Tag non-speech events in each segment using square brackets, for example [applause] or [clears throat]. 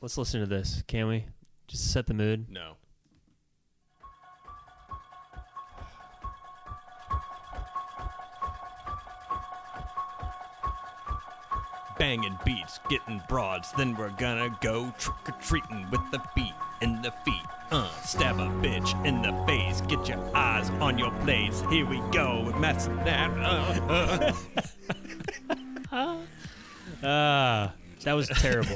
Let's listen to this, can we? Just set the mood. No. Banging beats, getting broads, then we're gonna go trick or treating with the feet in the feet. Uh, stab a bitch in the face, get your eyes on your blades. Here we go with Master Nat. Uh, uh. [laughs] Ah, that was [laughs] terrible.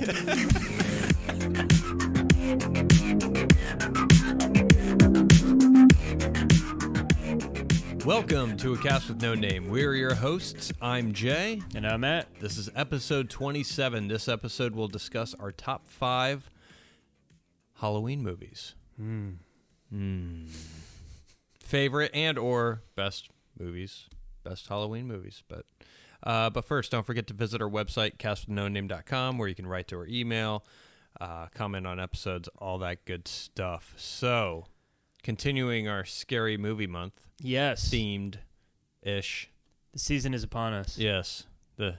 Welcome to A Cast with No Name. We're your hosts. I'm Jay. and I'm at This is episode 27. This episode will discuss our top five Halloween movies. Hmm. Favorite and or best movies, best Halloween movies. But uh, but first, don't forget to visit our website, castwithnoname.com, where you can write to our email, uh, comment on episodes, all that good stuff. So, continuing our scary movie month yes. The themed ish season is upon us. Yes. [laughs] The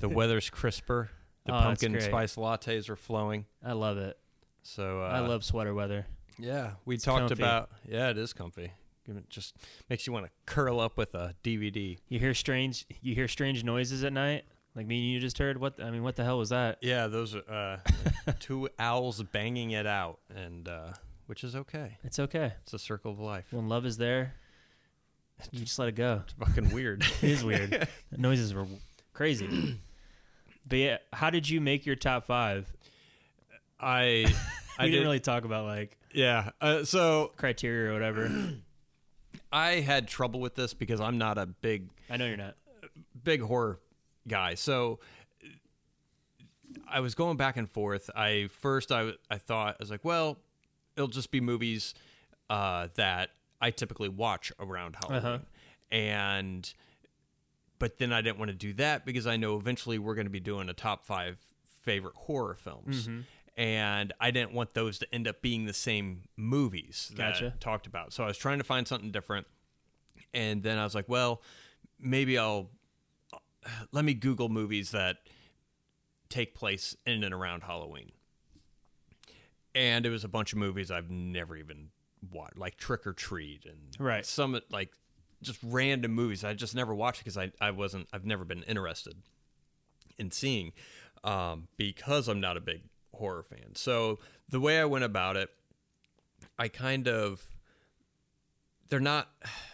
the weather's crisper. The Oh, that's pumpkin great. spice lattes are flowing. I love it. So uh, I love sweater weather. Yeah, we talked comfy. about. Yeah, it is comfy. It just makes you want to curl up with a DVD. You hear strange. You hear strange noises at night, like me and you just heard. What I mean, what the hell was that? Yeah, those are [laughs] uh, two owls banging it out, and uh, which is okay. It's okay. It's a circle of life. When love is there, you just let it go. It's fucking weird. It is [laughs] weird. the noises were [clears throat] crazy. But yeah, how did you make your top five? [laughs] I We I did, didn't really talk about like yeah. Uh, so criteria or [clears throat] whatever. I had trouble with this because I'm not a big I know you're not. big horror guy. So I was going back and forth. I first I I thought I was like, well, it'll just be movies uh, that I typically watch around Halloween, Uh-huh. and but then I didn't want to do that because I know eventually we're going to be doing a top five favorite horror films. Mm-hmm. And I didn't want those to end up being the same movies that Gotcha. talked about. So I was trying to find something different. And then I was like, well, maybe I'll let me Google movies that take place in and around Halloween. And it was a bunch of movies I've never even watched, like Trick or Treat and Right. some like just random movies I just never watched because I, I wasn't I've never been interested in seeing um, because I'm not a big horror fan. So the way I went about it, I kind of they're not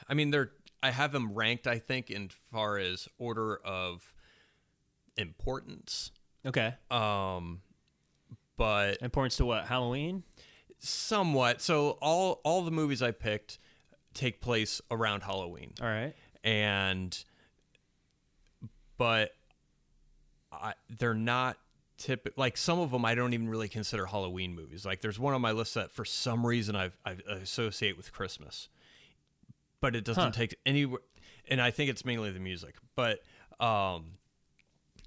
I mean they're I have them ranked I think in far as order of importance. Okay. Um but And points to what? Halloween? somewhat so all all the movies I picked take place around Halloween. All right. and but I, they're not typical. Like some of them, I don't even really consider Halloween movies. Like there's one on my list that for some reason I've, i I associate with Christmas, but it doesn't Huh. take any. And I think it's mainly the music. But um,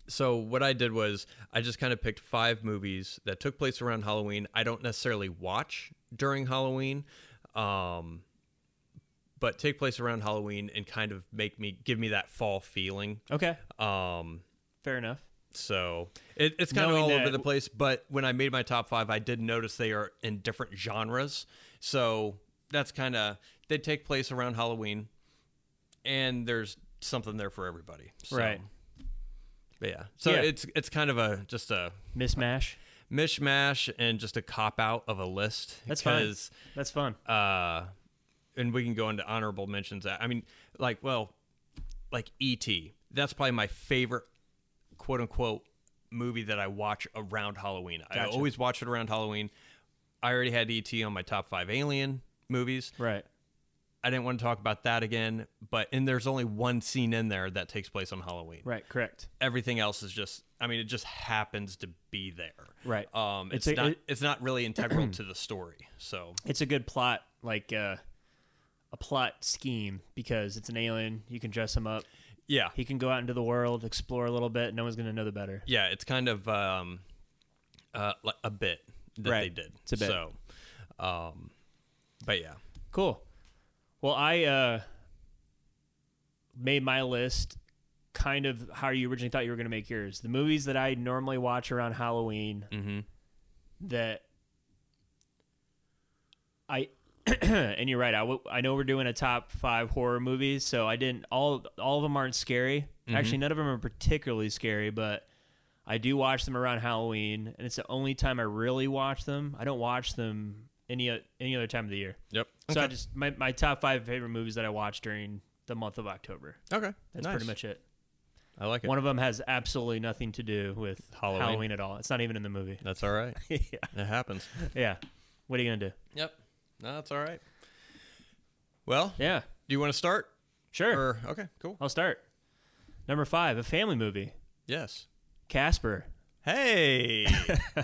so what I did was I just kind of picked five movies that took place around Halloween. I don't necessarily watch during Halloween. Um, but take place around Halloween and kind of make me give me that fall feeling. Okay. Um, Fair enough. so it, it's kind Knowing of all over that- the place. But when I made my top five, I did notice they are in different genres. So that's kind of they take place around Halloween, and there's something there for everybody. So, Right. But yeah. So Yeah. it's it's kind of a just a Mismash. mishmash and just a cop out of a list. That's fine. 'cause That's fun. uh and we can go into honorable mentions i mean like well like et that's probably my favorite quote unquote movie that i watch around halloween i Gotcha. always watch it around halloween i already had et on my top five alien movies Right. i didn't want to talk about that again but and there's only one scene in there that takes place on halloween Right. Correct. everything else is just i mean it just happens to be there Right. um it's, It's a- not it- it's not really integral to the story so It's a good plot, like uh, a plot scheme, because it's an alien. You can dress him up. yeah He can go out into the world, explore a little bit. No one's going to know the better. yeah, it's kind of um, uh, li- a bit that Right. they did. It's a bit. So, um, but yeah, Cool. Well, I uh, made my list kind of how you originally thought you were going to make yours. The movies that I normally watch around Halloween mm-hmm. that I [clears throat] and you're right. I, w- I know we're doing a top five horror movies, so I didn't all all of them aren't scary. Actually, none of them are particularly scary, but I do watch them around Halloween, and it's the only time I really watch them. I don't watch them any o- any other time of the year. Yep. So I Okay. just my, my top five favorite movies that I watched during the month of October. okay. That's Nice. pretty much it. I like it. One of them has absolutely nothing to do with Halloween. Halloween, at all. It's not even in the movie. That's all right. [laughs] yeah. [laughs] It happens. Yeah. What are you gonna do? Yep. No, that's all right. Well, Yeah. do you want to start? Sure. Or okay, cool. I'll start. Number five, a family movie. Yes. Casper. Hey.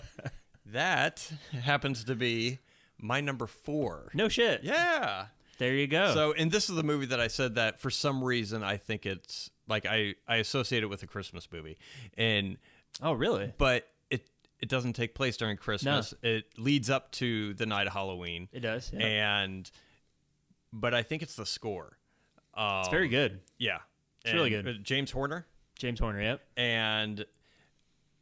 [laughs] that happens to be my number [laughs] 4. No shit. Yeah. There you go. So, and this is the movie that I said that for some reason I think it's like I I associate it with a Christmas movie. And oh really? but it it doesn't take place during Christmas. It leads up to the night of Halloween. It does. Yeah. And but I think it's the score. Um, it's very good. Yeah. It's really And, good. uh, James Horner. James Horner, yep. And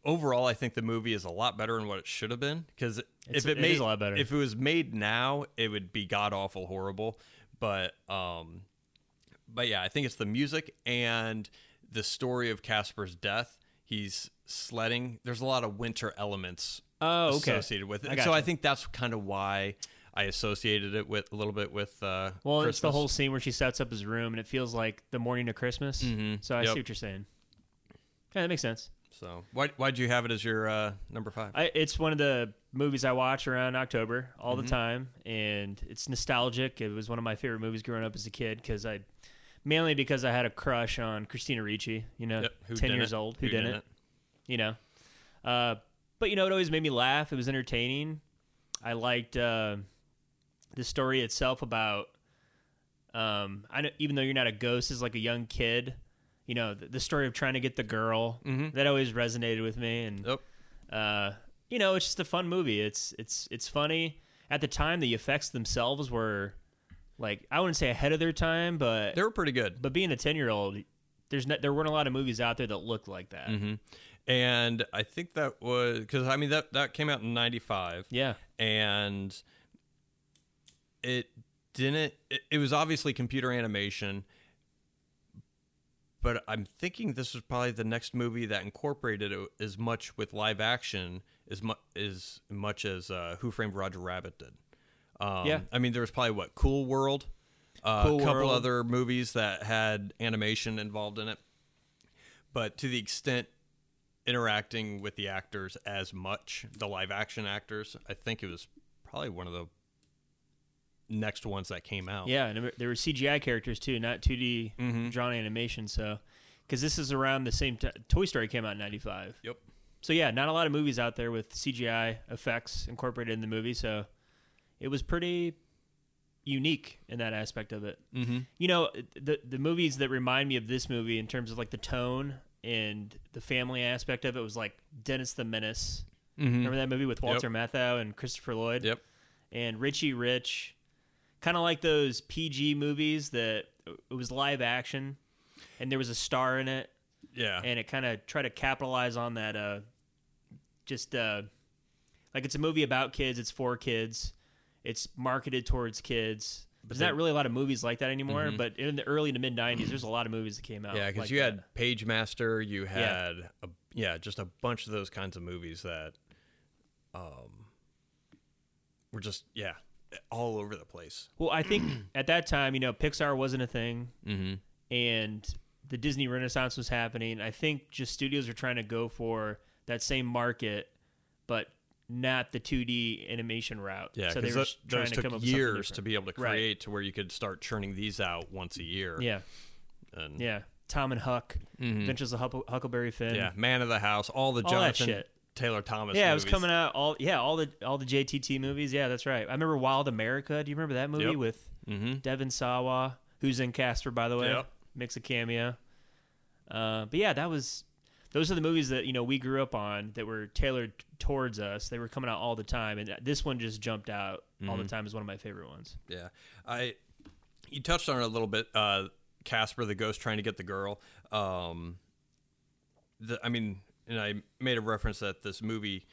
overall, I think the movie is a lot better than what it should have been. Because It's- if it, it made is a lot better. if it was made now, it would be god awful horrible. But um, but yeah, I think it's the music and the story of Casper's death. He's sledding. There's a lot of winter elements Oh, okay. associated with it. I so I gotcha. think that's kind of why I associated it with a little bit with uh, Well, it's the Christmas. whole scene where she sets up his room and it feels like the morning of Christmas. So I Mm-hmm. Yep. see what you're saying. Yeah, that makes sense. So why why'd you have it as your uh, number five? I, it's one of the movies I watch around October all Mm-hmm. the time, and it's nostalgic. It was one of my favorite movies growing up as a kid because I, mainly because I had a crush on Christina Ricci. You know, Yep, who uh, ten done years it? old. Who, done didn't? You know, uh, but you know, it always made me laugh. It was entertaining. I liked uh, the story itself about. Um, I know, even though you're not a ghost, as like a young kid, you know the, the story of trying to get the girl Mm-hmm. that always resonated with me, and Yep. uh, you know, it's just a fun movie. It's it's it's funny. At the time, the effects themselves were like I wouldn't say ahead of their time, but They were pretty good. but being a ten year old, there's no, there weren't a lot of movies out there that looked like that. Mm-hmm. and I think that was because I mean that that came out in '95, Yeah, and it didn't. It, it was obviously computer animation, but I'm thinking this was probably the next movie that incorporated it as much with live action as much as much as uh, Who Framed Roger Rabbit did. Um, Yeah. I mean there was probably what Cool World, uh, Cool a couple World. other movies that had animation involved in it, but to the extent interacting with the actors as much, the live action actors. I think it was probably one of the next ones that came out. yeah. And there were CGI characters too, not 2D drawn animation. So, because this is around the same time, Toy Story came out in '95. Yep. So yeah, not a lot of movies out there with CGI effects incorporated in the movie. So it was pretty unique in that aspect of it. Mm-hmm. you know the the movies that remind me of this movie in terms of like the tone and the family aspect of it was like Dennis the Menace. Remember that movie with Walter Matthau and Christopher Lloyd Mm-hmm. Yep. and Richie Rich, kind of like those PG movies that it was live action and there was a star in it Yeah. and it kind of tried to capitalize on that uh just uh like it's a movie about kids it's for kids it's marketed towards kids there's they- Mm-hmm. not really a lot of movies like that anymore but in the early to mid 90s there's a lot of movies that came out yeah, because uh, like you that. had Pagemaster, you had a, yeah, just a bunch of those kinds of movies that um were just yeah, all over the place. well i [clears throat] think at that time you know pixar wasn't a thing Mm-hmm. and the disney renaissance was happening i think just studios were trying to go for that same market but not the 2d animation route Yeah, so 'cause they were tho- trying those to took come up with something years to different. be able to Right. create to where you could start churning these out once a year. yeah and, Yeah, Tom and Huck, Adventures of Huckle- Huckleberry Finn. yeah, Man of the House, all the All that Jonathan shit. Taylor Thomas. yeah, it was coming out all yeah all the all the JTT movies. Yeah, that's right. I remember Wild America. Do you remember that movie Yep. with Mm-hmm. Devin Sawa, who's in Casper by the way, Yep. makes a cameo. Uh, but yeah, that was those are the movies that you know we grew up on that were tailored t- towards us. They were coming out all the time, and this one just jumped out all the time as one of my favorite ones. Yeah, I you touched on it a little bit. Uh, Casper the ghost trying to get the girl. Um, the, I mean, and I made a reference that this movie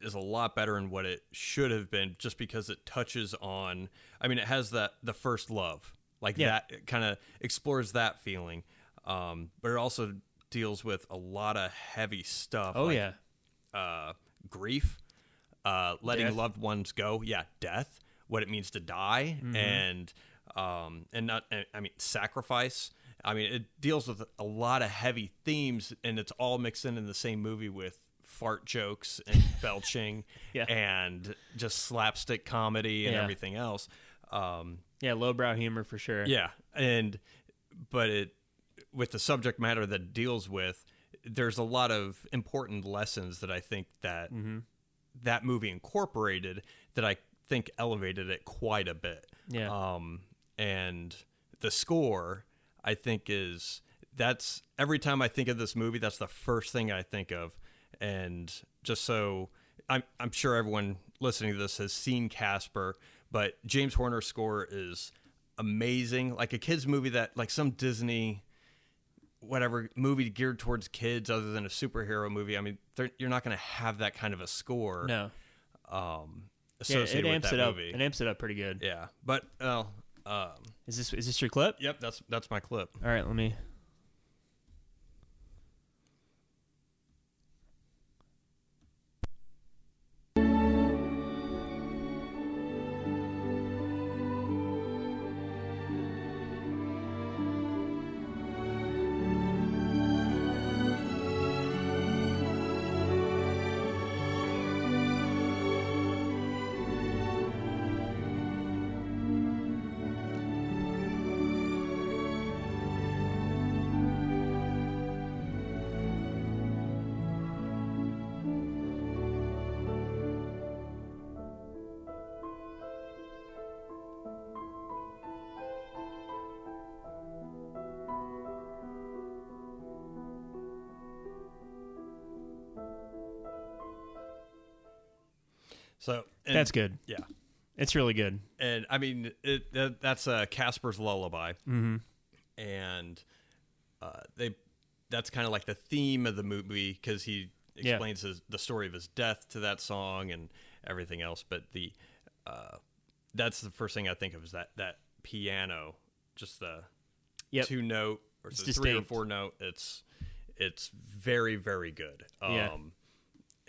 is a lot better in what it should have been just because it touches on I mean it has that the first love. Like Yeah. that it kind of explores that feeling. Um but it also deals with a lot of heavy stuff Oh like, yeah. uh grief, uh letting Death. loved ones go, yeah, death, what it means to die Mm-hmm. and um and not and- I mean sacrifice. I mean it deals with a lot of heavy themes and it's all mixed in in the same movie with fart jokes [laughs] and belching Yeah. and just slapstick comedy and Yeah. everything else. Um Yeah, lowbrow humor for sure. yeah, and but it with the subject matter that it deals with, there's a lot of important lessons that I think that that movie incorporated that I think elevated it quite a bit. Yeah. Um, and the score I think is that's every time I think of this movie, that's the first thing I think of, and just so. I'm, I'm sure everyone listening to this has seen Casper, but James Horner's score is amazing. Like a kids movie that like some Disney whatever movie geared towards kids other than a superhero movie. I mean, they're- you're not going to have that kind of a score No. Yeah, associated it amps with that it up. movie. It amps it up pretty good. yeah, but well, um, Is this is this your clip? yep, that's that's my clip. All right, let me. So and- That's good. yeah, It's really good. and I mean it, that, that's uh, Casper's Lullaby, mm-hmm. and uh, they that's kind of like the theme of the movie because he Yeah. explains his, the story of his death to that song and everything else. But the uh, that's the first thing I think of is that that piano, just the Yep. two note or It's the three or distinct. four note. It's it's very very good. Um, Yeah.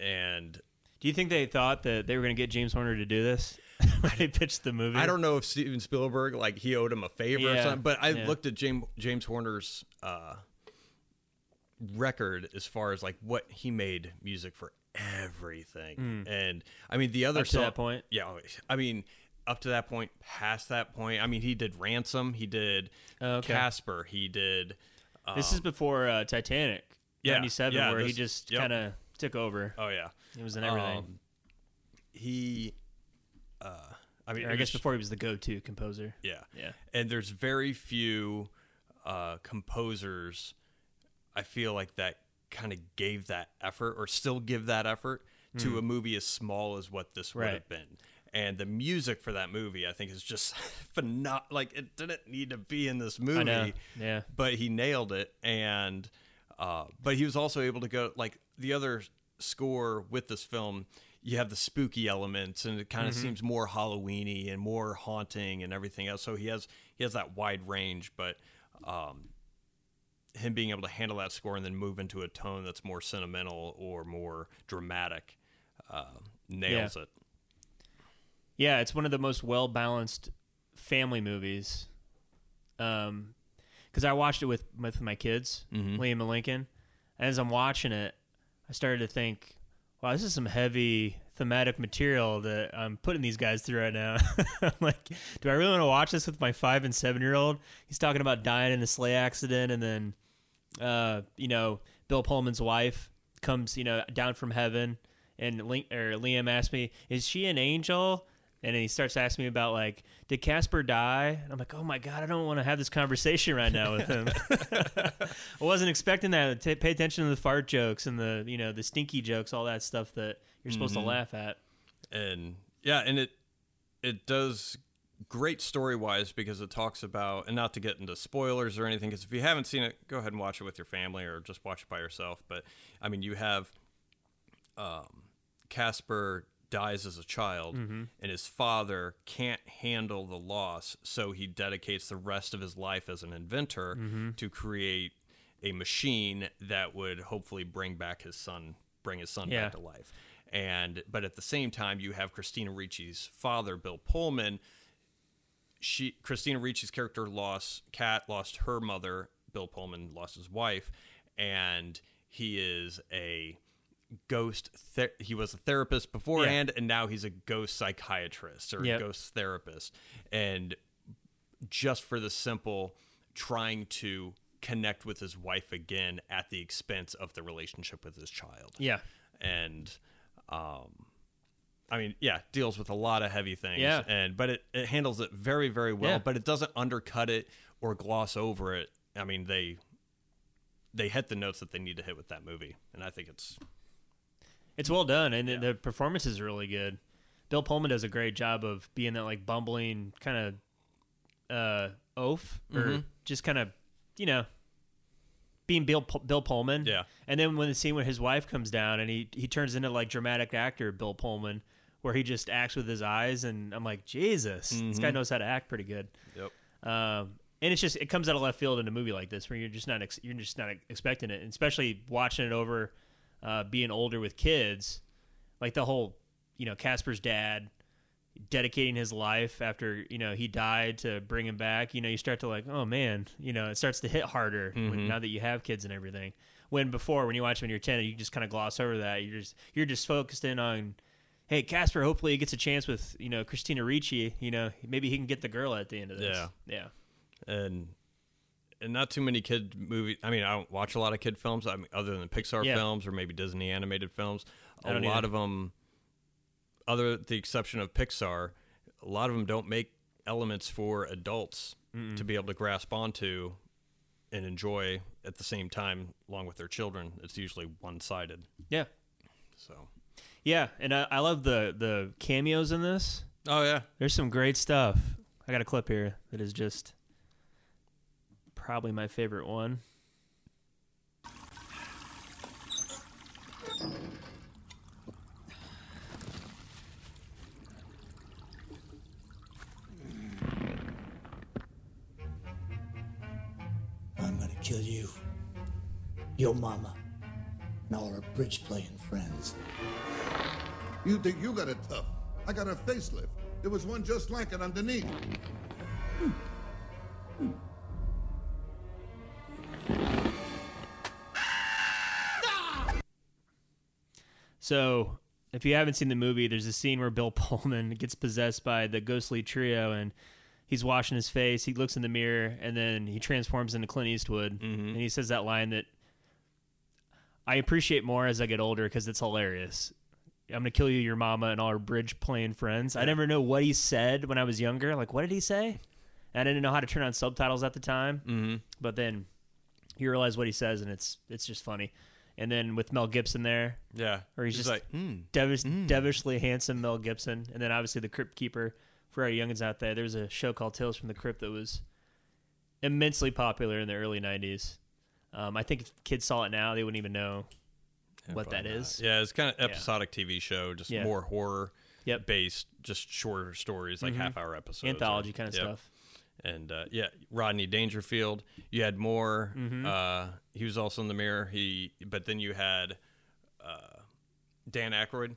and Do you think they thought that they were going to get James Horner to do this [laughs] when they pitched the movie? I don't know if Steven Spielberg like he owed him a favor or Yeah, something, but I yeah. looked at James James Horner's uh, record as far as like what he made music for everything, and I mean the Hmm. other Up to that song- point? yeah. oh, I mean up to that point, past that point, I mean he did Ransom, he did Oh, okay. Casper, he did. This is before uh, Titanic, Um, Yeah, '97, yeah, where he this- just yep. kind of took over. Oh yeah, It was in everything. Um, he. Uh, I mean, Or I it guess was- before he was the go-to composer. Yeah. Yeah. And there's very few uh, composers I feel like that kind of gave that effort or still give that effort to a movie as small as what this would have Hmm. Right. been. And the music for that movie, I think, is just [laughs] phenom- like it didn't need to be in this movie I know. Yeah. but he nailed it and uh, but he was also able to go like the other score with this film you have the spooky elements and it kind of seems more halloweeny and more haunting and everything else so he has he has that wide range but um him being able to handle that score and then move into a tone that's more sentimental or more dramatic uh, nails it Yeah, it's one of the most well balanced family movies. Um, because I watched it with with my kids, Liam and Lincoln. As I'm watching it, I started to think, "Wow, this is some heavy thematic material that I'm putting these guys through right now." [laughs] I'm like, "Do I really want to watch this with my five and seven year old?" He's talking about dying in a sleigh accident, and then, uh, you know, Bill Pullman's wife comes, you know, down from heaven, and Link, or Liam asked me, "Is she an angel?" And then he starts asking me about like, did Casper die? And I'm like, oh my god, I don't want to have this conversation right now with him. [laughs] I wasn't expecting that. T- pay attention to the fart jokes and the you know the stinky jokes, all that stuff that you're supposed to laugh at. and yeah and it it does great story wise because it talks about and not to get into spoilers or anything because if you haven't seen it go ahead and watch it with your family or just watch it by yourself but i mean you have um Casper dies as a child and his father can't handle the loss, so he dedicates the rest of his life as an inventor to create a machine that would hopefully bring back his son, bring his son Yeah. back to life. And but at the same time, you have Christina Ricci's father, Bill Pullman, she Christina Ricci's character lost Kat lost her mother. Bill Pullman lost his wife, and he is a ghost. Ther- he was a therapist beforehand, and now he's a ghost psychiatrist or Yep. a ghost therapist. And just for the simple trying to connect with his wife again at the expense of the relationship with his child Yeah. and um I mean, yeah, deals with a lot of heavy things, Yeah. and but it, it handles it very, very well. Yeah. But it doesn't undercut it or gloss over it. I mean, they they hit the notes that they need to hit with that movie, and I think it's It's well done, and the, the performance is really good. Bill Pullman does a great job of being that like bumbling kind of uh oaf or just kind of you know being Bill Pu- Bill Pullman. Yeah. And then when the scene when his wife comes down and he he turns into like dramatic actor Bill Pullman, where he just acts with his eyes, and I'm like Jesus, this guy knows how to act pretty good. yep. Um, and it's just it comes out of left field in a movie like this where you're just not ex- you're just not expecting it, and especially watching it over uh, being older with kids, like the whole you know Casper's dad dedicating his life after you know he died to bring him back. You know you start to like oh man, you know it starts to hit harder when, now that you have kids and everything. When before when you watch them when you're ten, you just kind of gloss over that. You're just you're just focused in on. Hey Casper, hopefully he gets a chance with you know Christina Ricci. You know maybe he can get the girl at the end of this. Yeah. yeah. and and not too many kid movie. I mean, I don't watch a lot of kid films. I mean, other than Pixar Yeah. films or maybe Disney animated films. I A don't lot either. of them, other the exception of Pixar, a lot of them don't make elements for adults to be able to grasp onto and enjoy at the same time, along with their children. It's usually one sided. Yeah. So. Yeah. And I, I love the, the cameos in this. Oh yeah, There's some great stuff. I got a clip here that is just probably my favorite one. I'm gonna kill you, your mama, and all her bridge playing friends. You think you got it tough? I got a facelift. There was one just like it underneath. So, if you haven't seen the movie, there's a scene where Bill [laughs] Pullman gets possessed by the ghostly trio and he's washing his face. He looks in the mirror and then he transforms into Clint Eastwood. And he says that line that I appreciate more as I get older because it's hilarious. I'm going to kill you, your mama, and all her bridge playing friends. I never know what he said when I was younger. Like, what did he say? And I didn't know how to turn on subtitles at the time. Mm-hmm. But then you realize what he says and it's it's just funny. And then with Mel Gibson there, yeah. Or he's just- like, mm, devish, devishly handsome Mel Gibson, and then obviously the Crypt Keeper for our youngins out there. There was a show called Tales from the Crypt that was immensely popular in the early '90s. Um, I think if kids saw it now, they wouldn't even know what that probably not. is. Yeah, it's kind of episodic TV show, just Yeah. more horror Yep. Mm-hmm. based, just shorter stories, like half hour episodes, or- Anthology kind of Yep. stuff. And uh, yeah, Rodney Dangerfield. You had more. Mm-hmm. Uh, he was also in the mirror. He, but then you had uh, Dan Aykroyd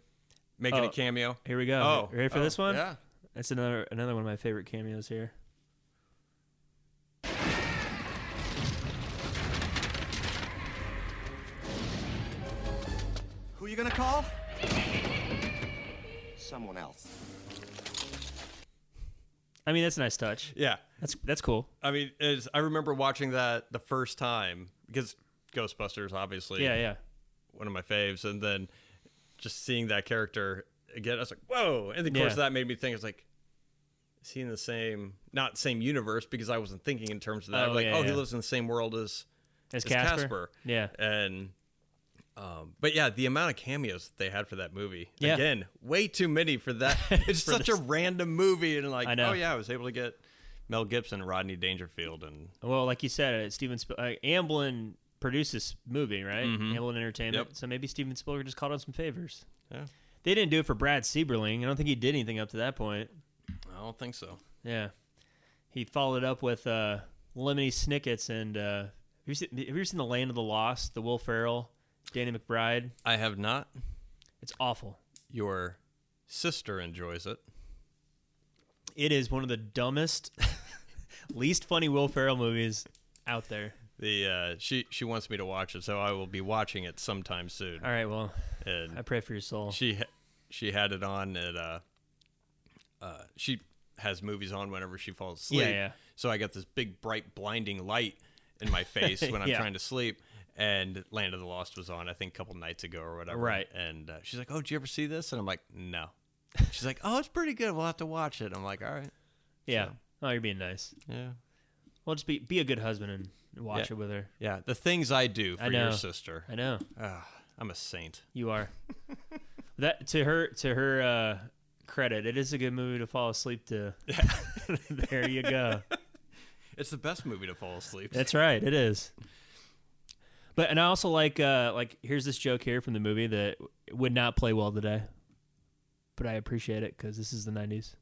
making Oh. a cameo. Here we go. Oh, ready for oh, this one? Yeah. That's another another one of my favorite cameos here. Who you gonna call? Someone else. I mean, that's a nice touch. Yeah. That's that's cool. I mean, it's, I remember watching that the first time because Ghostbusters, obviously, Yeah, yeah. one of my faves, and then just seeing that character again, I was like, whoa! And of course, Yeah. that made me think. It's like, is he in the same, not same universe? Because I wasn't thinking in terms of that. Oh, like, yeah, oh, he yeah. lives in the same world as As as Casper. Casper. Yeah. And um, but yeah, the amount of cameos that they had for that movie. Yeah. Again, way too many [laughs] for that. It's For such a this. random movie and like, I know. oh yeah, I was able to get Mel Gibson, Rodney Dangerfield and Well, like you said, uh, Steven Sp- uh, Amblin produces movie, right? Amblin Entertainment. Mm-hmm. Yep. So maybe Steven Spielberg just called on some favors. yeah. They didn't do it for Brad Sieberling. I don't think he did anything up to that point. I don't think so. Yeah, he followed up with uh, Lemony Snicket's and uh, have, you seen, have you ever seen The Land of the Lost? The Will Ferrell, Danny McBride. I have not. It's awful. Your sister enjoys it. It is one of the dumbest, [laughs] least funny Will Ferrell movies out there. The uh, she she wants me to watch it, so I will be watching it sometime soon. All right, well, I And pray for your soul. she ha- she had it on at uh, uh, she has movies on whenever she falls asleep. Yeah, yeah. So I got this big bright blinding light in my face when [laughs] I'm Yeah. trying to sleep. And Land of the Lost was on, I think, a couple nights ago or whatever. Right. And uh, she's like, "Oh, did you ever see this?" And I'm like, "No." She's like, "Oh, it's pretty good. We'll have to watch it." I'm like, "All right, Yeah. Oh, you're being nice. yeah." Well, just be be a good husband and watch Yeah. it with her. Yeah, the things I do for I know. your sister. I know Ah, I'm a saint. you are. that to her to her uh, credit, it is a good movie to fall asleep to. [laughs] there you go. It's the best movie to fall asleep. to. That's right. It is. But and I also like uh like here's this joke here from the movie that would not play well today, but I appreciate it because this is the '90s.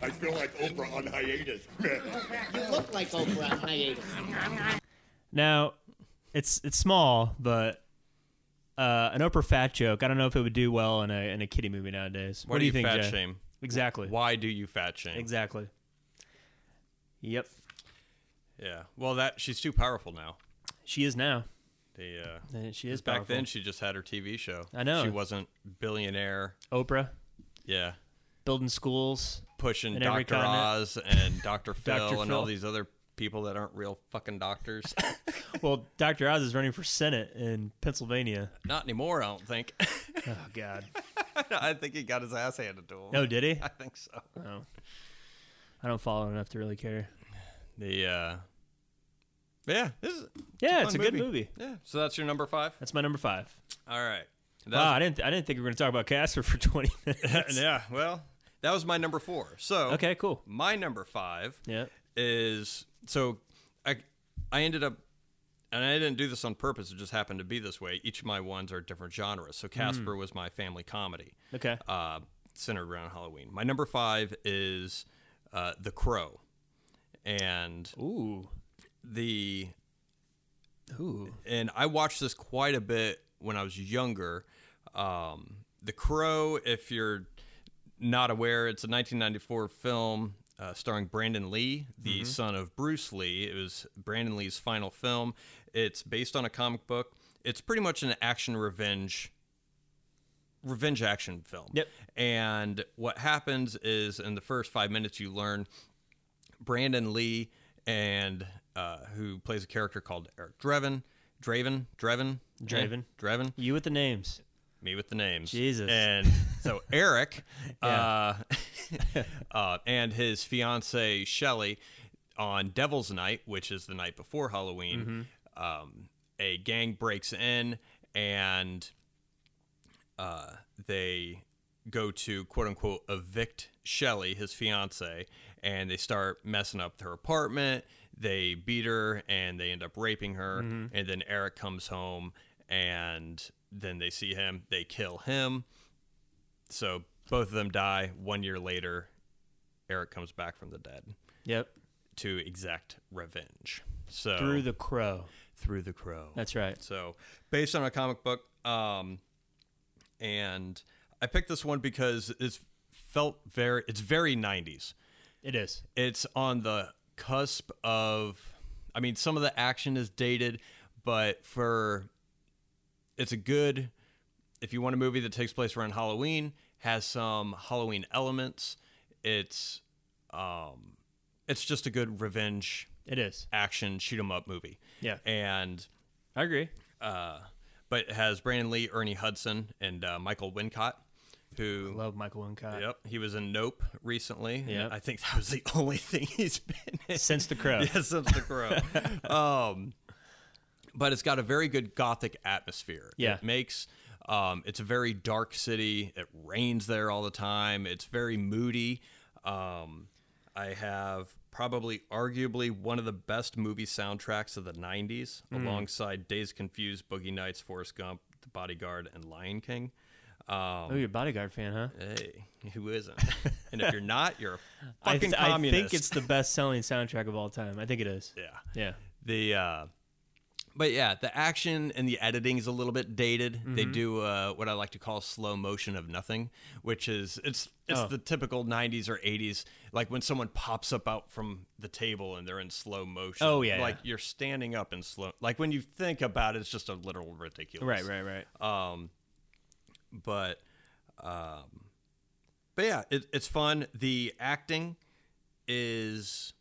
I feel like Oprah on hiatus. You look like Oprah on hiatus. Now, it's it's small, but uh, an Oprah fat joke. I don't know if it would do well in a in a kiddie movie nowadays. Why what do, do you think, fat Jay? shame? Exactly. Why do you fat shame? Exactly. Yep, Yeah. Well, that she's too powerful now. she is now. The uh, Uh, She is back powerful. then she just had her TV show. I know. she wasn't billionaire. Oprah Yeah, building schools. [laughs] pushing In every Doctor continent. Oz [laughs] and Doctor Phil Dr. and all Phil. these other people that aren't real fucking doctors. [laughs] Well, Dr. Oz is running for Senate in Pennsylvania. Not anymore. I don't think. [laughs] Oh God. I think he got his ass handed to him. [laughs] Oh, did he? [laughs] I think so. I don't follow enough to really care. The uh, yeah, this is Yeah, fun it's a good movie. Yeah. So that's your number five. That's my number five. All right. Wow, I didn't I didn't think we were going to talk about Casper for [laughs] twenty minutes. yeah. Well, that was my number four. So Okay, cool. my number five Yeah. is so I I ended up and I didn't do this on purpose. It just happened to be this way. Each of my ones are different genres. So Casper was my family comedy, Okay. uh, centered around Halloween. My number five is uh, The Crow, and Ooh. the Ooh. and I watched this quite a bit when I was younger. Um, the Crow, if you're not aware, it's a 1994 film uh, starring Brandon Lee, the son of Bruce Lee. It was Brandon Lee's final film. It's based on a comic book. It's pretty much an action revenge revenge action film. Yep. And what happens is in the first five minutes, you learn Brandon Lee and uh, who plays a character called Eric Draven, Draven, Draven, Eh, Draven. Draven. You with the names. Me with the names, Jesus. And [laughs] so Eric, uh, uh, [laughs] and his fiance Shelly on Devil's Night, which is the night before Halloween. Mm-hmm. Um, a gang breaks in and uh, they go to quote unquote evict Shelly, his fiance, and they start messing up her apartment. They beat her and they end up raping her. Mm-hmm. And then Eric comes home and then they see him. They kill him. So both of them die. One year later, Eric comes back from the dead Yep. to exact revenge. So Through the Crow. through the crow. That's right. So, based on a comic book, um, and I picked this one because it's felt very, it's very 90s. It is. It's on the cusp of, I mean, some of the action is dated, but for, it's a good, if you want a movie that takes place around Halloween, has some Halloween elements. It's, um, it's just a good revenge It is. action shoot 'em up movie. Yeah. And I agree. uh, but it has Brandon Lee, Ernie Hudson, and uh, Michael Wincott, who Love Michael Wincott. yep he was in Nope recently. and Yep. I think that was the [laughs] only thing he's been in Since the [laughs] Crow. yes, since the crow. um, but it's got a very good gothic atmosphere. Yeah. it makes. Um, it's a very dark city. It rains there all the time. It's very moody. Um, I have probably, arguably, one of the best movie soundtracks of the Hmm. '90s, alongside Days Confused, Boogie Nights, Forrest Gump, The Bodyguard, and Lion King. Oh, you're a bodyguard fan, huh? Hey, who isn't? and if you're not, you're a [laughs] I, fucking th- I communist. think it's the best selling soundtrack of all time. I think it is. yeah. Yeah. the uh but yeah the action and the editing is a little bit dated Mm-hmm. they do uh what i like to call slow motion of nothing which is it's it's Oh. the typical 90s or 80s like when someone pops up out from the table and they're in slow motion Oh, yeah, like yeah. you're standing up in slow like when you think about it it's just a little ridiculous Right, right, right. but um but yeah it, it's fun the acting is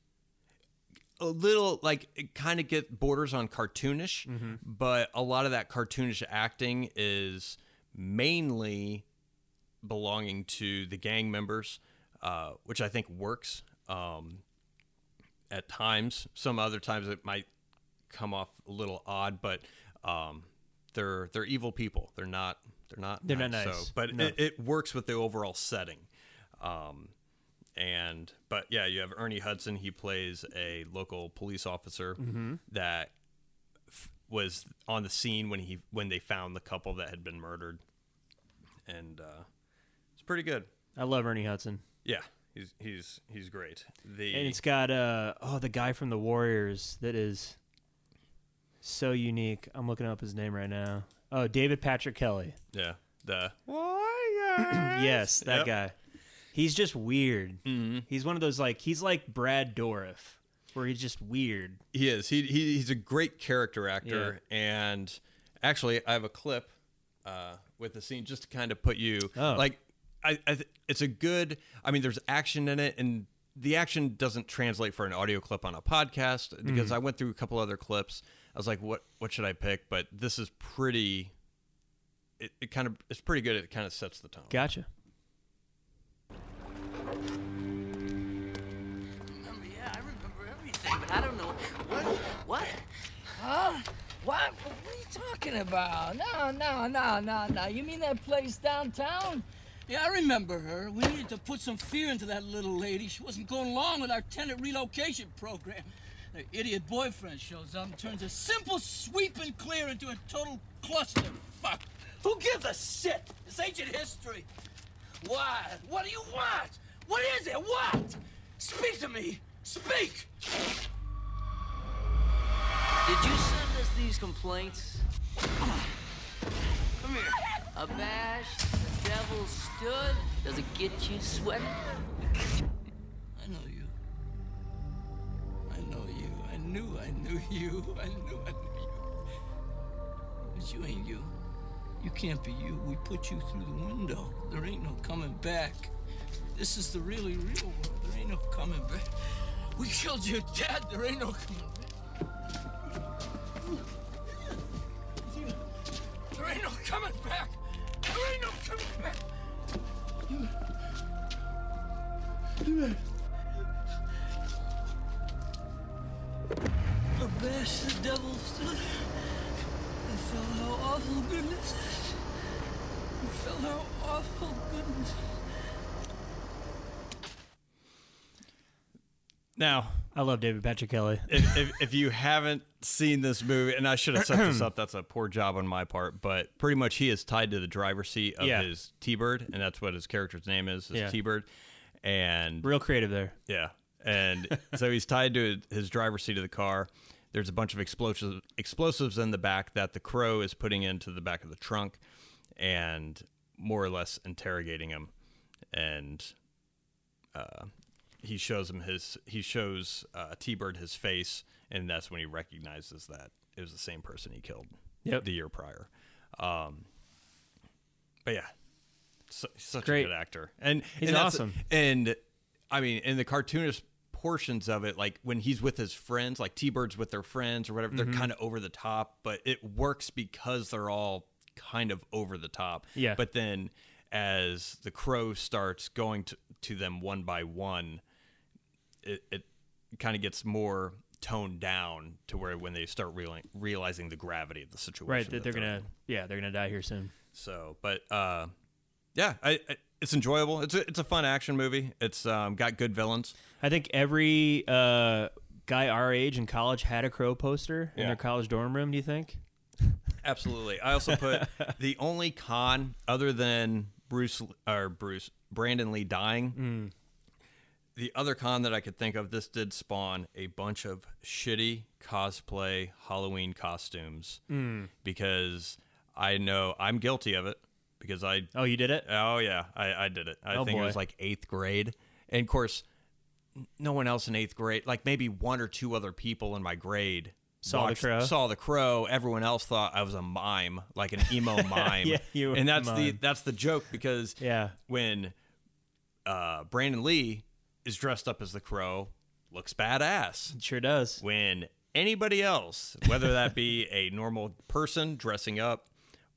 a little like it kind of get borders on cartoonish but a lot of that cartoonish acting is mainly belonging to the gang members uh, which i think works um, at times some other times it might come off a little odd but um, they're they're evil people they're not they're not They're not So, nice. but No. it, it works with the overall setting Um, and but yeah, you have Ernie Hudson. He plays a local police officer Mm-hmm. that f- was on the scene when he when they found the couple that had been murdered, and uh, it's pretty good. I love Ernie Hudson. Yeah, he's he's he's great. The And it's got uh oh the guy from the Warriors that is so unique. I'm looking up his name right now. Oh, David Patrick Kelly. yeah the Yes, that Yep. Mm-hmm. guy. He's just weird. He's one of those like he's like Brad Dourif, where he's just weird. he is he, he he's a great character actor, and actually I have a clip uh, with the scene just to kind of put you Oh. like I, I th- it's a good I mean there's action in it and the action doesn't translate for an audio clip on a podcast because I went through a couple other clips I was like what what should I pick but this is pretty it, it kind of it's pretty good it kind of sets the tone Gotcha. remember, yeah, I remember everything, but I don't know what, what, huh? What? What are you talking about? No, no, no, no, no. You mean that place downtown? Yeah, I remember her. We needed to put some fear into that little lady. She wasn't going along with our tenant relocation program. Her idiot boyfriend shows up and turns a simple sweep and clear into a total clusterfuck. Who gives a shit? It's ancient history. What? What do you want? What is it? What? Speak to me. Speak. Did you send us these complaints? Come here. Abashed, the devil stood. Does it get you sweating? I know you. I know you. I knew I knew [laughs] you. I knew I knew you. But you ain't you. You can't be you. We put you through the window. There ain't no coming back. This is the really real world. There ain't no coming back. We killed your dad. There ain't no coming back. There ain't no coming back. There ain't no coming back. Abash the devil stood and felt how awful goodness is. And felt how awful goodness is. now I love David Patrick Kelly. if, if, if you haven't seen this movie, and I should have set this up, that's a poor job on my part, but pretty much he is tied to the driver's seat of Yeah. his T Bird, and that's what his character's name is, is Yeah. T Bird. And Real creative there. yeah. [laughs] And so he's tied to his driver's seat of the car. There's a bunch of explosives explosives in the back that the crow is putting into the back of the trunk and more or less interrogating him. And uh, he shows him his he shows uh, T-Bird his face and that's when he recognizes that it was the same person he killed Yep. the year prior. Um, but yeah, su- such Great. a good actor. And He's and that's- awesome. and I mean, in the cartoonist portions of it, like when he's with his friends, like T Bird's with their friends or whatever, Mm-hmm. they're kind of over the top, but it works because they're all kind of over the top. Yeah. But then as the crow starts going to, to them one by one, it, it kind of gets more toned down to where when they start reali- realizing the gravity of the situation Right, that they're in. gonna yeah, they're gonna die here soon. So, but uh, yeah, I, I, it's enjoyable. It's a, it's a fun action movie. It's um, got good villains. I think every uh, guy our age in college had a crow poster in Yeah. their college dorm room. Do you think? Absolutely. I also put the only con other than Bruce or Bruce Brandon Lee dying. The other con that I could think of, this did spawn a bunch of shitty cosplay Halloween costumes because I know I'm guilty of it because I Oh, you did it? Oh yeah, I, I did it. I Oh, think it boy. was like eighth grade, and of course, n- no one else in eighth grade, like maybe one or two other people in my grade Saw the crow? Saw the crow. Everyone else thought I was a mime, like an [laughs] emo mime. Yeah, you were and that's the mime. that's the joke because Yeah. when uh, Brandon Lee is dressed up as the crow, looks badass. Sure does. When anybody else, whether that be a normal person dressing up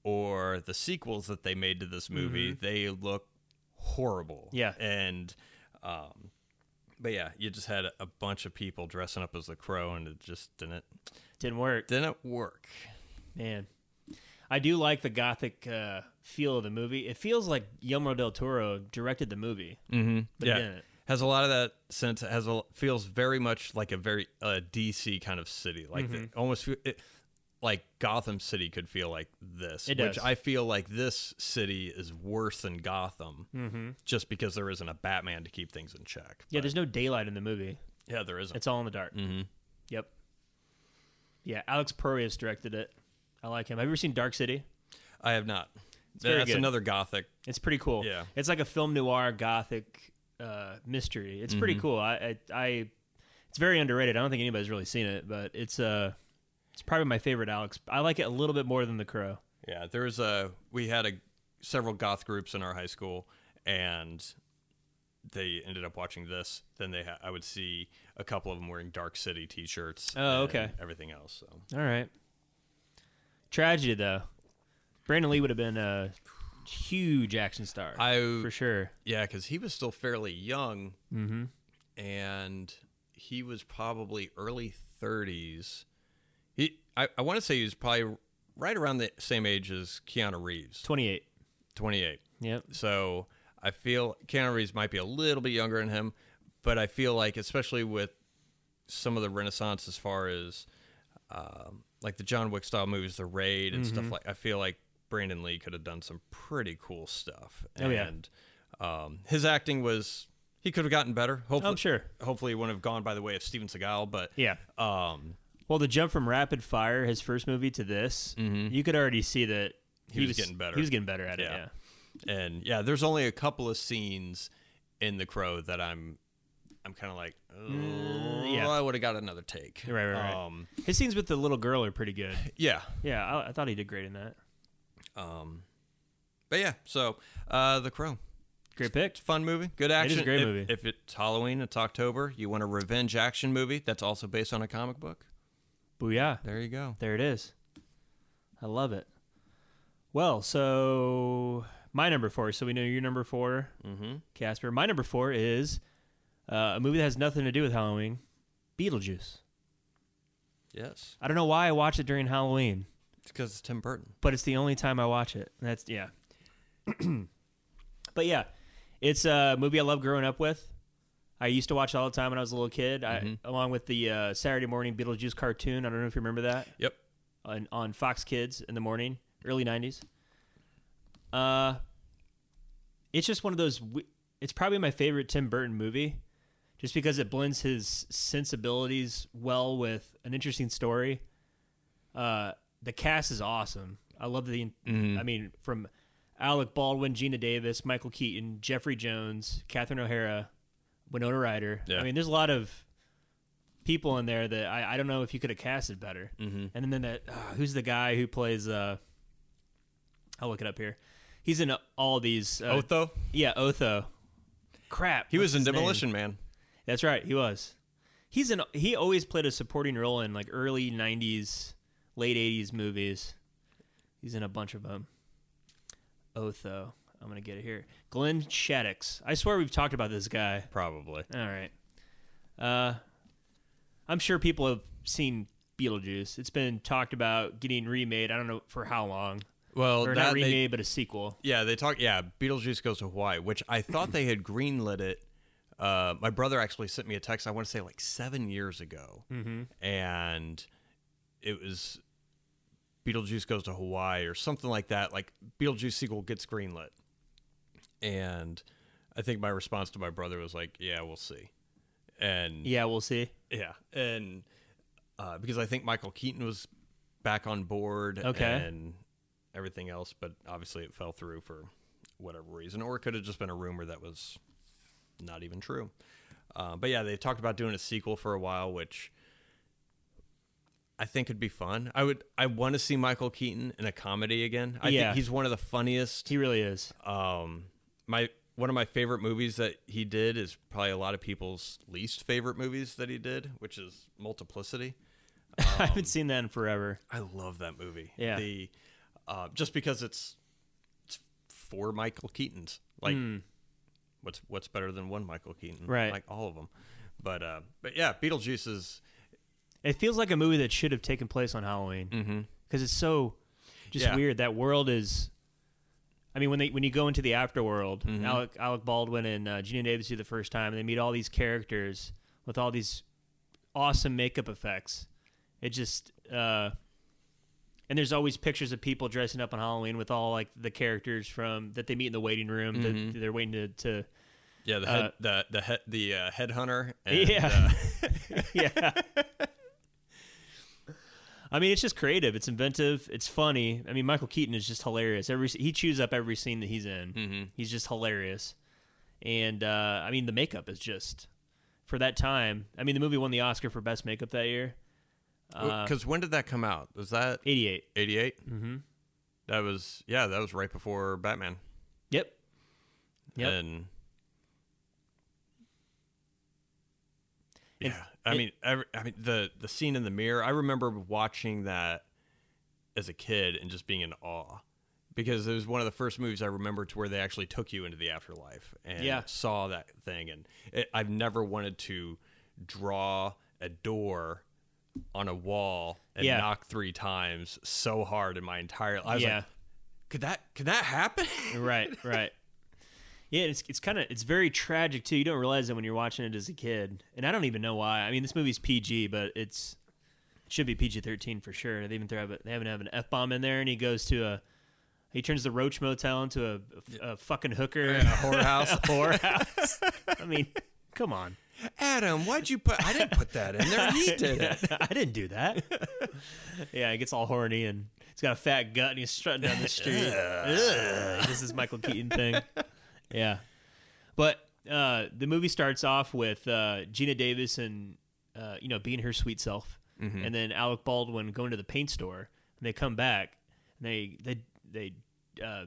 or the sequels that they made to this movie, they look horrible. Yeah. And, um, but yeah, you just had a bunch of people dressing up as the crow, and it just didn't Didn't work. didn't work. Man. I do like the gothic uh, feel of the movie. It feels like Guillermo del Toro directed the movie. Mm-hmm. But yeah, didn't. has a lot of that sense. It Has a feels very much like a very uh, DC kind of city, like the, almost fe- it, like Gotham City could feel like this. It does. Which I feel like this city is worse than Gotham, mm-hmm. just because there isn't a Batman to keep things in check. Yeah, But- there's no daylight in the movie. yeah, there isn't. It's all in the dark. Mm-hmm. Yep. Yeah, Alex Proyas directed it. I like him. Have you ever seen Dark City? I have not. very That's good. another Gothic. It's pretty cool. Yeah. it's like a film noir gothic uh, mystery. It's Mm-hmm. pretty cool. I, I, I, it's very underrated. I don't think anybody's really seen it, but it's uh, it's probably my favorite Alex. I like it a little bit more than The Crow. Yeah, there was a we had a several goth groups in our high school, and they ended up watching this. Then they ha- I would see a couple of them wearing Dark City T-shirts. Oh, and okay. Everything else. So All right. Tragedy though, Brandon Lee would have been a huge action star. I for sure. yeah, because he was still fairly young, Mm-hmm. and he was probably early thirties. He I, I want to say he was probably right around the same age as Keanu Reeves, Twenty eight. twenty eight. Yep. So I feel Keanu Reeves might be a little bit younger than him, but I feel like, especially with some of the Renaissance as far as um, like the John Wick style movies, The Raid and Mm-hmm. stuff like, I feel like Brandon Lee could have done some pretty cool stuff. Oh, yeah. and um, his acting was he could have gotten better. Hopefully, I'm Oh, sure. Hopefully, he wouldn't have gone by the way of Steven Seagal, but Yeah. um, Well, the jump from Rapid Fire, his first movie, to this, you could already see that Mm-hmm. He was getting better. He was getting better at it. Yeah. Yeah. and yeah, there's only a couple of scenes in The Crow that I'm, I'm kind of like, oh, Mm. yeah. I would have got another take. Right, right, right. Um, His scenes with the little girl are pretty good. yeah, Yeah, I, I thought he did great in that. but yeah, so uh, The Crow, Great pick. it's a fun movie, good action. a great if, movie. If it's Halloween, it's October. You want a revenge action movie that's also based on a comic book? Booyah. There you go. There it is. I love it. Well, so my number four. So we know your number 4 mm-hmm. Casper. My number four is uh, a movie that has nothing to do with Halloween Beetlejuice. Yes, I don't know why I watch it during Halloween. it's because it's Tim Burton. but it's the only time I watch it. That's yeah. [clears throat] but yeah, it's a movie I love growing up with. I used to watch it all the time when I was a little kid, I, along with the uh, Saturday morning Beetlejuice cartoon. I don't know if you remember that Yep. on, on Fox Kids in the morning, early '90s. Uh, it's just one of those. w- It's probably my favorite Tim Burton movie, just because it blends his sensibilities well with an interesting story. Uh, the cast is awesome. I love the. I mean, from Alec Baldwin, Gina Davis, Michael Keaton, Jeffrey Jones, Catherine O'Hara, Winona Ryder. Yeah. I mean, there's a lot of people in there that I, I don't know if you could have casted better. And then that ah, who's the guy who plays? Uh, I'll look it up here. He's in all these. Uh, Otho, yeah, Otho. Crap. he what's was in his name? Demolition Man. That's right. He was. He's in. He always played a supporting role in like early '90s, late '80s movies. He's in a bunch of them. Otho. I'm gonna get it here. Glenn Shaddix. I swear we've talked about this guy. Probably. All right. Uh, I'm sure people have seen Beetlejuice. It's been talked about getting remade. I don't know for how long. Well, or that not they- remade, but a sequel. Yeah, they talk. Yeah, Beetlejuice goes to Hawaii, which I thought they had greenlit it. Uh, my brother actually sent me a text. I want to say like seven years ago, and it was Beetlejuice goes to Hawaii or something like that. Like Beetlejuice sequel gets greenlit, and I think my response to my brother was like, "Yeah, we'll see." And Yeah, we'll see. yeah, and uh, because I think Michael Keaton was back on board, Okay. and everything else, but obviously it fell through for whatever reason, or it could have just been a rumor that was not even true. Uh, but yeah, they talked about doing a sequel for a while, which I think would be fun. I would, I want to see Michael Keaton in a comedy again. I Yeah. think he's one of the funniest He really is. um my one of my favorite movies that he did is probably a lot of people's least favorite movies that he did, which is Multiplicity. [laughs] I haven't seen that in forever. I love that movie. Yeah. The uh, just because it's it's four Michael Keatons. Like what's what's better than one Michael Keaton? Hmm. Right. Like all of them. But uh but yeah, Beetlejuice is It feels like a movie that should have taken place on Halloween because it's so just Yeah. weird. That world is. I mean, when they when you go into the afterworld, Alec Alec Baldwin and uh, Gina Davis do the first time, and they meet all these characters with all these awesome makeup effects. It just uh, and there's always pictures of people dressing up on Halloween with all like the characters from that they meet in the waiting room. That they're waiting to, to yeah, the head, the the head, the uh, headhunter [laughs] and yeah. uh, [laughs] [laughs] yeah. I mean, it's just creative. It's inventive. It's funny. I mean, Michael Keaton is just hilarious. Every he chews up every scene that he's in. Mm-hmm. He's just hilarious, and uh, I mean, the makeup is just for that time. I mean, the movie won the Oscar for best makeup that year. Uh. because when did that come out? Was that Eighty-eight. 88 mm-hmm. that was yeah that was right before batman Yep. Yep. and It- yeah i it- mean every, i mean the the scene in the mirror i remember watching that as a kid and just being in awe because it was one of the first movies i remember to where they actually took you into the afterlife and Yeah. saw that thing and it, i've never wanted to draw a door on a wall and Yeah. knock three times so hard in my entire life. I was yeah. like, could that could that [laughs] happen? [laughs] right right yeah it's, it's kind of it's very tragic too you don't realize that when you're watching it as a kid and i don't even know why i mean this movie's pg but it's it should be pg-13 for sure they even throw they haven't have an f-bomb in there and he goes to a he turns the roach motel into a, a, fucking hooker In a [laughs] whorehouse. whorehouse [laughs] i mean come on Adam, why'd you put? I didn't put that in there. [laughs] He [laughs] did it. i didn't do that [laughs] yeah he gets all horny and he's got a fat gut and he's strutting down the [laughs] street Ugh. this is Michael Keaton [laughs] thing. Yeah. But uh, the movie starts off with uh, Gina Davis and uh, you know being her sweet self, and then Alec Baldwin going to the paint store, and they come back, and they they they uh,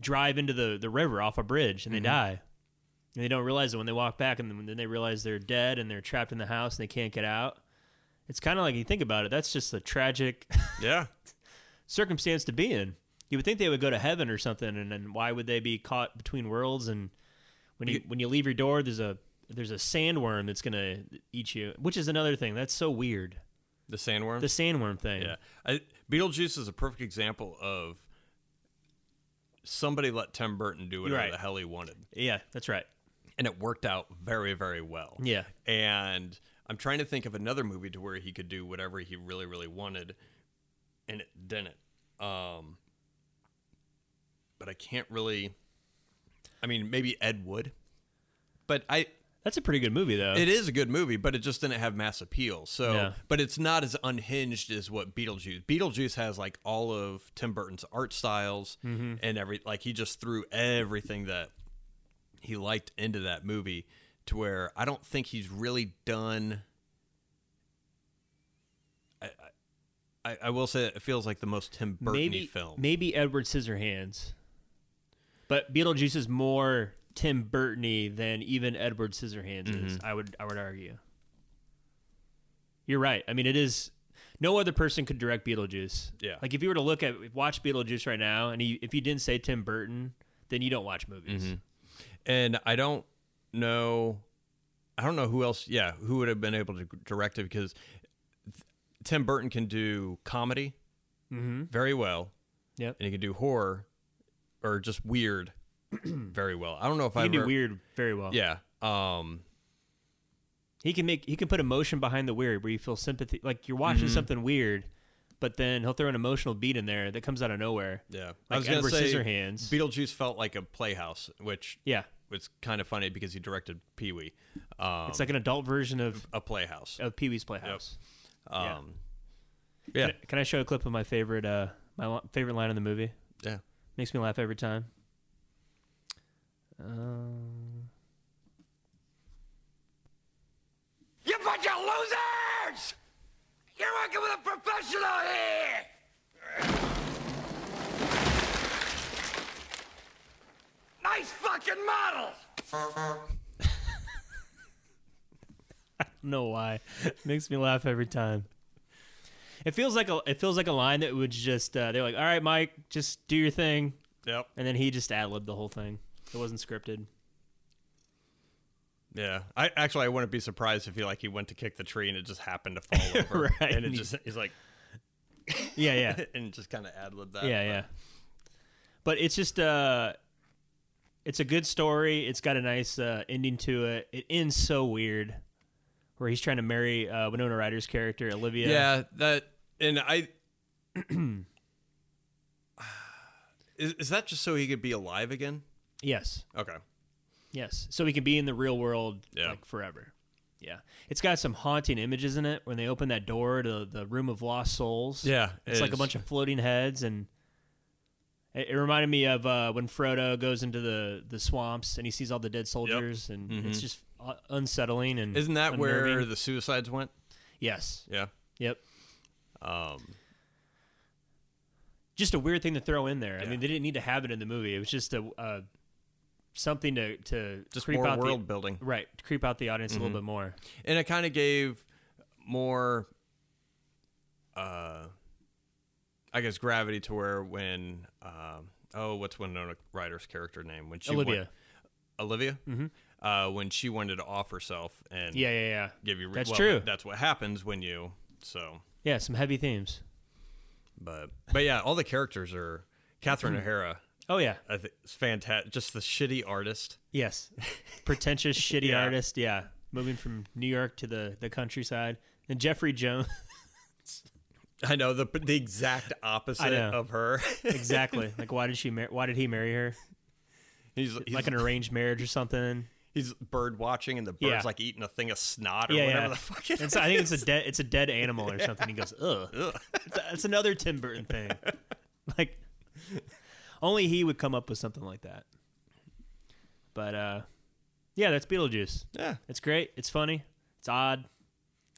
drive into the the river off a bridge, and they die. And they don't realize it when they walk back, and then- then they realize they're dead and they're trapped in the house and they can't get out. It's kind of like you think about it. That's just a tragic [laughs] Yeah, circumstance to be in. You would think they would go to heaven or something, and then why would they be caught between worlds? And when you when you leave your door, there's a there's a sandworm that's gonna eat you, which is another thing that's so weird. the sandworm. The sandworm thing. yeah, I, Beetlejuice is a perfect example of somebody let Tim Burton do whatever Right. the hell he wanted, yeah, that's right. and it worked out very, very well. Yeah. and I'm trying to think of another movie to where he could do whatever he really, really wanted, and it didn't. Um, but I can't really. I mean, maybe Ed Wood, but I That's a pretty good movie though. It is a good movie, but it just didn't have mass appeal. So, Yeah. but it's not as unhinged as what Beetlejuice. Beetlejuice has like all of Tim Burton's art styles Mm-hmm. and every like he just threw everything that he liked into that movie to where I don't think he's really done. I I, I will say that it feels like the most Tim Burton maybe film. maybe Edward Scissorhands, but Beetlejuice is more Tim Burtony than even Edward Scissorhands is. Mm-hmm. I would I would argue. You're right. I mean, it is. No other person could direct Beetlejuice. Yeah. Like if you were to look at watch Beetlejuice right now, and you, if you didn't say Tim Burton, then you don't watch movies. Mm-hmm. and I don't know, I don't know who else. Yeah, who would have been able to direct it because th- Tim Burton can do comedy very well, Mm-hmm. Yep. and he can do horror or [clears throat] just weird very well. I don't know if He I can do ever- weird very well. Yeah, um, Mm-hmm. He can make he can put emotion behind the weird where you feel sympathy. Like you're watching something weird, but then he'll throw an emotional beat in there that comes out of nowhere. Yeah, I Like was gonna Edward say Scissorhands. Beetlejuice felt like a playhouse, which Yeah, was kind of funny because he directed Pee Wee, um, it's like an adult version of a playhouse. of Pee Wee's Playhouse. yeah. Um, yeah, Can, can I show a clip of my favorite uh my li- favorite line in the movie? yeah. Makes me laugh every time. Um, You bunch of losers! You're working with a professional here! Nice fucking model! I don't know why. [laughs] Makes me laugh every time. It feels like a it feels like a line that would just uh, they're like, all right, Mike, just do your thing, Yep. and then he just ad libbed the whole thing. It wasn't scripted. Yeah. I actually I wouldn't be surprised if he like he went to kick the tree and it just happened to [laughs] fall over. Right. And it just he's like Yeah, yeah. [laughs] and just kind of ad lib that. yeah, yeah. But it's just uh it's a good story. It's got a nice uh, ending to it. It ends so weird, where he's trying to marry uh, Winona Ryder's character Olivia. yeah. that and I [clears throat] is, is that just so he could be alive again? Yes. Okay. Hmm. Yes. So he can be in the real world Yeah. like forever. Yeah. It's got some haunting images in it when they open that door to the room of lost souls. Yeah, It's it like a is. bunch of floating heads and it, it reminded me of uh, when Frodo goes into the, the swamps and he sees all the dead soldiers and it's just uh, unsettling and Mm-hmm. Isn't that where unnerving. the suicides went? Yes. Yeah. Yep. Um Just a weird thing to throw in there. I Yeah. mean, they didn't need to have it in the movie. It was just a uh, something to to just creep more out world Mm-hmm. the building. right to creep out the audience a little bit more. and it kind of gave more uh i guess gravity to where when um oh what's winona ryder's character name when she Olivia. went- olivia mm-hmm. uh when she wanted to off herself and Yeah, yeah, yeah. give you re- That's well, true. that's what happens when you so Yeah, some heavy themes. but but yeah all the characters are catherine o'hara Oh yeah. i think it's fantastic just the shitty artist Yes. [laughs] [laughs] Pretentious shitty Yeah. artist, yeah. Moving from New York to the, the countryside. And Jeffrey Jones [laughs] i know the the exact opposite know. of her [laughs] exactly. Like why did she mar- why did he marry her? he's, he's Like an arranged marriage or something. he's bird watching and the bird's Yeah. like eating a thing of snot or Yeah, whatever yeah. the fuck it It's, I [laughs] think it's a dead it's a dead animal or something. He goes, Ugh. It's, it's another Tim Burton [laughs] thing. Like [laughs] only he would come up with something like that. But uh yeah, that's Beetlejuice. yeah It's great. It's funny. It's odd.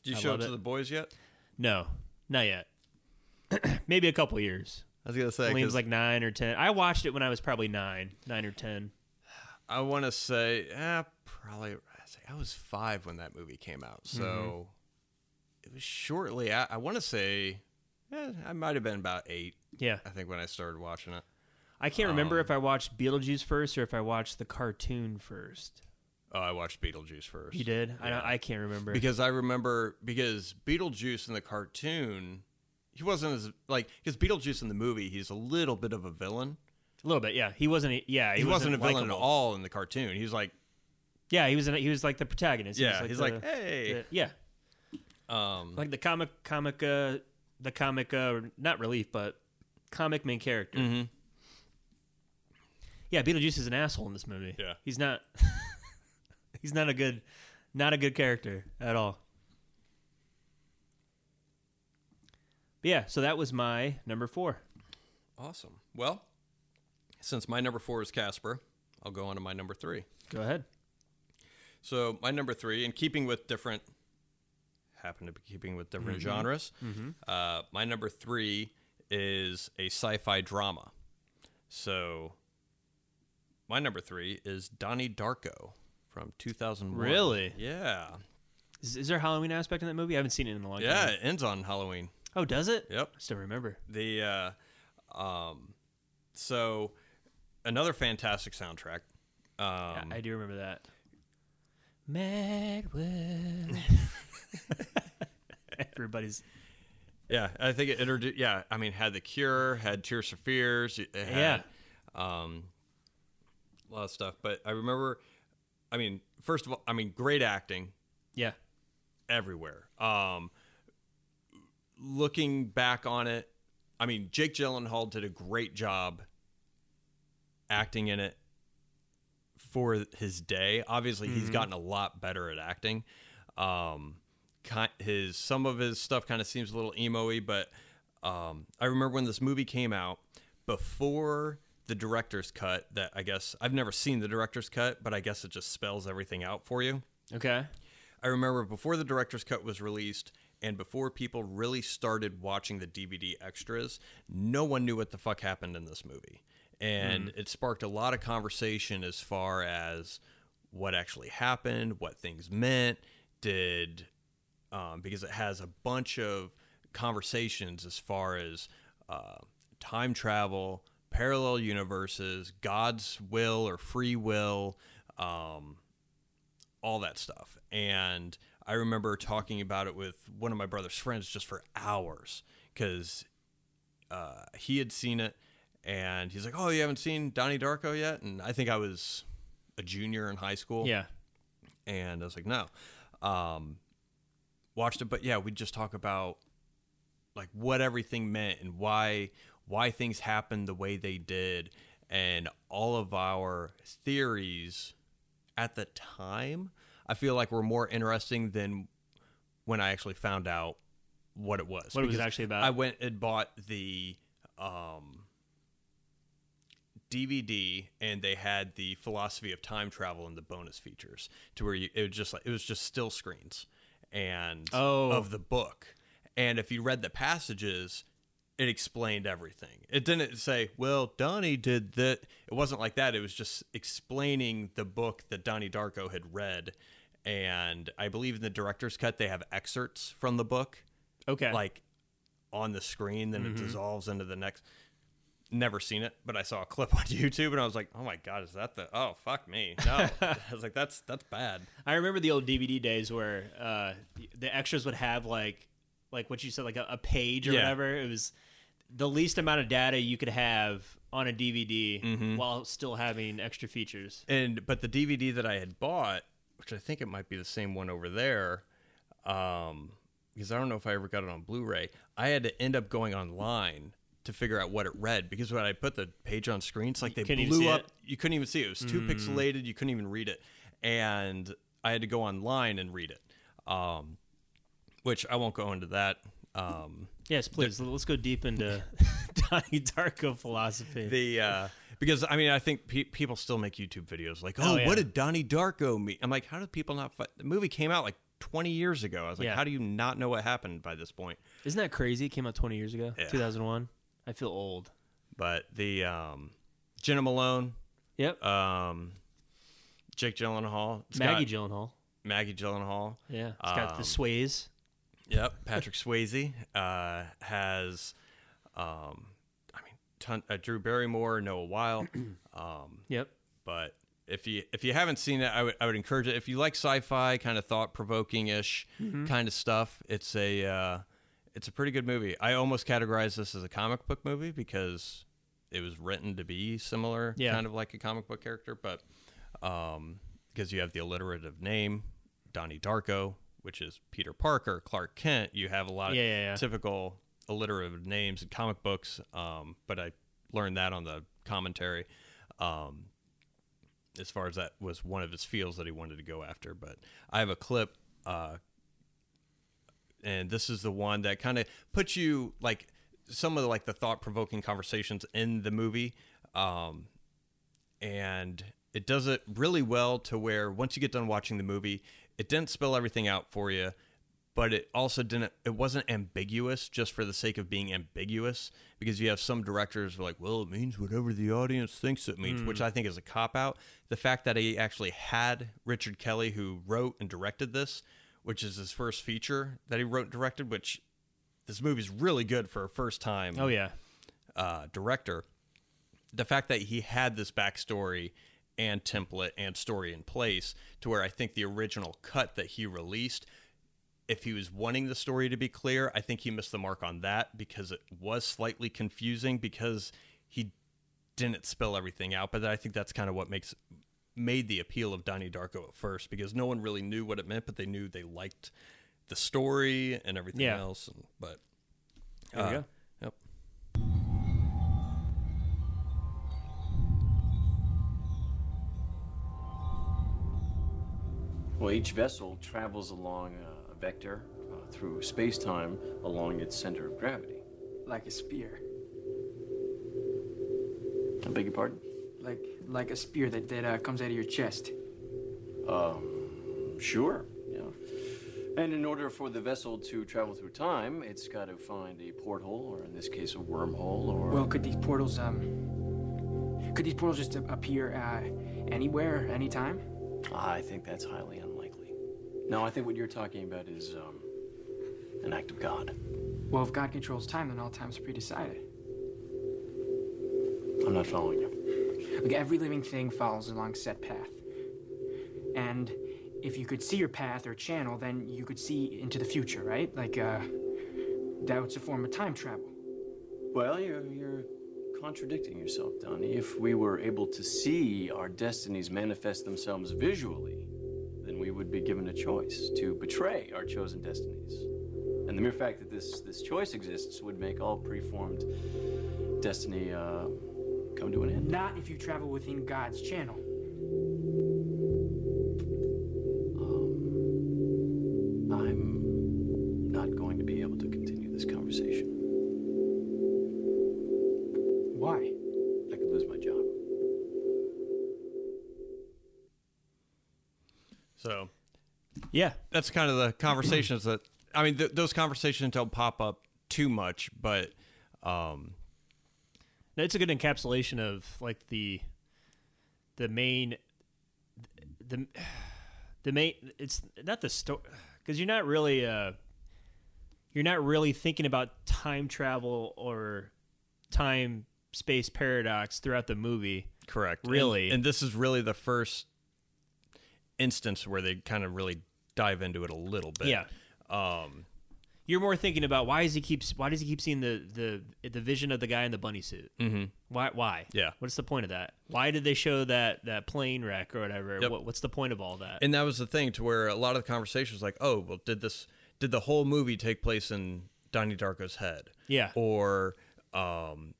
did you I show love it to it. the boys yet No, not yet. [clears throat] Maybe a couple years. i was gonna say Liam's 'cause like nine or ten. I watched it when I was probably nine, nine or ten. i want to say eh, probably I say i was five when that movie came out so Mm-hmm. it was shortly i, I want to say eh, i might have been about eight Yeah, i think when i started watching it I can't Um, remember if I watched Beetlejuice first or if I watched the cartoon first. oh i watched beetlejuice first You did? I don't, I can't remember. because i remember because beetlejuice in the cartoon he wasn't as like because beetlejuice in the movie he's a little bit of a villain a little bit, yeah. He wasn't. a- Yeah, he, he wasn't, a villain at likable. all in the cartoon. He was like, Yeah, he was. An, he was like the protagonist. He yeah, was he's the- like, uh, hey, the- yeah, um, like the comic, comic, uh, the comic, uh, not relief, but comic main character. Mhm. Yeah, Beetlejuice is an asshole in this movie. Yeah. he's not. [laughs] he's not a good, not a good character at all. But yeah, so that was my number four. awesome. Well, since my number four is Casper, I'll go on to my number three. Go ahead. So my number three, in keeping with different, happen to be keeping with different genres, uh, my number three is a sci-fi drama. So my number three is Donnie Darko from 2001. Really? Yeah. Is, is there a Halloween aspect in that movie? I haven't seen it in a long Yeah, time. it ends on Halloween. Oh, does it? Yep. I still remember. The uh, um, so another fantastic soundtrack. Um, I, I do remember [laughs] that. Mad World. Everybody's yeah, I think it introduced. Yeah, I mean, had the Cure, had Tears for Fears. It had, Yeah. um, a lot of stuff. But I remember, I mean, first of all, I mean, great acting yeah. everywhere. Um, looking back on it, I mean, Jake Gyllenhaal did a great job acting in it for his day. Obviously, he's gotten a lot better at acting. Um, ki- his some of his stuff kind of seems a little emo-y, but um, I remember when this movie came out before the director's cut. That I guess I've never seen the director's cut, but I guess it just spells everything out for you. Okay. I remember before the director's cut was released and before people really started watching the DVD extras, no one knew what the fuck happened in this movie. And it sparked a lot of conversation as far as what actually happened, what things meant, did um, because it has a bunch of conversations as far as uh, time travel, parallel universes, God's will or free will, um, all that stuff. And I remember talking about it with one of my brother's friends just for hours because uh, he had seen it and he's like, Oh, you haven't seen Donnie Darko yet? And I think I was a junior in high school Yeah. and I was like, no. Um, watched it, but yeah, we just talk about like what everything meant and why why things happened the way they did, and all of our theories at the time. I feel like were more interesting than when I actually found out what it was. What it was because actually about. I went and bought the um, DVD and they had the philosophy of time travel and the bonus features to where you, it was just like it was just still screens and Oh. of the book. And if you read the passages, it explained everything. It didn't say, "Well, Donnie did that." It wasn't like that. It was just explaining the book that Donnie Darko had read. And I believe in the director's cut they have excerpts from the book Okay. like on the screen, then it dissolves into the next. Never seen it, but I saw a clip [laughs] on YouTube, and I was like, "Oh my god, is that the? Oh fuck me, no!" I was like, "That's that's bad." I remember the old DVD days where uh, the- the extras would have like like what you said like a, a page or Yeah. whatever. It was the least amount of data you could have on a DVD Mm-hmm. while still having extra features. And but the DVD that I had bought, which I think it might be the same one over there, um, because I don't know if I ever got it on Blu-ray. I had to end up going online to figure out what it read because when I put the page on screen, it's like they couldn't even see blew up. it? Mm. You couldn't even see it. It was too pixelated. You couldn't even read it, and I had to go online and read it. Um, which I won't go into that. Um, Yes, please. Let's go deep [laughs] into Donnie Darko philosophy. the uh, because I mean I think pe- people still make YouTube videos like Oh, oh, yeah. what did Donnie Darko mean? I'm like how did people not? Fi-? The movie came out like 20 years ago. I was like Yeah. how do you not know what happened by this point? Isn't that crazy? It came out 20 years ago, Yeah. 2001. I feel old. But the um, Jenna Malone, Yep. um, Jake Gyllenhaal, it's Maggie got Gyllenhaal. Maggie Gyllenhaal, Yeah. It's got the um, sways. Yep, Patrick Swayze uh, has, um, I mean, ton, uh, Drew Barrymore, Noah Weil. Um, Yep. but if you if you haven't seen it, I would I would encourage it. If you like sci-fi kind of thought provoking ish kind of stuff, it's a uh, it's a pretty good movie. I almost categorize this as a comic book movie because it was written to be similar, Yeah. kind of like a comic book character, but um, because you have the alliterative name Donnie Darko, which is Peter Parker, Clark Kent. You have a lot of Yeah, yeah, yeah. typical alliterative names in comic books. Um, but I learned that on the commentary. Um, as far as that was one of his fields that he wanted to go after. But I have a clip, uh, and this is the one that kind of puts you like some of the, like the thought provoking conversations in the movie, um, and it does it really well to where once you get done watching the movie, it didn't spell everything out for you. But it also didn't. It wasn't ambiguous just for the sake of being ambiguous, because you have some directors who are like, "Well, it means whatever the audience thinks it means," which I think is a cop out. The fact that he actually had Richard Kelly, who wrote and directed this, which is his first feature that he wrote and directed, which this movie's really good for a first time Oh, yeah. uh, director, the fact that he had this backstory and template and story in place to where I think the original cut that he released, if he was wanting the story to be clear, I think he missed the mark on that because it was slightly confusing because he didn't spell everything out. But I think that's kind of what makes made the appeal of Donnie Darko at first because no one really knew what it meant, but they knew they liked the story and everything Yeah. else. And, but Uh, There you go. Yep. Well, each vessel travels along a vector uh, through space time along its center of gravity. Like a spear. I beg your pardon? Like like a spear that, that uh, comes out of your chest. Um, sure. Yeah. And in order for the vessel to travel through time, it's got to find a porthole, or in this case, a wormhole, or Well, could these portals um could these portals just a- appear uh, anywhere, anytime? I think that's highly unlikely. No, I think what you're talking about is um, an act of God. Well, if God controls time, then all time's predecided. I'm not following you. Like every living thing follows a long set path. And if you could see your path or channel, then you could see into the future, right? Like uh that's a form of time travel. Well, you're, you're contradicting yourself, Donnie. If we were able to see our destinies manifest themselves visually, then we would be given a choice to betray our chosen destinies. And the mere fact that this, this choice exists would make all preformed destiny uh, come to an end. Not if you travel within God's channel. Um, I'm not going to be able to continue this conversation. Why? I could lose my job. So Yeah. that's kind of the conversations that I mean, th- those conversations don't pop up too much, but um, No, it's a good encapsulation of like the the main the the main it's not the story because you're not really uh you're not really thinking about time travel or time space paradox throughout the movie correct, And- Really? and this is really the first instance where they kind of really dive into it a little bit. yeah Um, you're more thinking about why does he keep why does he keep seeing the the the vision of the guy in the bunny suit mm-hmm. why why Yeah. what's the point of that why did they show that that plane wreck or whatever Yep. what, what's the point of all that and that was the thing to where a lot of the conversation was like, oh, well, did this, did the whole movie take place in Donnie Darko's head? Yeah. Or um,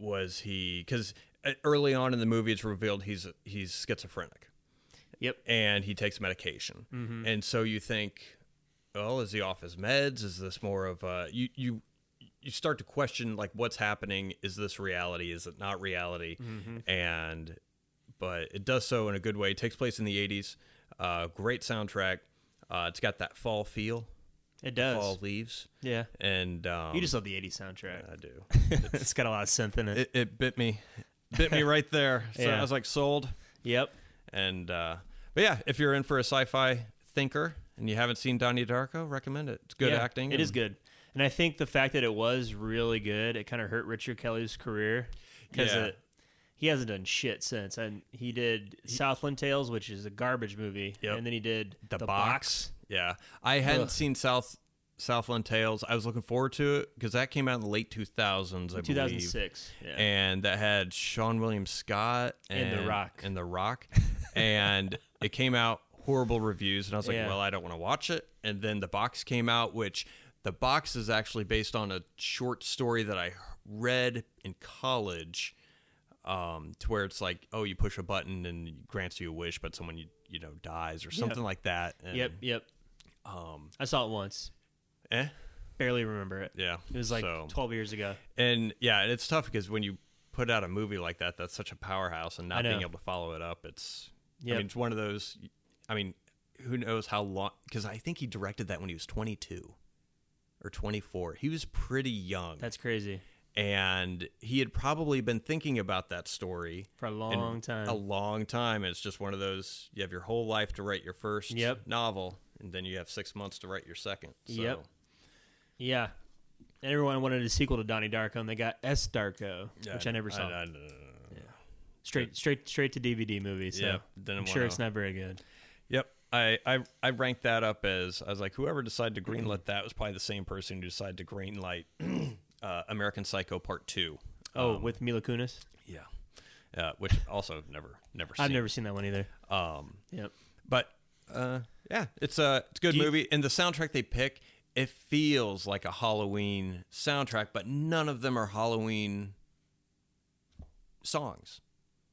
was he, because early on in the movie, it's revealed he's, he's schizophrenic yep and he takes medication. And so you think, well, is he off his meds? Is this more of a, you, you, you start to question like what's happening. Is this reality? Is it not reality? Mm-hmm. And, but it does so in a good way. It takes place in the 80s. Uh, great soundtrack. Uh, it's got that fall feel, it fall does leaves. yeah And, um, You just love the 80s soundtrack. I do. [laughs] it's got a lot of synth in it. It, it bit me, bit [laughs] me right there. So Yeah. I was like sold. Yep. And uh, but yeah, if you're in for a sci-fi thinker and you haven't seen Donnie Darko, recommend it. It's good Yeah, acting. It is and- good. And I think the fact that it was really good, it kind of hurt Richard Kelly's career because Yeah. he hasn't done shit since. And he did Southland Tales, which is a garbage movie. Yep. And then he did The, box. Yeah, I hadn't seen South Southland Tales. I was looking forward to it because that came out in the late 2000s, I 2006. Yeah. believe. And that had Sean William Scott And and, The Rock. and The Rock, [laughs] and it came out horrible reviews. And I was like, Yeah. well, I don't want to watch it. And then the box came out, which the box is actually based on a short story that I read in college um, to where it's like, oh, you push a button and it grants you a wish, but someone you you know dies or something like that. And, yep. Yep. I saw it once. Eh? Barely remember it. um, Yeah. It was like so- 12 years ago. and yeah, and it's tough because when you put out a movie like that, that's such a powerhouse, and I not know. being able to follow it up, it's yeah, Yep. I mean, it's one of those. I mean, who knows how long? Because I think he directed that when he was 22 or 24. He was pretty young, That's crazy. and he had probably been thinking about that story For a in long time. A long time. It's just one of those. You have your whole life to write your first Yep. novel, and then you have six months to write your second. So. Yep. Yeah. And everyone wanted a sequel to Donnie Darko, and they got S Darko, Yeah, which I never saw. I- I- straight straight straight to DVD movie. So Yeah, didn't I'm sure wanna- it's not very good. Yep. I, I I ranked that up as I was like whoever decided to greenlight that was probably the same person who decided to greenlight [clears throat] uh, American Psycho Part Two. Oh, Um, with Mila Kunis, Yeah. Uh, which also never never seen. I've never seen that one either. Um, Yep. but uh, yeah, it's a it's a good Do you- movie, and the soundtrack they pick it feels like a Halloween soundtrack, but none of them are Halloween songs.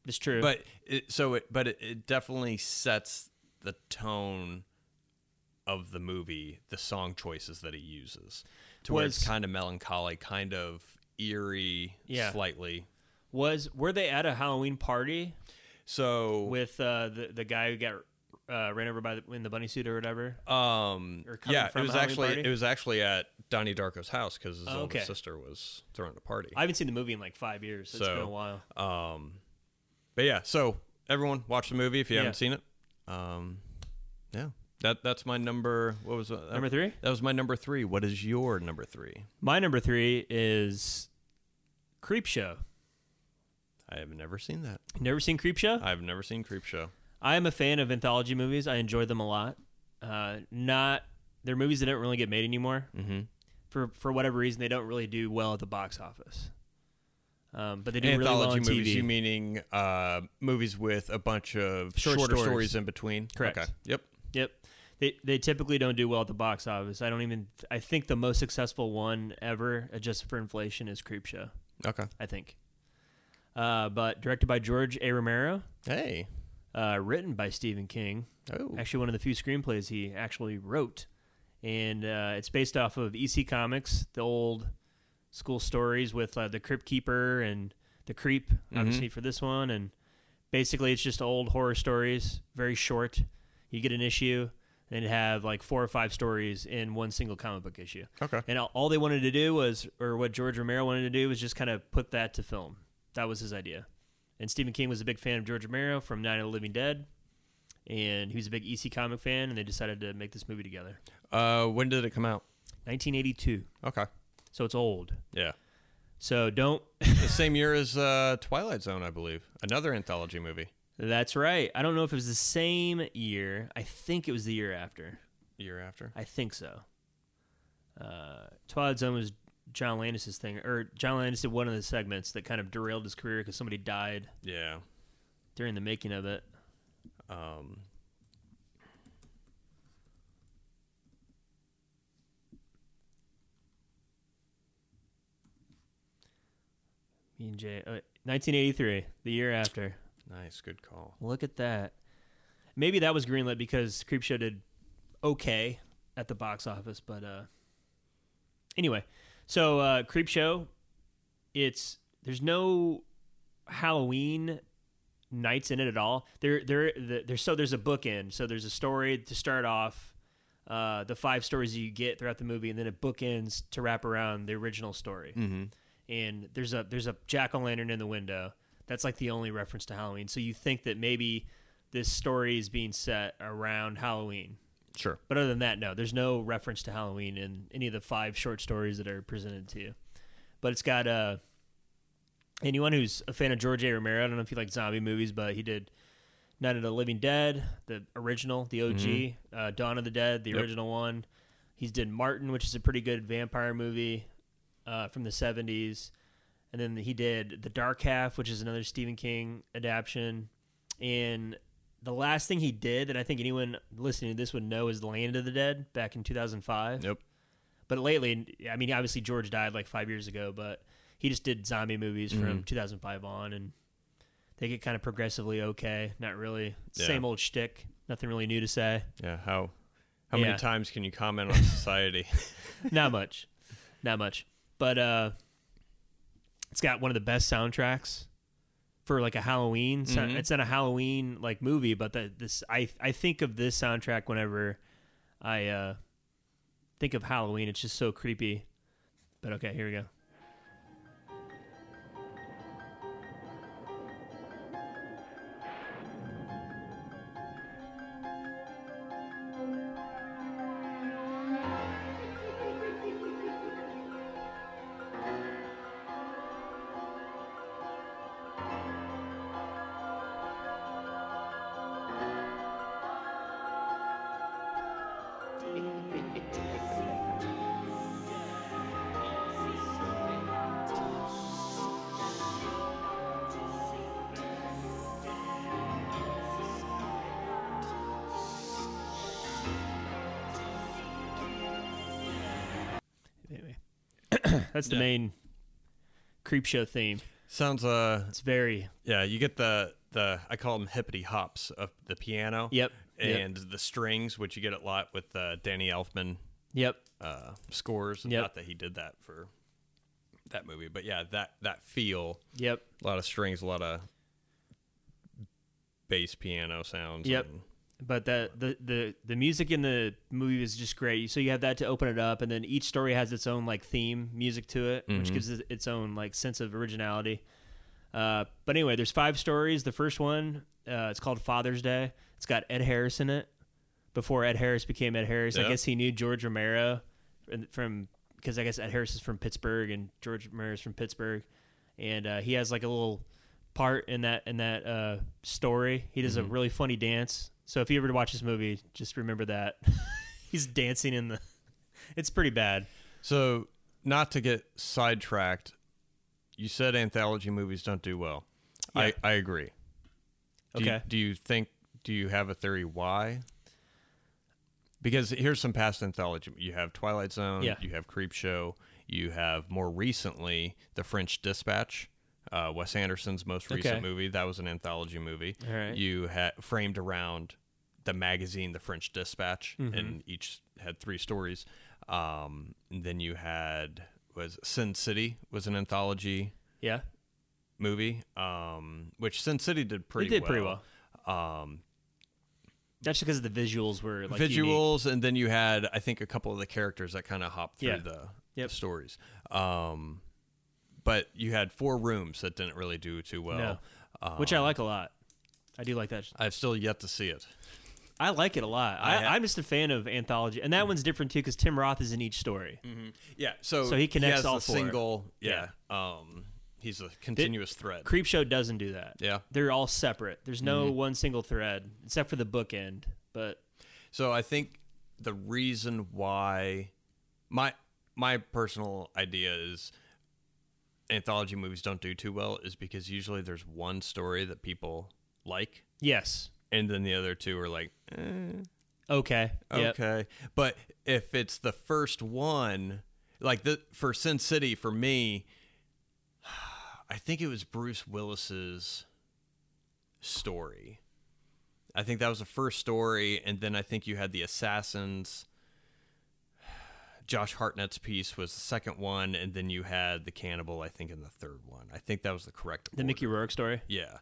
It's true. But it, so it, but it, it definitely sets the tone of the movie, the song choices that it uses, to where it's Was- kind of melancholy, kind of eerie, Yeah. slightly. Was were they at a Halloween party? So with uh, the the guy who got uh, ran over by the, in the bunny suit or whatever. Um, Or coming yeah, it from a was Halloween actually party? it was actually at Donnie Darko's house because his Oh, older okay. sister was throwing a party. I haven't seen the movie in like five years. So, it's been a while. Um, but yeah, so everyone watch the movie if you Yeah. haven't seen it. Um, yeah, that that's my number. What was that? Number three? That was my number three. What is your number three? My number three is Creep Show. I have never seen that. Never seen Creep Show? I've never seen Creepshow. I am a fan of anthology movies. I enjoy them a lot. Uh, not they're movies that don't really get made anymore. Mhm. For for whatever reason, they don't really do well at the box office. Um, but they do Anthology really well on movies, TV. you meaning uh, movies with a bunch of Short shorter stories. stories in between? Correct. Okay. Yep. Yep. They they typically don't do well at the box office. I don't even. I think the most successful one ever, adjusted for inflation, is Creepshow. Okay. I think. Uh, but directed by George A. Romero. Hey. Uh, written by Stephen King. Oh. Actually, one of the few screenplays he actually wrote, and uh, it's based off of EC Comics, the old school stories with uh, the Crypt Keeper and the Creep, obviously for this one, and basically it's just old horror stories, very short. You get an issue and it'd have like four or five stories in one single comic book issue. Okay. And all- all they wanted to do was, or what George Romero wanted to do was just kind of put that to film. That was his idea. And Stephen King was a big fan of George Romero from Night of the Living Dead, and he was a big EC comic fan, and they decided to make this movie together. Uh, when did it come out? 1982. Okay. So it's old. Yeah. So don't. [laughs] the same year as uh, Twilight Zone, I believe. Another anthology movie. That's right. I don't know if it was the same year. I think it was the year after. Year after. I think so. Uh, Twilight Zone was John Landis's thing, or John Landis did one of the segments that kind of derailed his career because somebody died Yeah. during the making of it. Um, Me and Jay, uh, 1983, the year after. nice. Good call. Look at that. Maybe that was greenlit because Creepshow did okay at the box office, but uh anyway, so uh Creepshow it's there's no Halloween nights in it at all. There there the- there's so there's a bookend. So there's a story to start off uh the five stories you get throughout the movie and then it bookends to wrap around the original story Mhm. and there's a there's a jack o' lantern in the window. That's like the only reference to Halloween. So you think that maybe this story is being set around Halloween. Sure. But other than that, no, there's no reference to Halloween in any of the five short stories that are presented to you. But it's got uh, anyone who's a fan of George A. Romero. I don't know if you like zombie movies, but he did Night of the Living Dead, the original, the OG, Mhm. uh, Dawn of the Dead, the Yep. original one. He's did Martin, which is a pretty good vampire movie uh, from the 70s. And then he did The Dark Half, which is another Stephen King adaptation. And the last thing he did that I think anyone listening to this would know is Land of the Dead back in 2005. Yep. But lately, I mean, obviously George died like five years ago, but he just did zombie movies from Mhm. 2005 on, and they get kind of progressively okay. Not really Yeah. same old shtick. Nothing really new to say. Yeah. How how Yeah. many times can you comment on [laughs] society? Not much. Not much. But uh, it's got one of the best soundtracks for like a Halloween. sou- Mhm. It's not a Halloween like movie, but the, this I I think of this soundtrack whenever I uh, think of Halloween. It's just so creepy. But okay, here we go. Thank you. [clears throat] That's the main creep show theme. Sounds uh It's very yeah, you get the the I call them hippity hops of the piano. Yep, yep. And the strings, which you get a lot with uh, Danny Elfman. Yep. Uh, scores. Yep. Not that he did that for that movie, but yeah, that that feel. Yep. A lot of strings, a lot of bass piano sounds. Yep. and- But that the, the the music in the movie is just great. So you have that to open it up, and then each story has its own like theme music to it, which Mhm. gives it its own like sense of originality. Uh, but anyway, there's five stories. The first one, uh, it's called Father's Day. It's got Ed Harris in it. Before Ed Harris became Ed Harris, I Yeah. guess he knew George Romero and- from because I guess Ed Harris is from Pittsburgh and George Romero's from Pittsburgh, and uh, he has like a little part in that in that uh, story. He does a Mhm. really funny dance. So if you ever watch this movie, just remember that [laughs] he's dancing in the. [laughs] It's pretty bad. So, not to get sidetracked, you said anthology movies don't do well. Yeah. I, I agree. Do You, Okay. do you think, do you have a theory why? Because here's some past anthology. You have Twilight Zone, Yeah. you have Creepshow, you have more recently The French Dispatch, uh, Wes Anderson's most recent Okay. movie. That was an anthology movie. All right. You had framed around the magazine The French Dispatch Mhm. and each had three stories. Um, and then you had was Sin City was an anthology Yeah. movie, um, which Sin City did pretty did well. pretty Um, That's because the visuals were like unique. visuals, and then you had I think a couple of the characters that kind of hopped through Yeah. the, Yep. the stories. Um, but you had four rooms that didn't really do too well, no. which I Um, like a lot. I do like that. I've still yet to see it. I like it a lot. I, I am just a fan of anthology, and that Mm. one's different too because Tim Roth is in each story. Mm-hmm. Yeah, so so he connects has all the four. single. Yeah, um, he's a continuous thread. Creepshow doesn't do that. Yeah. they're all separate. There's no Mhm. one single thread except for the bookend. But So I think the reason why my my personal idea is anthology movies don't do too well is because usually there's one story that people like. Yes. And then the other two are like, eh, okay, Yep. okay. But if it's the first one, like the for Sin City for me, [sighs] I think it was Bruce Willis's story. I think that was the first story, and then I think you had the Assassins. [sighs] Josh Hartnett's piece was the second one, and then you had the Cannibal, I think, in the third one. I think that was the correct the Mickey Rourke story. yeah.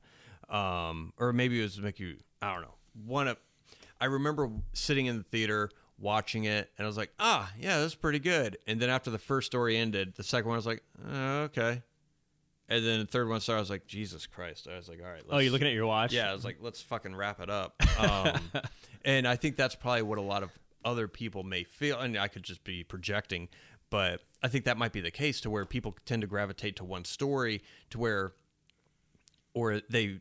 Um, or maybe it was Mickey. I don't know. One of, I remember sitting in the theater watching it, and I was like, ah, yeah, that's pretty good. And then after the first story ended, the second one I was like, oh, okay. And then the third one started. I was like, Jesus Christ! I was like, all right. Oh, you're looking at your watch? Yeah, I was like, let's fucking wrap it up. [laughs] Um, and I think that's probably what a lot of other people may feel, and I could just be projecting, but I think that might be the case to where people tend to gravitate to one story, to where or they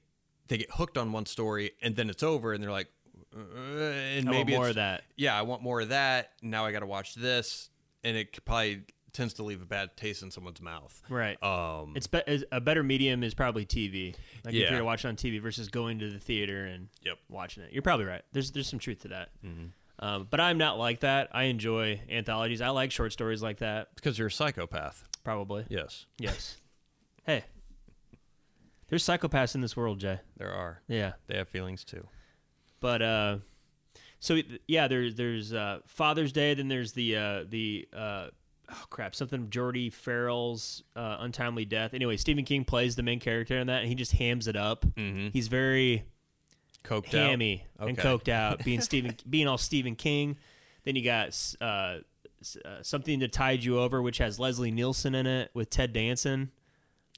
they get hooked on one story and then it's over and they're like uh, and I want maybe more it's- of that. yeah i want more of that now i gotta watch this and it could probably tends to leave a bad taste in someone's mouth Right. um It's be- is- a better medium is probably TV. Like if Yeah. you're to watch it on TV versus going to the theater and Yep. Mm-hmm. watching it. You're probably right. There's there's some truth to that. Um, but I'm not like that. I enjoy anthologies. I like short stories like that. because you're a psychopath Probably. yes Yes. hey. There's psychopaths in this world, Jay. there are Yeah. they have feelings too But uh, so it- yeah, there's there's uh, Father's Day. Then there's the uh, the uh, oh crap, something Jordy Farrell's uh, untimely death. Anyway, Stephen King plays the main character in that, and he just hams it up. Mhm. He's very coked out? hammy and Okay. coked out, being Stephen, being all Stephen King. Then you got uh, s- uh, something to tide you over, which has Leslie Nielsen in it with Ted Danson.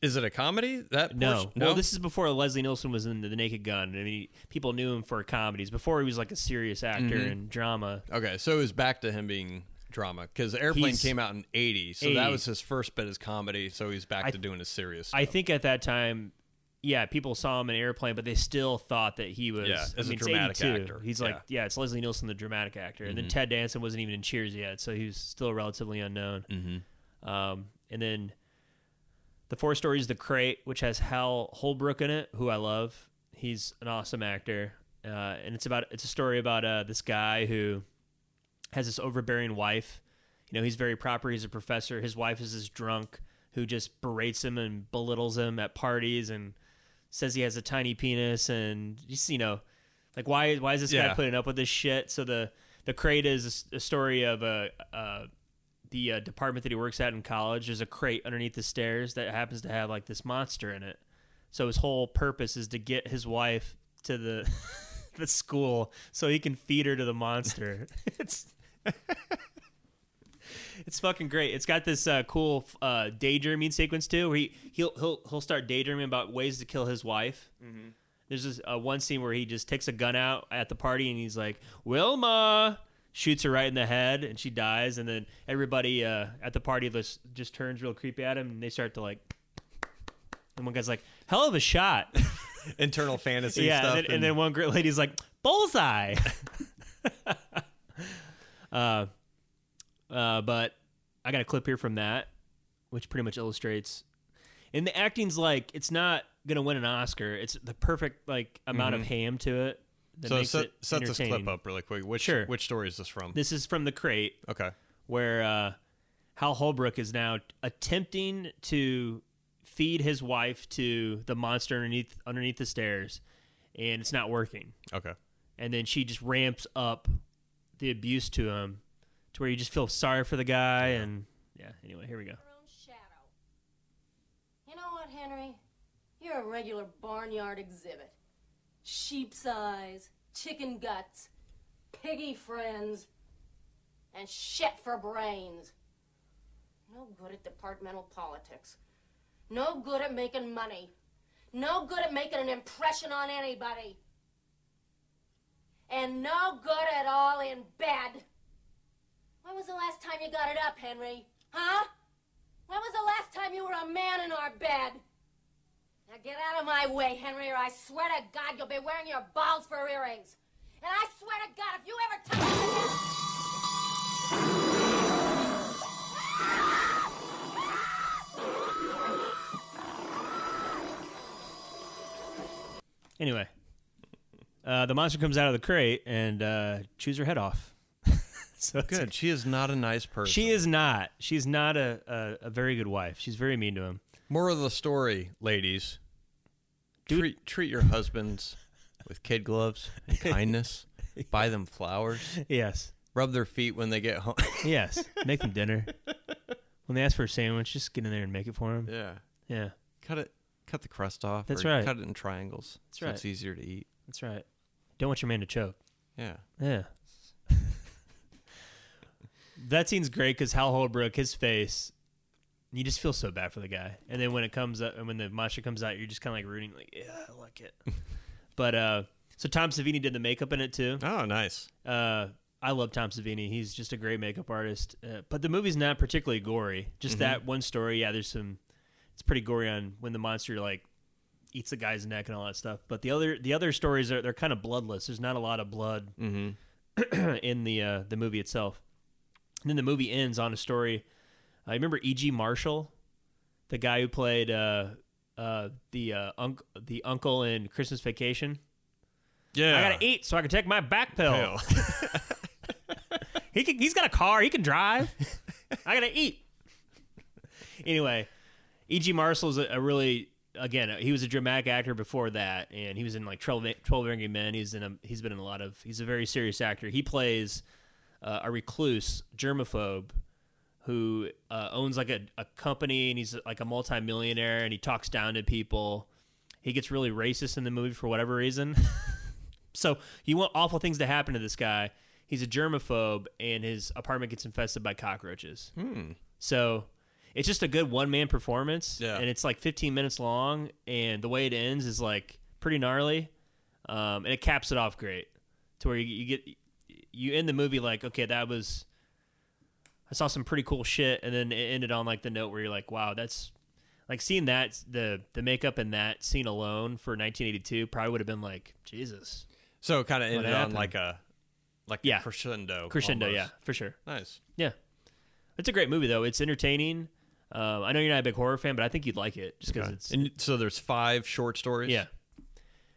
is it a comedy that No. portion- Well, this is before Leslie Nielsen was in The Naked Gun. I mean, people knew him for comedies. Before he was like a serious actor Mhm. in drama. okay so it was back to him being drama because airplane He's- came out in 80 so that 80. was his first bit as comedy so he's back I- to doing his serious I think at that time, yeah, people saw him in Airplane, but they still thought that he was Yeah, I as a mean, it's dramatic 82. actor. He's like, yeah. it's Leslie Nielsen, the dramatic actor, and then Mhm. Ted Danson wasn't even in Cheers yet, so he was still relatively unknown. Mm-hmm. Um, and then the four stories, The Crate, which has Hal Holbrook in it, who I love. He's an awesome actor, uh, and it's about it's a story about uh, this guy who has this overbearing wife. You You know, he's very proper. He's a professor. His wife is this drunk who just berates him and belittles him at parties and says he has a tiny penis and just you know, like why why is this Yeah. guy putting up with this shit? So the the crate is a s- a, story of a. Uh, the uh, department that he works at in college there's a crate underneath the stairs that happens to have like this monster in it so his whole purpose is to get his wife to the [laughs] the school so he can feed her to the monster [laughs] it's it's fucking great it's got this uh, cool uh, daydreaming sequence too where he he'll, he'll he'll start daydreaming about ways to kill his wife Mhm. there's this uh, one scene where he just takes a gun out at the party and he's like, "Wilma," shoots her right in the head and she dies. And then everybody uh, at the party just just turns real creepy at him and they start to like. And one guy's like, "Hell of a shot." [laughs] Internal fantasy yeah, stuff And then, and and- then one great lady's like, "Bullseye." [laughs] uh, uh, but I got a clip here from that, which pretty much illustrates. And the acting's like it's not gonna win an Oscar. It's the perfect like amount Mhm. of ham to it. That so makes set, it set this clip entertaining. up really quick. Which Sure. which story is this from? This is from the crate. Okay. Where uh, Hal Holbrook is now attempting to feed his wife to the monster underneath underneath the stairs, and it's not working. Okay. And then she just ramps up the abuse to him, to where you just feel sorry for the guy, and yeah. Anyway, here we go. You know what, Henry? You're a regular barnyard exhibit. Sheep's eyes, chicken guts, piggy friends, and shit for brains. No good at departmental politics. No good at making money. No good at making an impression on anybody. And no good at all in bed. When was the last time you got it up, Henry? Huh? When was the last time you were a man in our bed? Now get out of my way, Henry, or I swear to God you'll be wearing your balls for earrings. And I swear to God, if you ever touch me again. Anyway, uh, the monster comes out of the crate and uh, chews her head off. [laughs] so good. She is not a nice person. She is not. She's not a, a, a very good wife. She's very mean to him. Moral of the story, ladies. Treat treat your husbands with kid gloves and [laughs] kindness. Buy them flowers. [laughs] Yes. Rub their feet when they get home. Yes. Make them [laughs] dinner. When they ask for a sandwich, just get in there and make it for them. Yeah. Yeah. Cut it. Cut the crust off. That's or right. Cut it in triangles. That's so right. It's easier to eat. That's right. Don't want your man to choke. Yeah. Yeah. [laughs] that scene's great because Hal Holbrook, his face, you just feel so bad for the guy. And then when it comes up, and when the monster comes out, you're just kind of like rooting, like, yeah, I like it. but uh, so Tom Savini did the makeup in it too. Oh, nice. Uh, I love Tom Savini. He's just a great makeup artist. Uh, but the movie's not particularly gory. Just Mhm. that one story. Yeah, there's some. It's pretty gory on when the monster like eats the guy's neck and all that stuff. But the other the other stories are they're kind of bloodless. There's not a lot of blood [clears throat] in the uh, the movie itself. And then the movie ends on a story. I remember E.G. Marshall, the guy who played uh, uh, the uh, unc- the uncle in Christmas Vacation. Yeah. I gotta eat so I can take my back pill. he can, he's got a car. He can drive. I gotta eat. Anyway, E.G. Marshall is a, a really again he was a dramatic actor before that, and he was in like 12, A- 12 Angry Men. He's in a, he's been in a lot of he's a very serious actor. He plays uh, a recluse germaphobe who uh, owns like a, a company and he's like a multimillionaire and he talks down to people. He gets really racist in the movie for whatever reason. [laughs] so you want awful things to happen to this guy. He's a germaphobe and his apartment gets infested by cockroaches. Hmm. So it's just a good one man performance. Yeah. And it's like 15 minutes long. And the way it ends is like pretty gnarly. Um, and it caps it off great to where you, you get, you end the movie like, okay, that was, I saw some pretty cool shit. And then it ended on like the note where you're like, wow, that's like seeing that, the, the makeup in that scene alone for 1982 probably would have been like, Jesus. [laughs] So it kind of What ended on happened? like a like Yeah. a crescendo. Crescendo, almost. yeah, for sure. Nice. Yeah, it's a great movie though. It's entertaining. Um, I know you're not a big horror fan, but I think you'd like it just because Okay. it's and so there's five short stories. Yeah.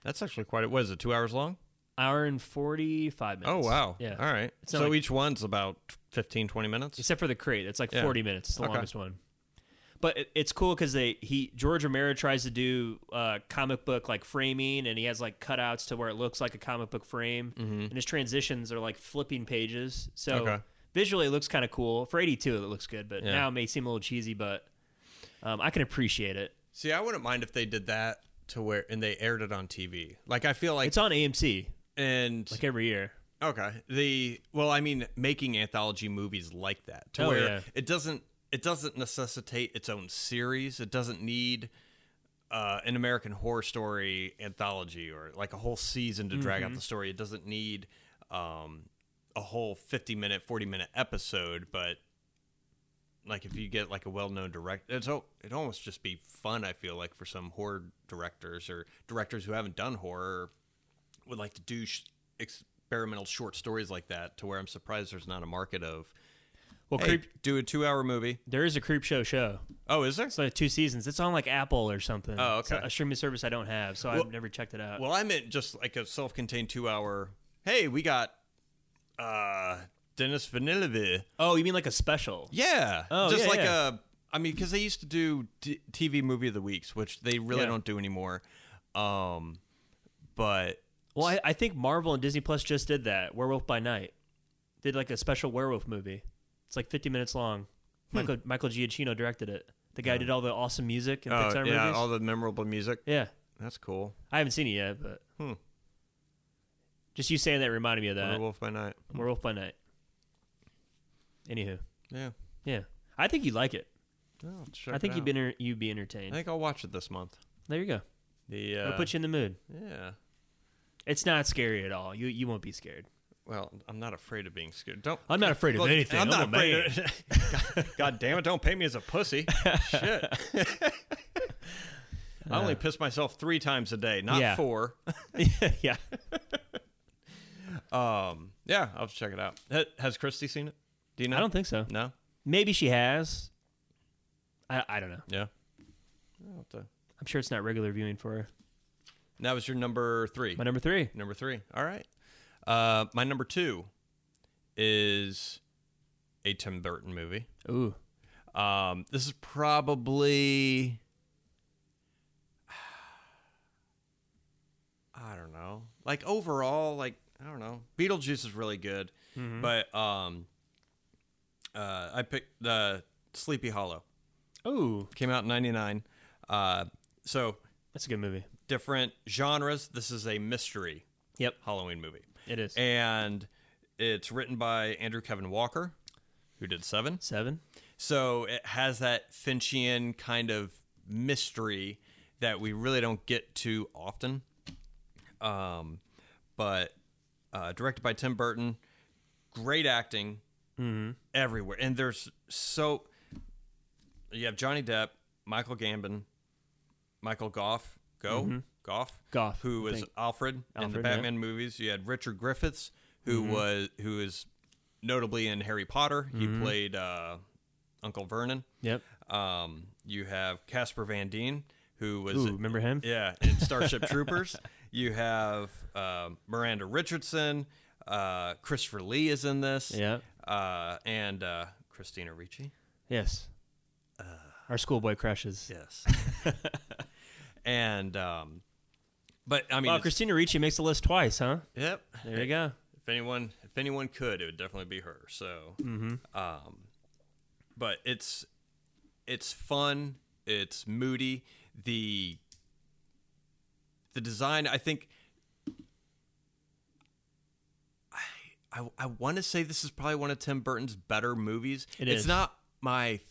That's actually quite. What is it? Two hours long? hour and 45 minutes. Oh, wow. Yeah. All right. It's not So like- each one's about 15, 20 minutes? except for the crate. It's like Yeah. 40 minutes. It's the Okay. longest one. But it, it's cool because they he George Romero tries to do uh, comic book like framing, and he has like cutouts to where it looks like a comic book frame, Mhm. and his transitions are like flipping pages. So Okay. visually, it looks kind of cool. For 82, it looks good, but Yeah. now it may seem a little cheesy, but um, I can appreciate it. See, I wouldn't mind if they did that to where and they aired it on TV. Like I feel like It's on AMC and like every year. Okay. The well, I mean, making anthology movies like that to Oh, where yeah. it doesn't it doesn't necessitate its own series. It doesn't need uh, an American Horror Story anthology or like a whole season to drag out Mhm. the story. It doesn't need um, a whole fifty minute, forty minute episode, but like if you get like a well-known director it's al- it almost just be fun i feel like for some horror directors or directors who haven't done horror would like to do sh- experimental short stories like that to where i'm surprised there's not a market of Well, hey, creep- do a 2 hour movie There is a Creep Show show. Oh, is there? It's like two seasons. It's on like Apple or something. Oh, It's okay. a streaming service I don't have, so I've never checked it out. well i meant just like a self-contained 2 hour hey we got uh Dennis Villeneuve. Oh, you mean like a special? Yeah. Oh, just yeah, like yeah. a. I mean, because they used to do t- TV movie of the weeks, which they really Yeah. don't do anymore. Um, but Well, I, I think Marvel and Disney Plus just did that. Werewolf by Night did like a special werewolf movie. It's like 50 minutes long. Hmm. Michael Michael Giacchino directed it. The guy who did all the awesome music and Oh, Pixar yeah, movies. all the memorable music. Yeah. that's cool. I haven't seen it yet, but Hmm. just you saying that reminded me of that. Werewolf by Night. Werewolf by Night. Anywho, Yeah. yeah, I think you'd like it. I'll check I think it you'd be out. enter- you'd be entertained. I think I'll watch it this month. There you go. The uh, It'll put you in the mood. Yeah. It's not scary at all. You you won't be scared. Well, I'm not afraid of being scared. Don't. I'm not afraid of Look, anything. I'm not I'm a afraid. Of, [laughs] God, damn it! Don't pay me as a pussy. Shit. [laughs] I only piss myself three times a day, not Yeah. four. [laughs] yeah. Um. Yeah, I'll have to check it out. Ha- Has Christy seen it? Do you know? I don't think so. [laughs] No. Maybe she has. I I don't know. Yeah. Oh, I'll have to- I'm sure it's not regular viewing for her. And That was your number three. My number three. Number three. All right. Uh, my number two is a Tim Burton movie. Ooh. Um, this is probably. [sighs] I don't know. Like overall, like I don't know. Beetlejuice is really good, Mhm. but um, uh, I picked the Sleepy Hollow. Oh, came out in '99. Uh, so that's a good movie. Different genres. This is a mystery. Yep. Halloween movie. It is. And it's written by Andrew Kevin Walker, who did Seven. Seven. So it has that Finchian kind of mystery that we really don't get to often. Um, but uh, directed by Tim Burton, great acting Mhm. everywhere, and there's so you have Johnny Depp, Michael Gambon, Michael Goff, Go Mhm. Goff, Goff, who I was think. Alfred, in the Alfred, yeah. Batman movies. You had Richard Griffiths, who Mhm. was who is notably in Harry Potter. He Mhm. played uh, Uncle Vernon. Yep. Um, you have Casper Van Dien, who was Ooh, remember him? Yeah, [laughs] in Starship Troopers. You have uh, Miranda Richardson. Uh, Christopher Lee is in this. Yeah. Uh, and uh, Christina Ricci. Yes. Uh, Our schoolboy crushes. Yes. [laughs] and um, but I mean, wow, it's- Christina Ricci makes the list twice, huh? Yep. There you go. If anyone, if anyone could, it would definitely be her. So, Mhm. um, but it's it's fun. It's moody. The the design, I think. I I, I want to say this is probably one of Tim Burton's better movies. It it's is. not my. f-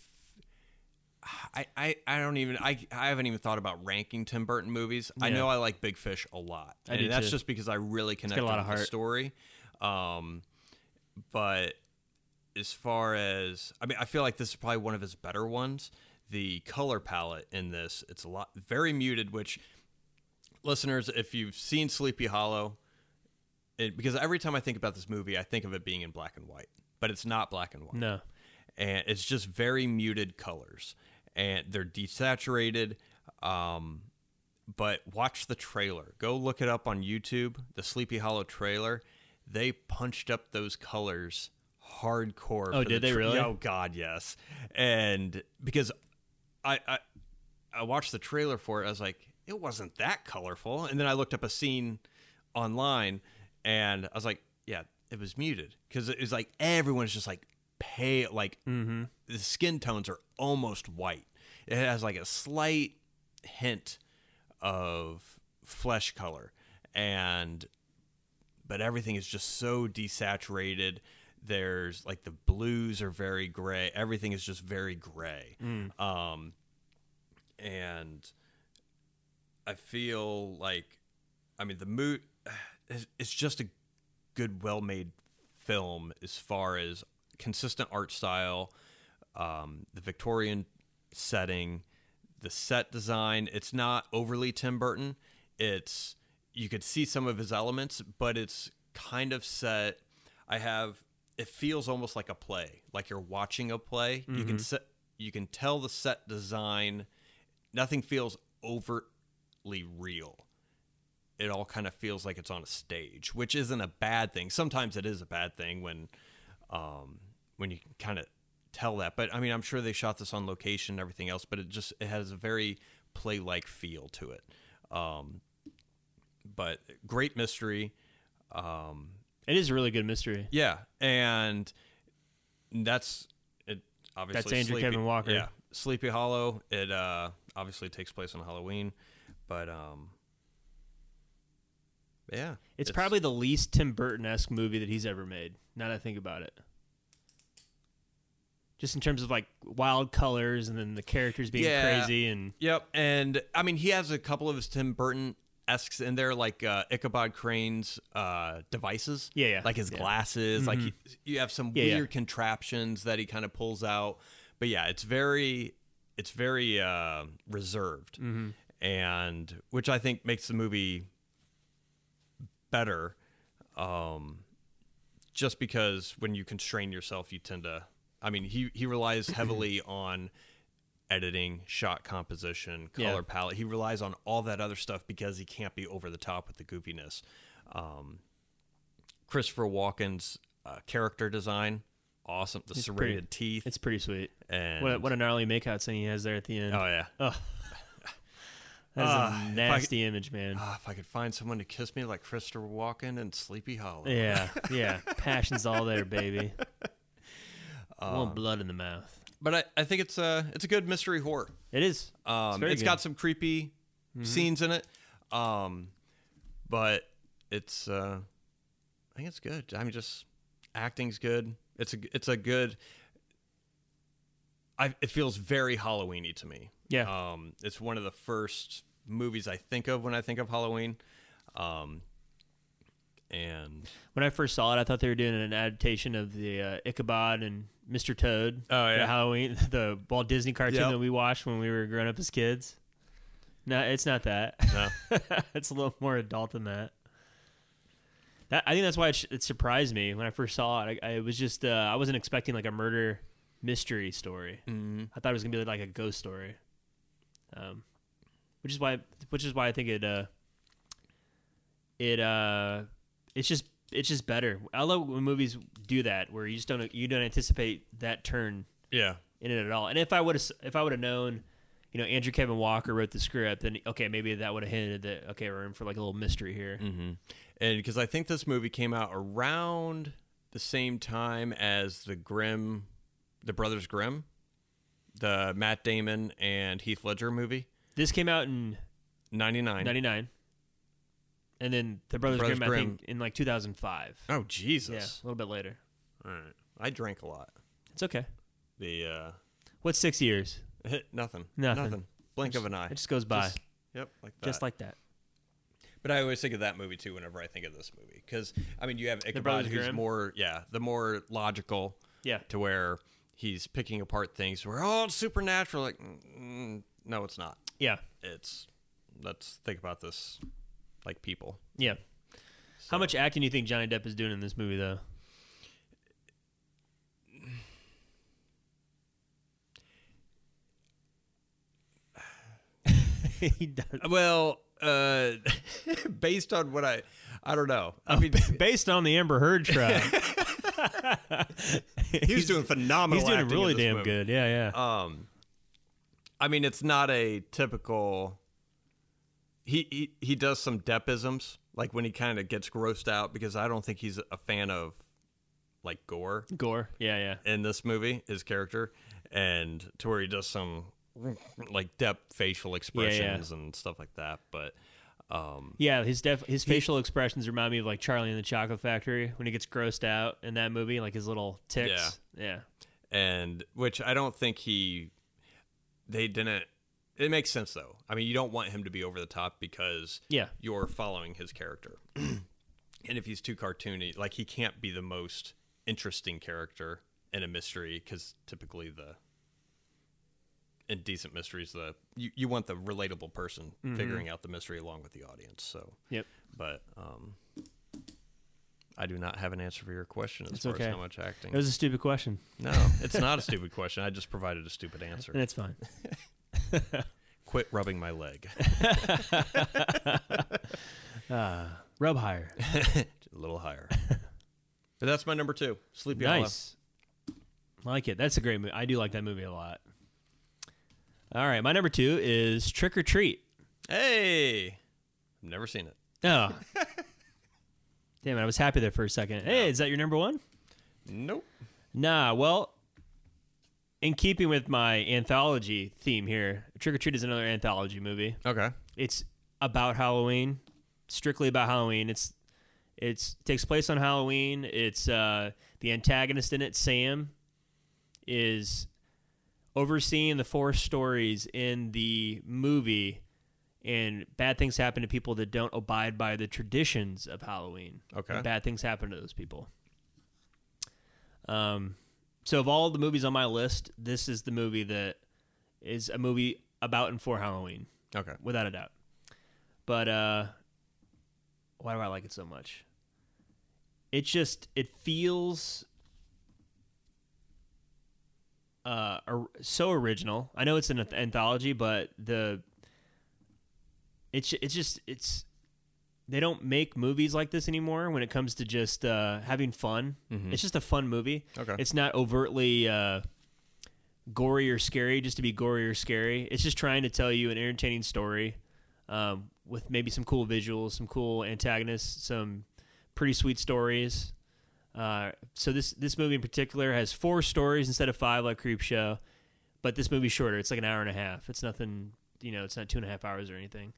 I, I, I don't even I, I haven't even thought about ranking Tim Burton movies. I Yeah. know I like Big Fish a lot. I and do that's too. just because I really got a connected lot of with the heart. story. Um, but as far as I mean, I feel like this is probably one of his better ones. The color palette in this, it's a lot very muted, which listeners, if you've seen Sleepy Hollow, it, because every time I think about this movie, I think of it being in black and white, but it's not black and white. No. and it's just very muted colors, and they're desaturated. Um, but watch the trailer. Go look it up on YouTube, the Sleepy Hollow trailer. They punched up those colors hardcore. Oh, for the did they tra- really? Oh God, yes. And because I, I I watched the trailer for it, I was like, it wasn't that colorful. And then I looked up a scene online, and I was like, yeah, it was muted because it was like everyone's just like pale, like the skin tones are almost white. It has like a slight hint of flesh color, and but everything is just so desaturated. There's like the blues are very gray. Everything is just very gray. Mm. Um, and I feel like, I mean, the mood, [sighs] it's- it's just a good, well made film as far as consistent art style, um, the Victorian setting, the set design. It's not overly Tim Burton. It's, you could see some of his elements, but it's kind of set. I have, it feels almost like a play, like you're watching a play. You can Mhm. set, you can tell the set design nothing feels overtly real it all kind of feels like it's on a stage which isn't a bad thing sometimes it is a bad thing when um when you can kind of tell that but i mean i'm sure they shot this on location and everything else but it just it has a very play like feel to it um but great mystery um It is a really good mystery. yeah, and that's it. Obviously, Andrew Sleepy- Kevin Walker. Yeah, Sleepy Hollow. It uh, obviously takes place on Halloween, but um, yeah, It's, probably the least Tim Burton esque movie that he's ever made. Now that I think about it, just in terms of like wild colors and then the characters being Yeah. crazy and yep. And I mean, he has a couple of his Tim Burton esques in there, like uh, Ichabod Crane's uh, devices. Yeah, yeah. like his Yeah. glasses. Like Mhm. he- you have some Yeah, yeah. weird contraptions that he kind of pulls out. But yeah, it's very, it's very uh, reserved. Mhm. and which I think makes the movie better. Um, just because when you constrain yourself, you tend to. I mean, he he [clears throat] relies heavily on editing, shot composition, color Yeah. palette. He relies on all that other stuff because he can't be over the top with the goofiness. Um, Christopher Walken's uh, character design, awesome. The It's pretty- serrated teeth. It's pretty sweet. And what a, what a gnarly makeout scene he has there at the end. Oh, yeah. Ugh. That's Ah, if a I nasty could- image, man. Ah, if I could find someone to kiss me like Christopher Walken and Sleepy Hollow. [laughs] Yeah, yeah. Passion's all there, baby. Um, Want blood in the mouth. But I, I think it's a it's a good mystery horror. It is. Um, very it's got good. some creepy Mhm. scenes in it, um, but it's uh, I think it's good. I'm just acting's good. It's a it's a good. I it feels very Halloweeny to me. Yeah. Um, it's one of the first movies I think of when I think of Halloween, um, and When I first saw it, I thought they were doing an adaptation of the uh, Ichabod and Mr. Toad. Oh, yeah. the Halloween, [laughs] the Walt Disney cartoon Yep. that we watched when we were growing up as kids. No, it's not that. No. [laughs] it's a little more adult than that. That I think that's why it, sh- it surprised me when I first saw it. I, I it was just uh, I wasn't expecting like a murder mystery story. Mhm. I thought it was gonna be like a ghost story, um, which is why which is why I think it uh, it uh, it's just it's just better. I love when movies do that where you just don't you don't anticipate that turn yeah, in it at all. And if I would have if I would have known, you know, Andrew Kevin Walker wrote the script, then okay, maybe that would have hinted that okay, we're in for like a little mystery here. Mm-hmm. And because I think this movie came out around the same time as the Grimm, the Brothers Grimm, the Matt Damon and Heath Ledger movie, This came out in ninety nine. '99, and then the Brothers, Brothers Grimm, I Grimm. think, in like 2005. Oh Yeah, Jesus! a little bit later. All right, I drank a lot. It's okay. [laughs] The What's six years? uh, nothing, Nothing. blink Just- of an eye. It just goes by. Just- yep, like that. Just like that. But I always think of that movie too whenever I think of this movie because I mean you have Ichabod Brothers who's Grimm? more yeah the more logical Yeah. to where he's picking apart things where oh it's supernatural like mm, mm, no it's not Yeah. it's let's think about this like people Yeah. How much acting do you think Johnny Depp is doing in this movie, though? [laughs] he does. Well, uh, [laughs] based on what I, I don't know. I mean, Oh, based on the Amber Heard [laughs] trial, he was doing phenomenal. he's doing acting in really this damn movie. good. Yeah, Um, I mean, it's not a typical. He he he does some depisms, like when he kind of gets grossed out, because I don't think he's a fan of, like gore. Gore, yeah, yeah. In this movie, his character, and to where he does some like depth facial expressions and stuff like that, but. Um, yeah. His def- his He- facial expressions remind me of like Charlie in the Chocolate Factory when he gets grossed out in that movie, like his little ticks. Yeah. And which I don't think he they didn't it makes sense though. I mean, you don't want him to be over the top because Yeah. you're following his character. [clears throat] and if he's too cartoony, like he can't be the most interesting character in a mystery cuz typically the indecent mysteries the you, you want the relatable person Mhm. figuring out the mystery along with the audience. So Yep. But um I do not have an answer for your question as It's far okay. as how much acting. It was a stupid question. [laughs] No, it's not a stupid question. I just provided a stupid answer. And it's fine. Quit rubbing my leg. uh, rub higher. a little higher. But that's my number two, Sleepy Hollow. nice. Like it. That's a great movie. I do like that movie a lot. All right, my number two is Trick or Treat. Hey, I've never seen it. Oh. Damn it, I was happy there for a second. Hey, is that your number one? Nope. Nah, well, in keeping with my anthology theme here, Trick or Treat is another anthology movie. Okay. It's about Halloween, strictly about Halloween. It's it's takes place on Halloween. It's uh the antagonist in it, Sam, is overseeing the four stories in the movie and bad things happen to people that don't abide by the traditions of Halloween. Okay. And bad things happen to those people. Um, so of all the movies on my list, this is the movie that is a movie about and for Halloween. Okay. Without a doubt. But uh why do I like it so much? It just it feels uh or, so original. I know it's an anth- anthology, but the it's it's just it's they don't make movies like this anymore when it comes to just uh, having fun. Mhm. It's just a fun movie. Okay. It's not overtly uh, gory or scary just to be gory or scary. It's just trying to tell you an entertaining story um, with maybe some cool visuals, some cool antagonists, some pretty sweet stories. Uh, so this this movie in particular has four stories instead of five like Creep Show, but this movie's shorter. It's like an hour and a half. It's nothing, you know. It's not two and a half hours or anything.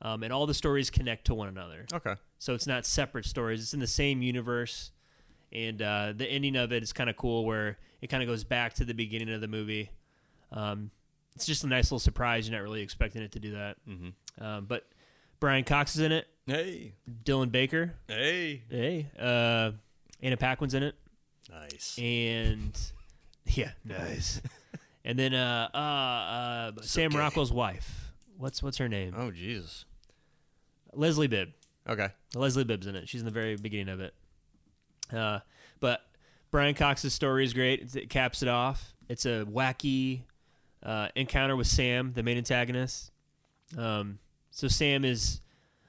Um, and all the stories connect to one another. Okay. So it's not separate stories. It's in the same universe, and uh, the ending of it is kind of cool, where it kind of goes back to the beginning of the movie. Um, it's just a nice little surprise. You're not really expecting it to do that. Mhm. Um, but Brian Cox is in it. Hey. Dylan Baker. Hey. Hey. Uh, Anna Paquin's in it. Nice. And yeah, nice. [laughs] and then uh, uh, uh, Sam okay. Rockwell's wife. What's what's her name? Oh Jesus. Leslie Bibb. Okay. Leslie Bibb's in it. She's in the very beginning of it. Uh, but Brian Cox's story is great. It's- It caps it off. It's a wacky uh, encounter with Sam, the main antagonist. Um, so Sam is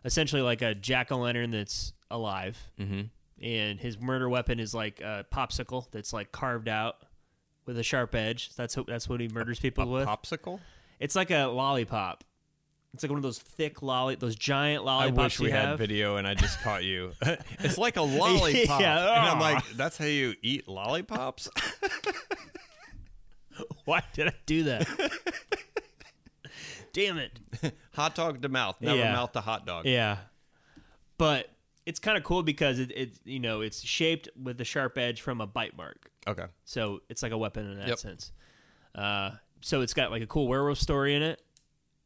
essentially like a jack o' lantern that's alive, Mhm. and his murder weapon is like a popsicle that's like carved out with a sharp edge. That's ho- that's what he murders people with. Popsicle. It's like a lollipop. It's like one of those thick lolly, those giant I lollipops. wish we you had have. video and I just [laughs] caught you. it's like a lollipop. Yeah. And I'm Ah. like, that's how you eat lollipops? [laughs] [laughs] Why did I do that? [laughs] Damn it. hot dog to mouth, never Yeah. mouth to hot dog. Yeah. But it's kind of cool because it, it you know, it's shaped with the sharp edge from a bite mark. Okay. So it's like a weapon in that Yep. sense. Uh, so it's got like a cool werewolf story in it.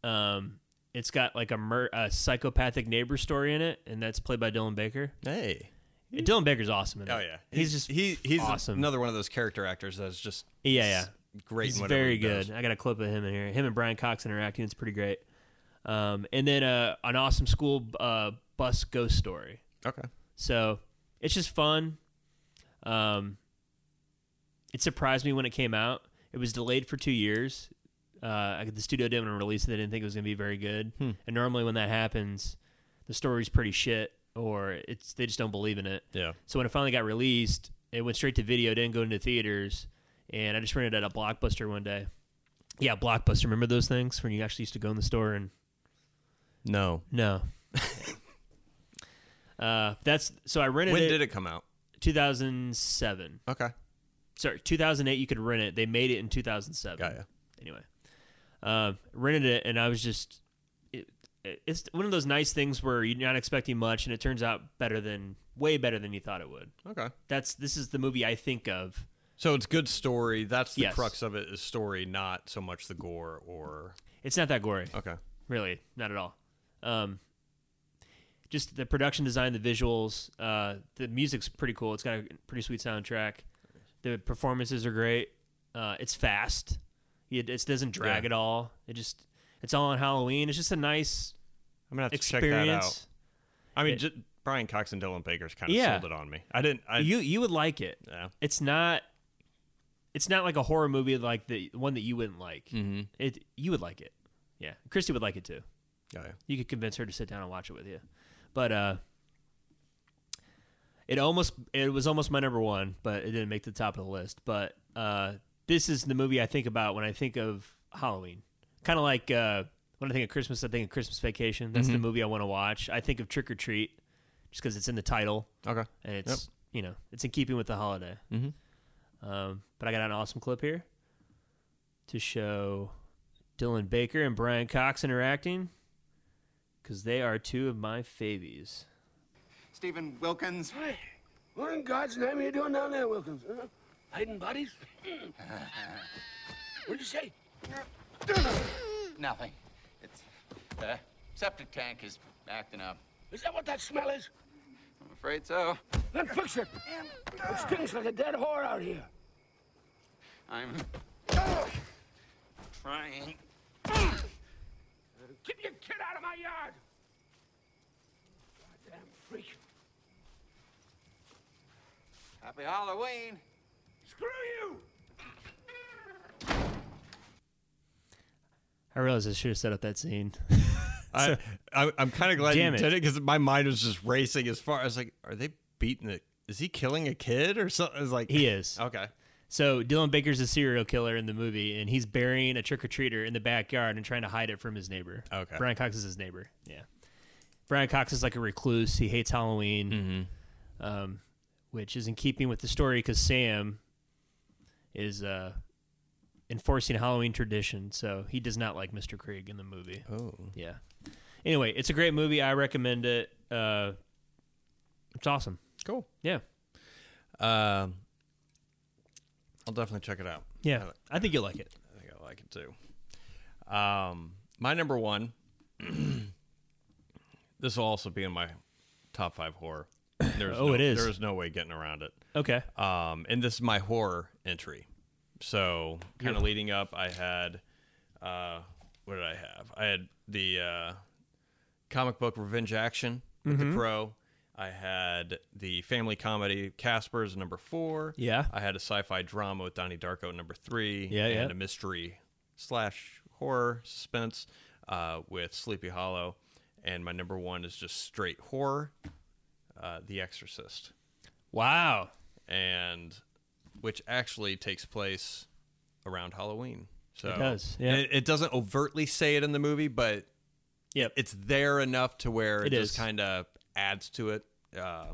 Um, it's got like a, mur- a psychopathic neighbor story in it, and that's played by Dylan Baker. Hey. And Dylan Baker's awesome. In Oh it. yeah, he's just he he's awesome. another one of those character actors that's just Yeah, yeah. s- great. He's in whatever very he does. good. I got a clip of him in here. Him and Brian Cox interacting. It's pretty great. Um, and then uh, an awesome school uh, bus ghost story. Okay. So it's just fun. Um, it surprised me when it came out. It was delayed for two years. Uh, the studio didn't want to release it; they didn't think it was going to be very good. Hmm. And normally, when that happens, the story's pretty shit, or it's they just don't believe in it. Yeah. So when it finally got released, it went straight to video, didn't go into theaters. And I just rented it at a Blockbuster one day. Yeah, Blockbuster. Remember those things when you actually used to go in the store and No. no. [laughs] uh, that's so I rented. When it did it come out? 2007. Okay. Sorry, 2008. You could rent it. They made it in 2007. Anyway, uh, rented it, and I was just. It, it- it's one of those nice things where you're not expecting much, and it turns out better than way better than you thought it would. Okay. That's this is the movie I think of. So it's good story. That's the Yes. crux of it is story, not so much the gore or It's not that gory. Okay. Really, not at all. Um, just the production design, the visuals, uh, the music's pretty cool. It's got a pretty sweet soundtrack. The performances are great. Uh, it's fast. It, it doesn't drag Yeah. at all. It just it's all on Halloween. It's just a nice. I'm gonna have to check that out. experience. I mean, It- ju- Brian Cox and Dylan Baker's kind of Yeah. sold it on me. I didn't. I, you you would like it. Yeah. It's not. It's not like a horror movie like the one that you wouldn't like. Mhm. It you would like it. Yeah, Christy would like it too. Yeah. You could convince her to sit down and watch it with you. But uh, it almost it was almost my number one, but it didn't make the top of the list. But uh, this is the movie I think about when I think of Halloween. Kind of like uh, when I think of Christmas, I think of Christmas Vacation. That's the Mhm. movie I want to watch. I think of Trick or Treat just because it's in the title. Okay. and it's you know it's in keeping with the holiday. Mhm. Um, but I got an awesome clip here to show Dylan Baker and Brian Cox interacting because they are two of my favies. Stephen Wilkins. Hey, what in God's name are you doing down there, Wilkins? Huh? Hiding [laughs] bodies? What'd you say? Nothing. It's the septic tank is acting up. Is that what that smell is? I'm afraid so. Then fix it. It stinks like a dead whore out here. I'm trying. Keep your kid out of my yard. Goddamn freak. Happy Halloween. Screw you. I realize I should have set up that scene. [laughs] I, So- I I'm kind of glad you Damn it. did it because my mind was just racing as far. I was like, are they beating it? Is he killing a kid or something? It's like He is. [laughs] Okay. So Dylan Baker's a serial killer in the movie, and he's burying a trick or treater in the backyard and trying to hide it from his neighbor. Okay. Brian Cox is his neighbor. Yeah. Brian Cox is like a recluse. He hates Halloween, um, which is in keeping with the story because Sam is uh, enforcing Halloween tradition. So he does not like Mr. Krieg in the movie. Oh. Yeah. Anyway, it's a great movie. I recommend it. Uh, it's awesome. Cool. Yeah. Um, I'll definitely check it out. Yeah. I think you'll like it. I think I like it too. Um, my number one. [clears throat] this will also be in my top five horror. There's Oh, no, it is. There is no way getting around it. Okay. Um, and this is my horror entry. So kind of Beautiful. leading up, I had uh, what did I have? I had the uh, comic book Revenge Action with Mhm. the Crow. I had the family comedy Casper's number four. Yeah. I had a sci-fi drama with Donnie Darko at number three. Yeah, and yeah. a mystery slash horror suspense uh, with Sleepy Hollow. And my number one is just straight horror, uh, The Exorcist. Wow. And which actually takes place around Halloween. So It does, yeah. It, it doesn't overtly say it in the movie, but Yep. it's there enough to where it, It just is. kind of adds to it uh,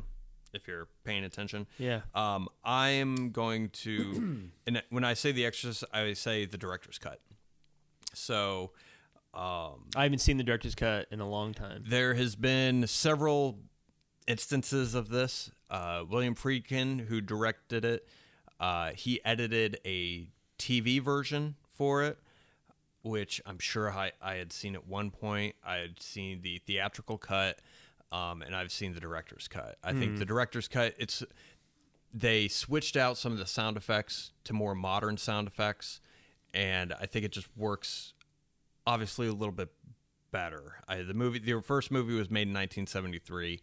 if you're paying attention. Yeah. Um, I'm going to, [clears throat] and when I say The Exorcist, I say the director's cut. So, um, I haven't seen the director's cut in a long time. there has been several instances of this. Uh, William Friedkin, who directed it, uh, he edited a TV version for it, which I'm sure I, I had seen at one point. I had seen the theatrical cut, um, and I've seen the director's cut. I Hmm. think the director's cut, it's they switched out some of the sound effects to more modern sound effects, and I think it just works obviously a little bit better. I, the movie, the first movie was made in 1973.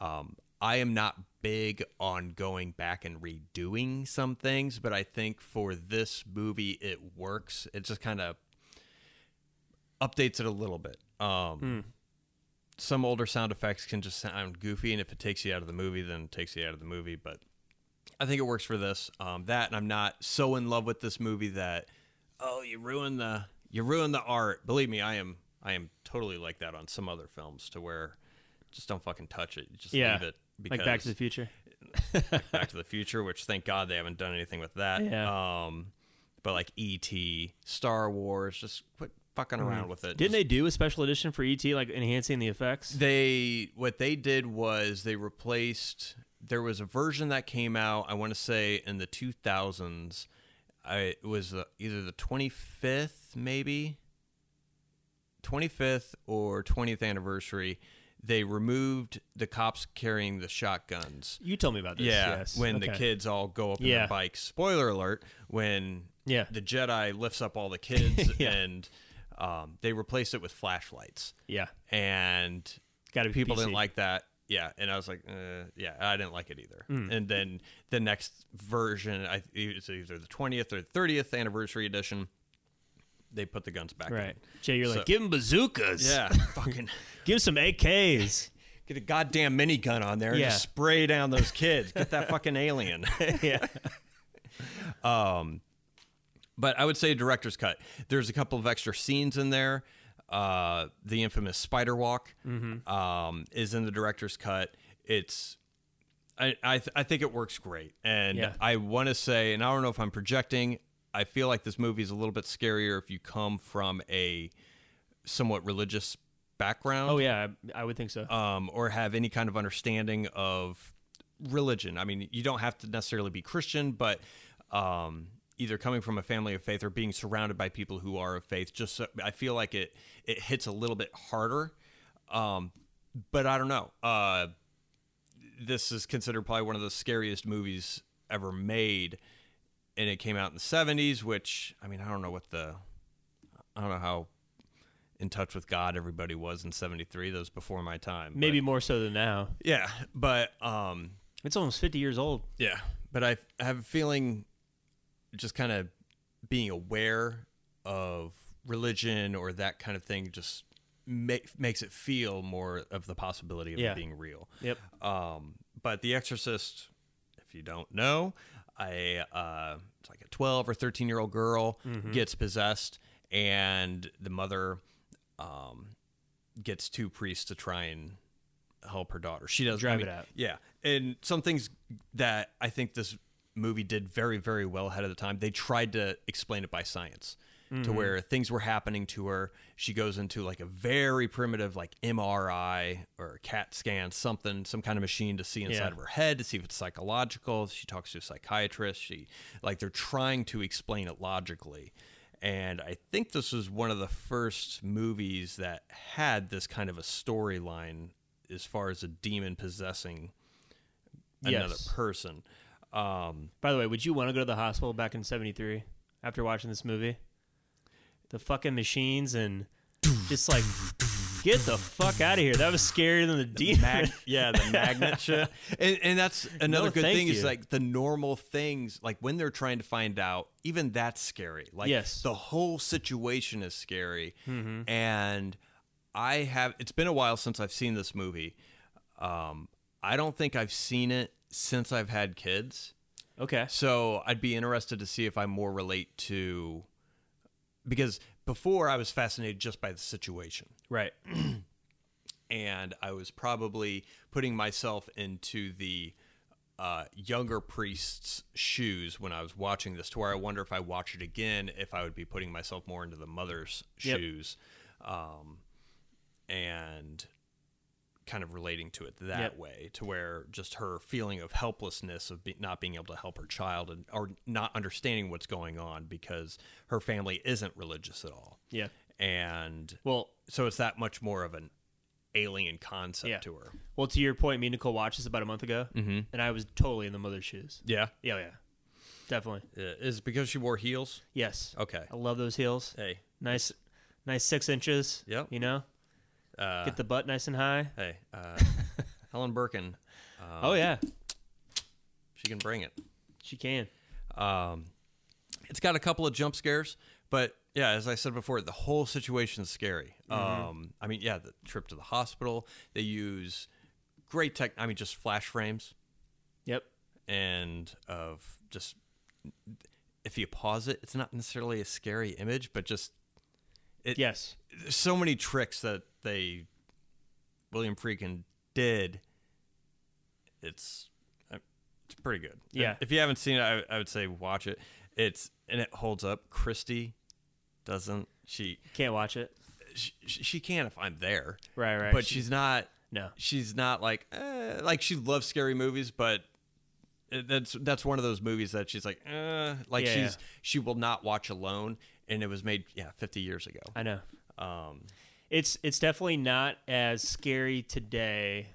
Um, I am not big on going back and redoing some things, but I think for this movie it works. It just kind of updates it a little bit. Um, Hmm. Some older sound effects can just sound goofy, and if it takes you out of the movie, then it takes you out of the movie. But I think it works for this. Um, that, and I'm not so in love with this movie that oh, you ruined the you ruined the art. Believe me, I am I am totally like that on some other films to where just don't fucking touch it. Just Yeah. leave it. Like Back to the Future. like [laughs] Back to the Future, which thank God they haven't done anything with that. Yeah. Um, but like E.T., Star Wars, just quit fucking around with it. Hmm. Didn't they do a special edition for ET, like enhancing the effects? They what they did was they replaced. There was a version that came out. I want to say in the two thousands. I it was the, either the twenty fifth, maybe twenty fifth or twentieth anniversary. They removed the cops carrying the shotguns. You told me about this, Yeah, yes. when the Okay. kids all go up in Yeah. their bikes. Spoiler alert: when Yeah. the Jedi lifts [laughs] up all the kids Yeah. and um, they replaced it with flashlights Yeah. and Got to people PC. didn't like that. Yeah, and I was like, uh, yeah, I didn't like it either. Mm. And then the next version, I it's either the twentieth or thirtieth anniversary edition. They put the guns back. Right. in. Jay, you're So- like, give him bazookas. [laughs] Yeah, fucking give him some [laughs] AKs. Get a goddamn minigun on there. And Yeah. just spray down those kids. Get that fucking alien. [laughs] yeah. Um, but I would say director's cut. There's a couple of extra scenes in there. Uh, the infamous spider walk Mhm. um, is in the director's cut. It's I I, th- I think it works great, and Yeah. I want to say, and I don't know if I'm projecting. I feel like this movie is a little bit scarier if you come from a somewhat religious background. Oh yeah, I, I would think so. Um, or have any kind of understanding of religion. I mean, you don't have to necessarily be Christian, but um, either coming from a family of faith or being surrounded by people who are of faith. Just so, I feel like it it hits a little bit harder. Um, but I don't know. Uh, this is considered probably one of the scariest movies ever made, and it came out in the '70s. Which I mean, I don't know what the I don't know how in touch with God everybody was in 73. That was before my time. but- Maybe more so than now. Yeah, but um it's almost 50 years old. Yeah, but I I have a feeling just kind of being aware of religion or that kind of thing just make, makes it feel more of the possibility of Yeah. it being real. Yep. Um, but The Exorcist, if you don't know, I uh, it's like a 12 or 13 year old girl Mhm. gets possessed, and the mother um, gets two priests to try and help her daughter. She does Drive it out. Yeah, and some things that I think this movie did very very well ahead of the time. They tried to explain it by science. To Mhm. where things were happening to her. She goes into like a very primitive, like MRI or CAT scan, something, some kind of machine to see inside Yeah. of her head to see if it's psychological. She talks to a psychiatrist. She, like, they're trying to explain it logically. And I think this was one of the first movies that had this kind of a storyline as far as a demon possessing another Yes. person. Um, By the way, would you want to go to the hospital back in '73 after watching this movie? The fucking machines and just like get the fuck out of here. That was scarier than the, demon. [laughs] mag- yeah, the magnet shit. And, and that's another No, good thank thing you. is like the normal things, like when they're trying to find out, even that's scary. Like Yes. the whole situation is scary. Mm-hmm. Mhm. And I have, it's been a while since I've seen this movie. Um, I don't think I've seen it since I've had kids. [laughs] Okay. So I'd be interested to see if I more relate to, because before I was fascinated just by the situation Right. and I was probably putting myself into the uh, younger priest's shoes when I was watching this, to where I wonder if I watch it again, if I would be putting myself more into the mother's Yep. shoes, um, and kind of relating to it that Yep. way, to where just her feeling of helplessness of be- not being able to help her child and or not understanding what's going on because her family isn't religious at all Yeah. and well, so it's that much more of an alien concept to her. Well, to your point, me and Nicole watched this about a month ago, Mhm. and I was totally in the mother's shoes. Yeah? Yeah. Yeah. Definitely. Uh, Is it because she wore heels? Yes. Okay. I love those heels. Hey. Nice, nice six inches. Yep. You know, Uh, get the butt nice and high. Hey, uh, Helen Birkin. Um, Oh, yeah. she can bring it. She can. Um, it's got a couple of jump scares, but yeah, as I said before, the whole situation's scary. Mhm. Um, I mean, yeah, the trip to the hospital. They use great tech. I mean, just flash frames. Yep. And of just if you pause it, it's not necessarily a scary image, but just it. Yes. There's so many tricks that they William Freakin did. It's uh, it's pretty good. Yeah. If you haven't seen it, I, I would say watch it. It's and it holds up. Christy doesn't. She can't watch it. She, she can if I'm there. Right, right. But She- she's not. No. She's not like eh, like she loves scary movies, but it- that's that's one of those movies that she's like eh, like Yeah, she's she will not watch alone. And it was made yeah 50 years ago. I know. Um, it's it's definitely not as scary today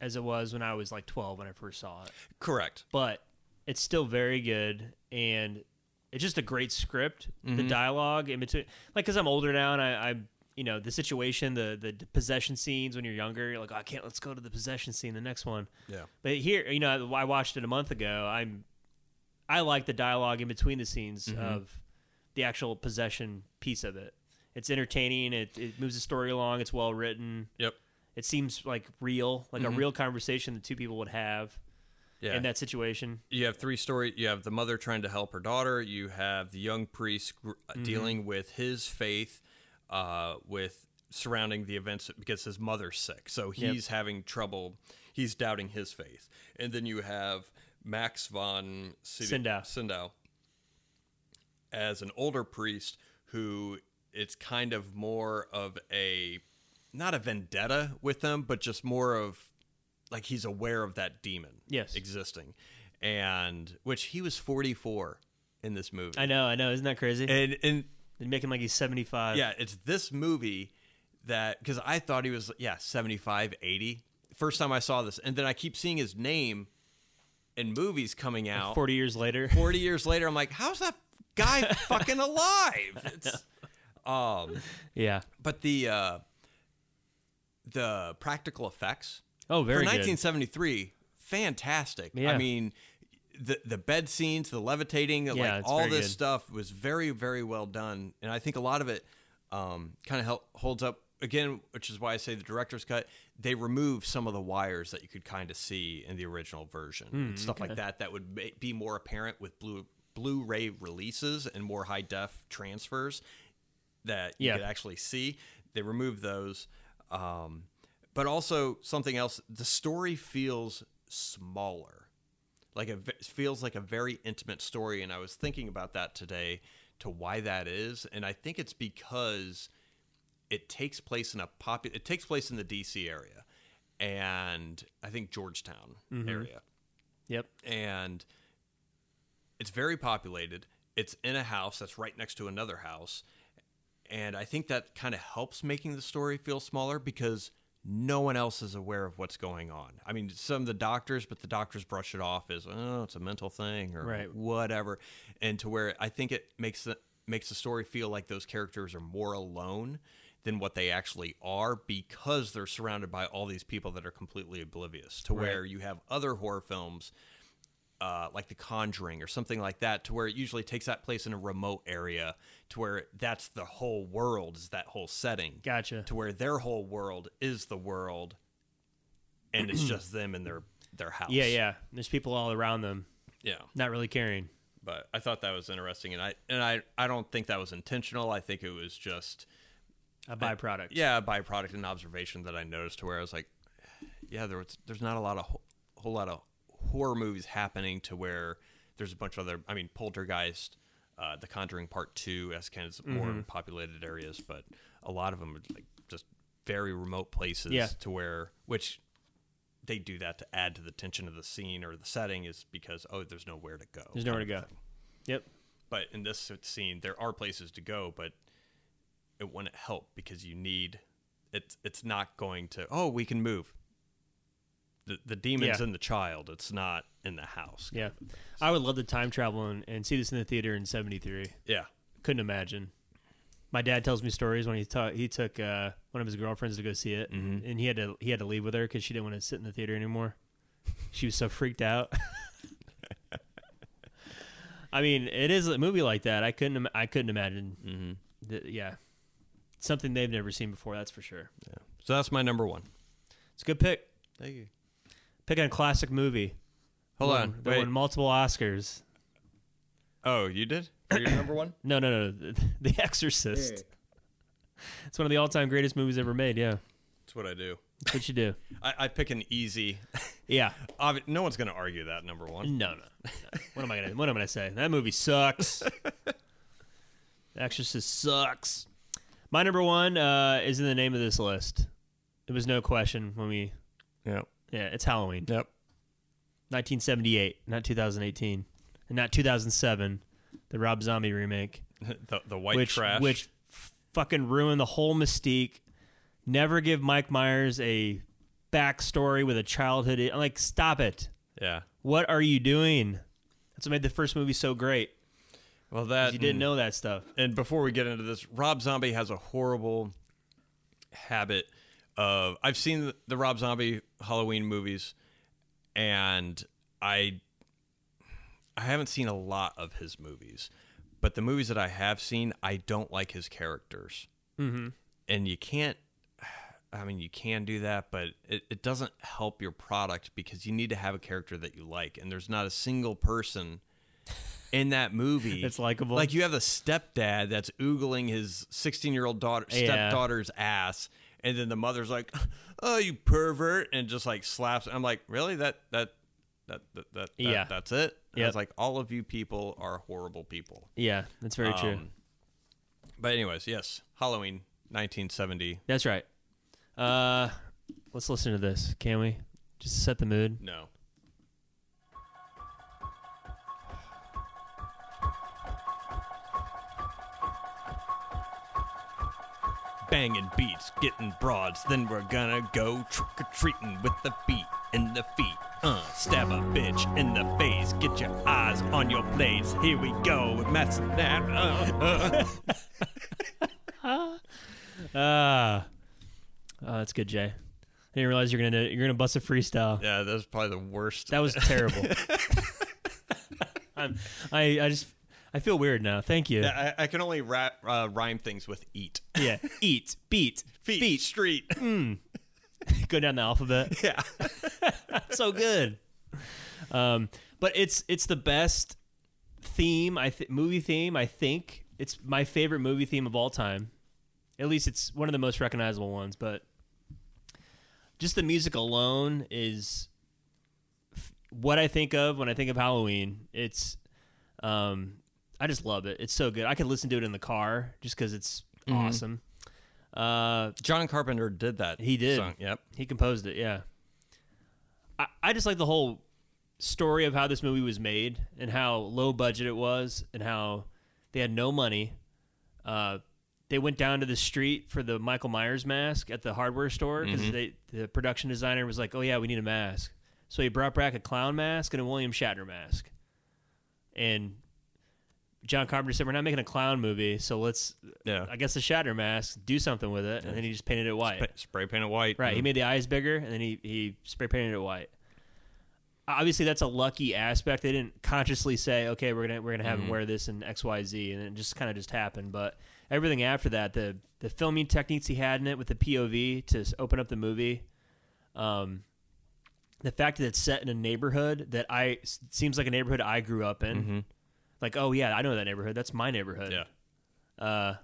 as it was when I was like 12 when I first saw it. Correct. But it's still very good and it's just a great script. The Mhm. dialogue in between like cuz I'm older now and I I you know, the situation, the the possession scenes when you're younger, you're like, oh, "I can't, let's go to the possession scene, the next one." Yeah. But here, you know, I watched it a month ago. I'm I like the dialogue in between the scenes Mhm. of the actual possession piece of it. It's entertaining. It, it moves the story along. It's well written. Yep. It seems like real, like Mhm. a real conversation the two people would have Yeah. in that situation. you have three story you have the mother trying to help her daughter you have the young priest gr- uh, Mhm. dealing with his faith uh, with surrounding the events because his mother's sick so Yep. he's having trouble he's doubting his faith and then you have max von Sydow. Sydow- Sydow as an older priest who it's kind of more of a not a vendetta with them but just more of like he's aware of that demon Yes. existing and which he was 44 in this movie I know, I know. Isn't that crazy? And and they make him like he's 75. yeah it's this movie that because i thought he was yeah 75 80 first time i saw this and then i keep seeing his name in movies coming Like, out 40 years later. [laughs] 40 years later i'm like how's that guy fucking alive it's, um Yeah. but the uh the practical effects Oh, very for good. 1973 fantastic i Yeah. mean the the bed scenes the levitating Yeah, like it's all very this good. stuff was very very well done and i think a lot of it um kind of help, holds up again which is why i say the director's cut they remove some of the wires that you could kind of see in the original version Hmm, and stuff okay. like that that would ma- be more apparent with blue blu-ray releases and more high def transfers that you Yeah. could actually see. They removed those. Um, but also something else, the story feels smaller. Like it ve- feels like a very intimate story. And I was thinking about that today to why that is. And I think it's because it takes place in a pop, it takes place in the DC area and I think Georgetown Mhm. area. Yep. And it's very populated. It's in a house that's right next to another house. And I think that kind of helps making the story feel smaller because no one else is aware of what's going on. I mean, some of the doctors, but the doctors brush it off as, oh, it's a mental thing or Right. whatever. And to where I think it makes the makes the story feel like those characters are more alone than what they actually are because they're surrounded by all these people that are completely oblivious to Right. where you have other horror films uh, like The Conjuring or something like that, to where it usually takes that place in a remote area, to where that's the whole world is that whole setting. Gotcha. To where their whole world is the world, and it's just them and their their house. Yeah, yeah. There's people all around them. Yeah. Not really caring. But I thought that was interesting, and I and I I don't think that was intentional. I think it was just A byproduct. yeah, a byproduct and observation that I noticed, to where I was like, yeah, there was there's not a lot of ho- whole lot of horror movies happening to where there's a bunch of other. I mean, Poltergeist, uh, The Conjuring Part Two, as kind of more Mhm. populated areas, but a lot of them are like just very remote places Yeah. to where which they do that to add to the tension of the scene or the setting is because oh there's nowhere to go There's nowhere kind to of go. Yep. but in this scene there are places to go but it wouldn't help because you need it's it's not going to oh we can move the, the demon's Yeah. in the child it's not in the house Yeah. I would love to time travel and, and see this in the theater in 73. Yeah. Couldn't imagine. My dad tells me stories when he ta- he took uh, one of his girlfriends to go see it, Mm-hmm. and he had to he had to leave with her because she didn't want to sit in the theater anymore. She was so freaked out. [laughs] I mean, it is a movie like that. I couldn't im- I couldn't imagine Mm-hmm. th- yeah, something they've never seen before. That's for sure. Yeah. So that's my number one. It's a good pick. Thank you. Pick on a classic movie. Hold Won- on, that wait. won multiple Oscars. Oh, you did? For your number one? No, no, no. The, [laughs] the Exorcist. It's one of the all-time greatest movies ever made. Yeah, That's what I do. That's what you do. I, I pick an easy. Yeah. Obvi- no one's going to argue that number one. No, no. no. What am I gonna? What am I gonna say? That movie sucks. The Exorcist sucks. My number one uh, is in the name of this list. It was no question when we. Yep. Yeah, it's Halloween. Yep. 1978, not 2018, and not 2007, the Rob Zombie remake. [laughs] the, the white which, trash. which fucking ruined the whole mystique. Never give Mike Myers a backstory with a childhood. I'm like, stop it. Yeah. What are you doing? That's what made the first movie so great. Well, that you didn't and- know that stuff. And before we get into this, Rob Zombie has a horrible habit of I've seen the, the Rob Zombie Halloween movies, and I I haven't seen a lot of his movies, but the movies that I have seen, I don't like his characters, Mhm. and you can't. I mean, you can do that, but it, it doesn't help your product because you need to have a character that you like, and there's not a single person in that movie [laughs] That's likable. Like you have the stepdad that's oogling his 16 year old daughter Yeah. stepdaughter's ass, and then the mother's like, "Oh, you pervert," and just like slaps. I'm like, really? That that that that, that Yeah. That's it. Yeah. Yep. It's like all of you people are horrible people. Um, Yeah, that's very true. But anyways, yes, Halloween 1970. That's right. Uh, let's listen to this, can we? Just to set the mood. No. Banging beats, getting broads, then we're gonna go trick or treating with the feet and the feet. Uh, stab a bitch in the face, get your eyes on your blades. Here we go, with Matt's that. Uh, uh. Ah, oh, that's good, Jay. I didn't realize you're gonna you're gonna bust a freestyle. yeah, that was probably the worst. That was [laughs] terrible. I'm, I I just I feel weird now. Thank you. Yeah, I, I can only ra uh, rhyme things with eat. Yeah. [laughs] Eat, beat, feet, street. Mm. Go down the alphabet. [laughs] Yeah. [laughs] so good. Um, but it's it's the best theme. I th- movie theme. I think it's my favorite movie theme of all time. At least it's one of the most recognizable ones. But just the music alone is f- what I think of when I think of Halloween. It's um, I just love it. It's so good. I could listen to it in the car just because it's Mhm. awesome. Uh, John Carpenter did that. He did. song, Yep. He composed it. Yeah. I, I just like the whole story of how this movie was made and how low budget it was and how they had no money. Uh, they went down to the street for the Michael Myers mask at the hardware store because Mhm. they the production designer was like, "Oh yeah, we need a mask." So he brought back a clown mask and a William Shatner mask. And John Carpenter said, "We're not making a clown movie, so let's Yeah. I guess the Shatner mask, do something with it." And then he just painted it white. Sp- spray paint it white. Right. He Mm. made the eyes bigger and then he, he spray painted it white. Obviously that's a lucky aspect. They didn't consciously say, Okay, we're gonna we're gonna have him Mhm. wear this in XYZ and it just kinda just happened. But everything after that, the the filming techniques he had in it with the POV to s- open up the movie. Um the fact that it's set in a neighborhood that I s- seems like a neighborhood I grew up in, Mhm. like oh yeah, I know that neighborhood. That's my neighborhood. Yeah, uh,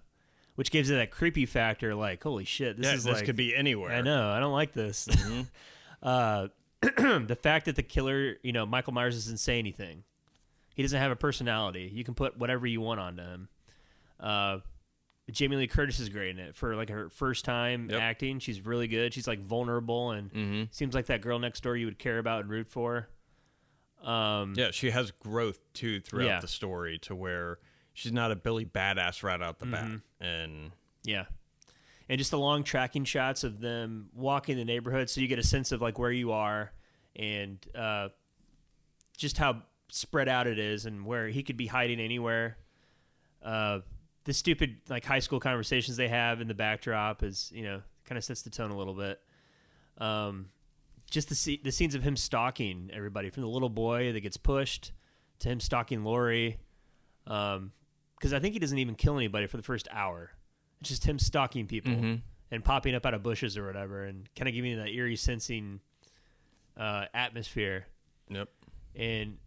which gives it that creepy factor. Like holy shit, this Yeah, is this like- could be anywhere. I know. I don't like this. [laughs] uh, [clears throat] the fact that the killer, you know, Michael Myers doesn't say anything. He doesn't have a personality. You can put whatever you want onto him. Uh, Jamie Lee Curtis is great in it for like her first time acting. She's really good. She's like vulnerable and seems like that girl next door you would care about and root for. Um, Yeah, she has growth too throughout Yeah. the story to where she's not a Billy badass right out the bat. Mhm. And Yeah. And just the long tracking shots of them walking the neighborhood so you get a sense of like where you are and uh, just how spread out it is and where he could be hiding anywhere. Uh, the stupid like high school conversations they have in the backdrop is, you know, kind of sets the tone a little bit. Um, just the sce- the scenes of him stalking everybody from the little boy that gets pushed to him stalking Lori. Um, because I think he doesn't even kill anybody for the first hour. It's just him stalking people Mhm. and popping up out of bushes or whatever, and kind of giving you that eerie sensing uh, atmosphere. Yep. And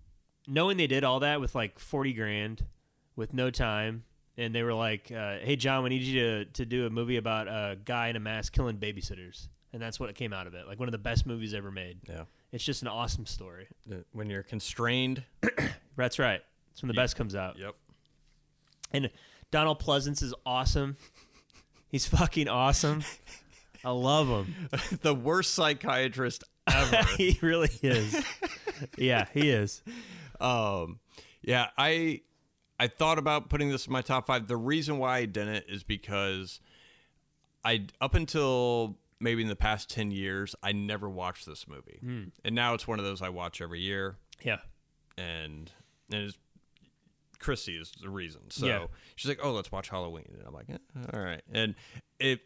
knowing they did all that with like forty grand, with no time, and they were like, uh, "Hey John, we need you to to do a movie about a guy in a mask killing babysitters," and that's what came out of it. Like one of the best movies ever made. Yeah. It's just an awesome story. When you're constrained, that's right. It's when the You- best comes out. [coughs] Yep. And Donald Pleasance is awesome. He's fucking awesome. I love him. [laughs] the worst psychiatrist ever. [laughs] he really is. yeah, he is. Um, yeah, I I thought about putting this in my top five. The reason why I didn't is because I up until maybe in the past ten years, I never watched this movie, Hmm. and now it's one of those I watch every year. Yeah. and and it's, Chrissy is the reason. So Yeah. she's like, "Oh, let's watch Halloween," and I'm like, eh, "All right," and it.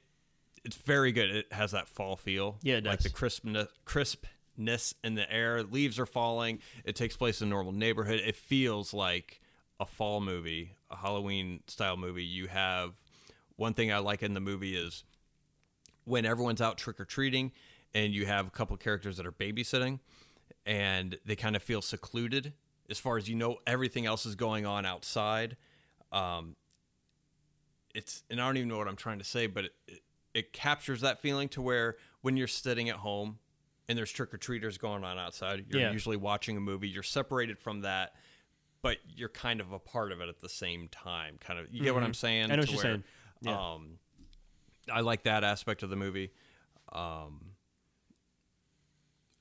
It's very good. It has that fall feel. Yeah, it like does. the crispness, crispness in the air. Leaves are falling. It takes place in a normal neighborhood. It feels like a fall movie, a Halloween style movie. You have one thing I like in the movie is when everyone's out trick or treating, and you have a couple characters that are babysitting, and they kind of feel secluded as far as you know everything else is going on outside. Um, it's and I don't even know what I'm trying to say, but it, it, it captures that feeling to where when you're sitting at home and there's trick or treaters going on outside, you're Yeah. usually watching a movie. You're separated from that, but you're kind of a part of it at the same time. Kind of, you get what I'm Mhm. saying? I know what To you're where, saying. Yeah. Um, I like that aspect of the movie. Um,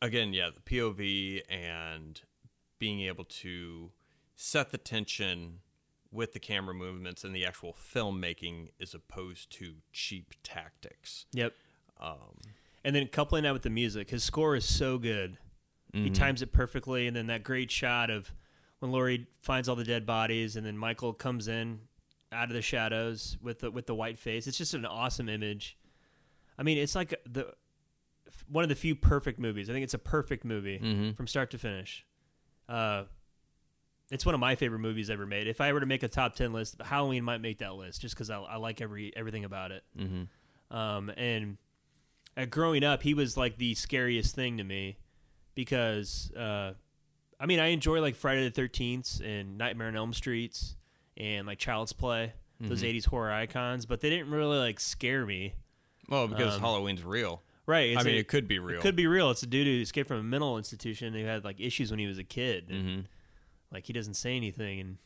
again, yeah, the POV and being able to set the tension with the camera movements and the actual filmmaking as opposed to cheap tactics. Yep. Um, and then coupling that with the music, his score is so good. He Mhm. times it perfectly, and then that great shot of when Laurie finds all the dead bodies, and then Michael comes in out of the shadows with the with the white face. It's just an awesome image. I mean, it's like the one of the few perfect movies. I think it's a perfect movie Mhm. from start to finish. Uh, it's one of my favorite movies ever made. If I were to make a top ten list, Halloween might make that list just because I, I like every everything about it. Mhm. Um, and uh, growing up, he was like the scariest thing to me because, uh, I mean, I enjoy like Friday the Thirteenth and Nightmare on Elm Streets and like Child's Play, those Mhm. '80s horror icons, but they didn't really like scare me. well, because Um, Halloween's real. Right. I it's mean, a- it could be real. It could be real. It's a dude who escaped from a mental institution who had like issues when he was a kid. And, Mm-hmm. Like he doesn't say anything, and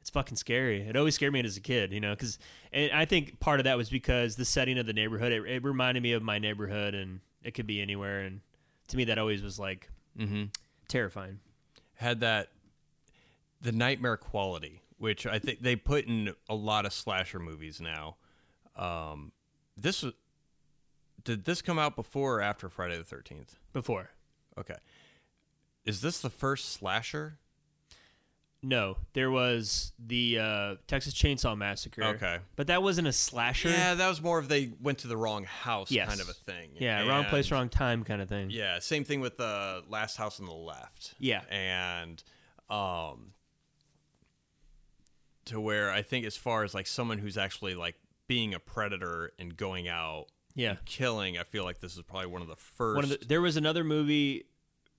it's fucking scary. It always scared me as a kid, you know, because and I think part of that was because the setting of the neighborhood. It, it reminded me of my neighborhood, and it could be anywhere. And to me, that always was like Mhm. terrifying. had that the nightmare quality, which I think they put in a lot of slasher movies now. Um, this was did this come out before or after Friday the Thirteenth? Before. Okay. Is this the first slasher? No, there was the uh, Texas Chainsaw Massacre. Okay. but that wasn't a slasher. Yeah, that was more of they went to the wrong house Yes. kind of a thing. Yeah, wrong place, And- wrong time kind of thing. Yeah, same thing with the last house on the left. Yeah. And um to where I think as far as like someone who's actually like being a predator and going out Yeah. and killing, I feel like this is probably one of the first One of the, there was another movie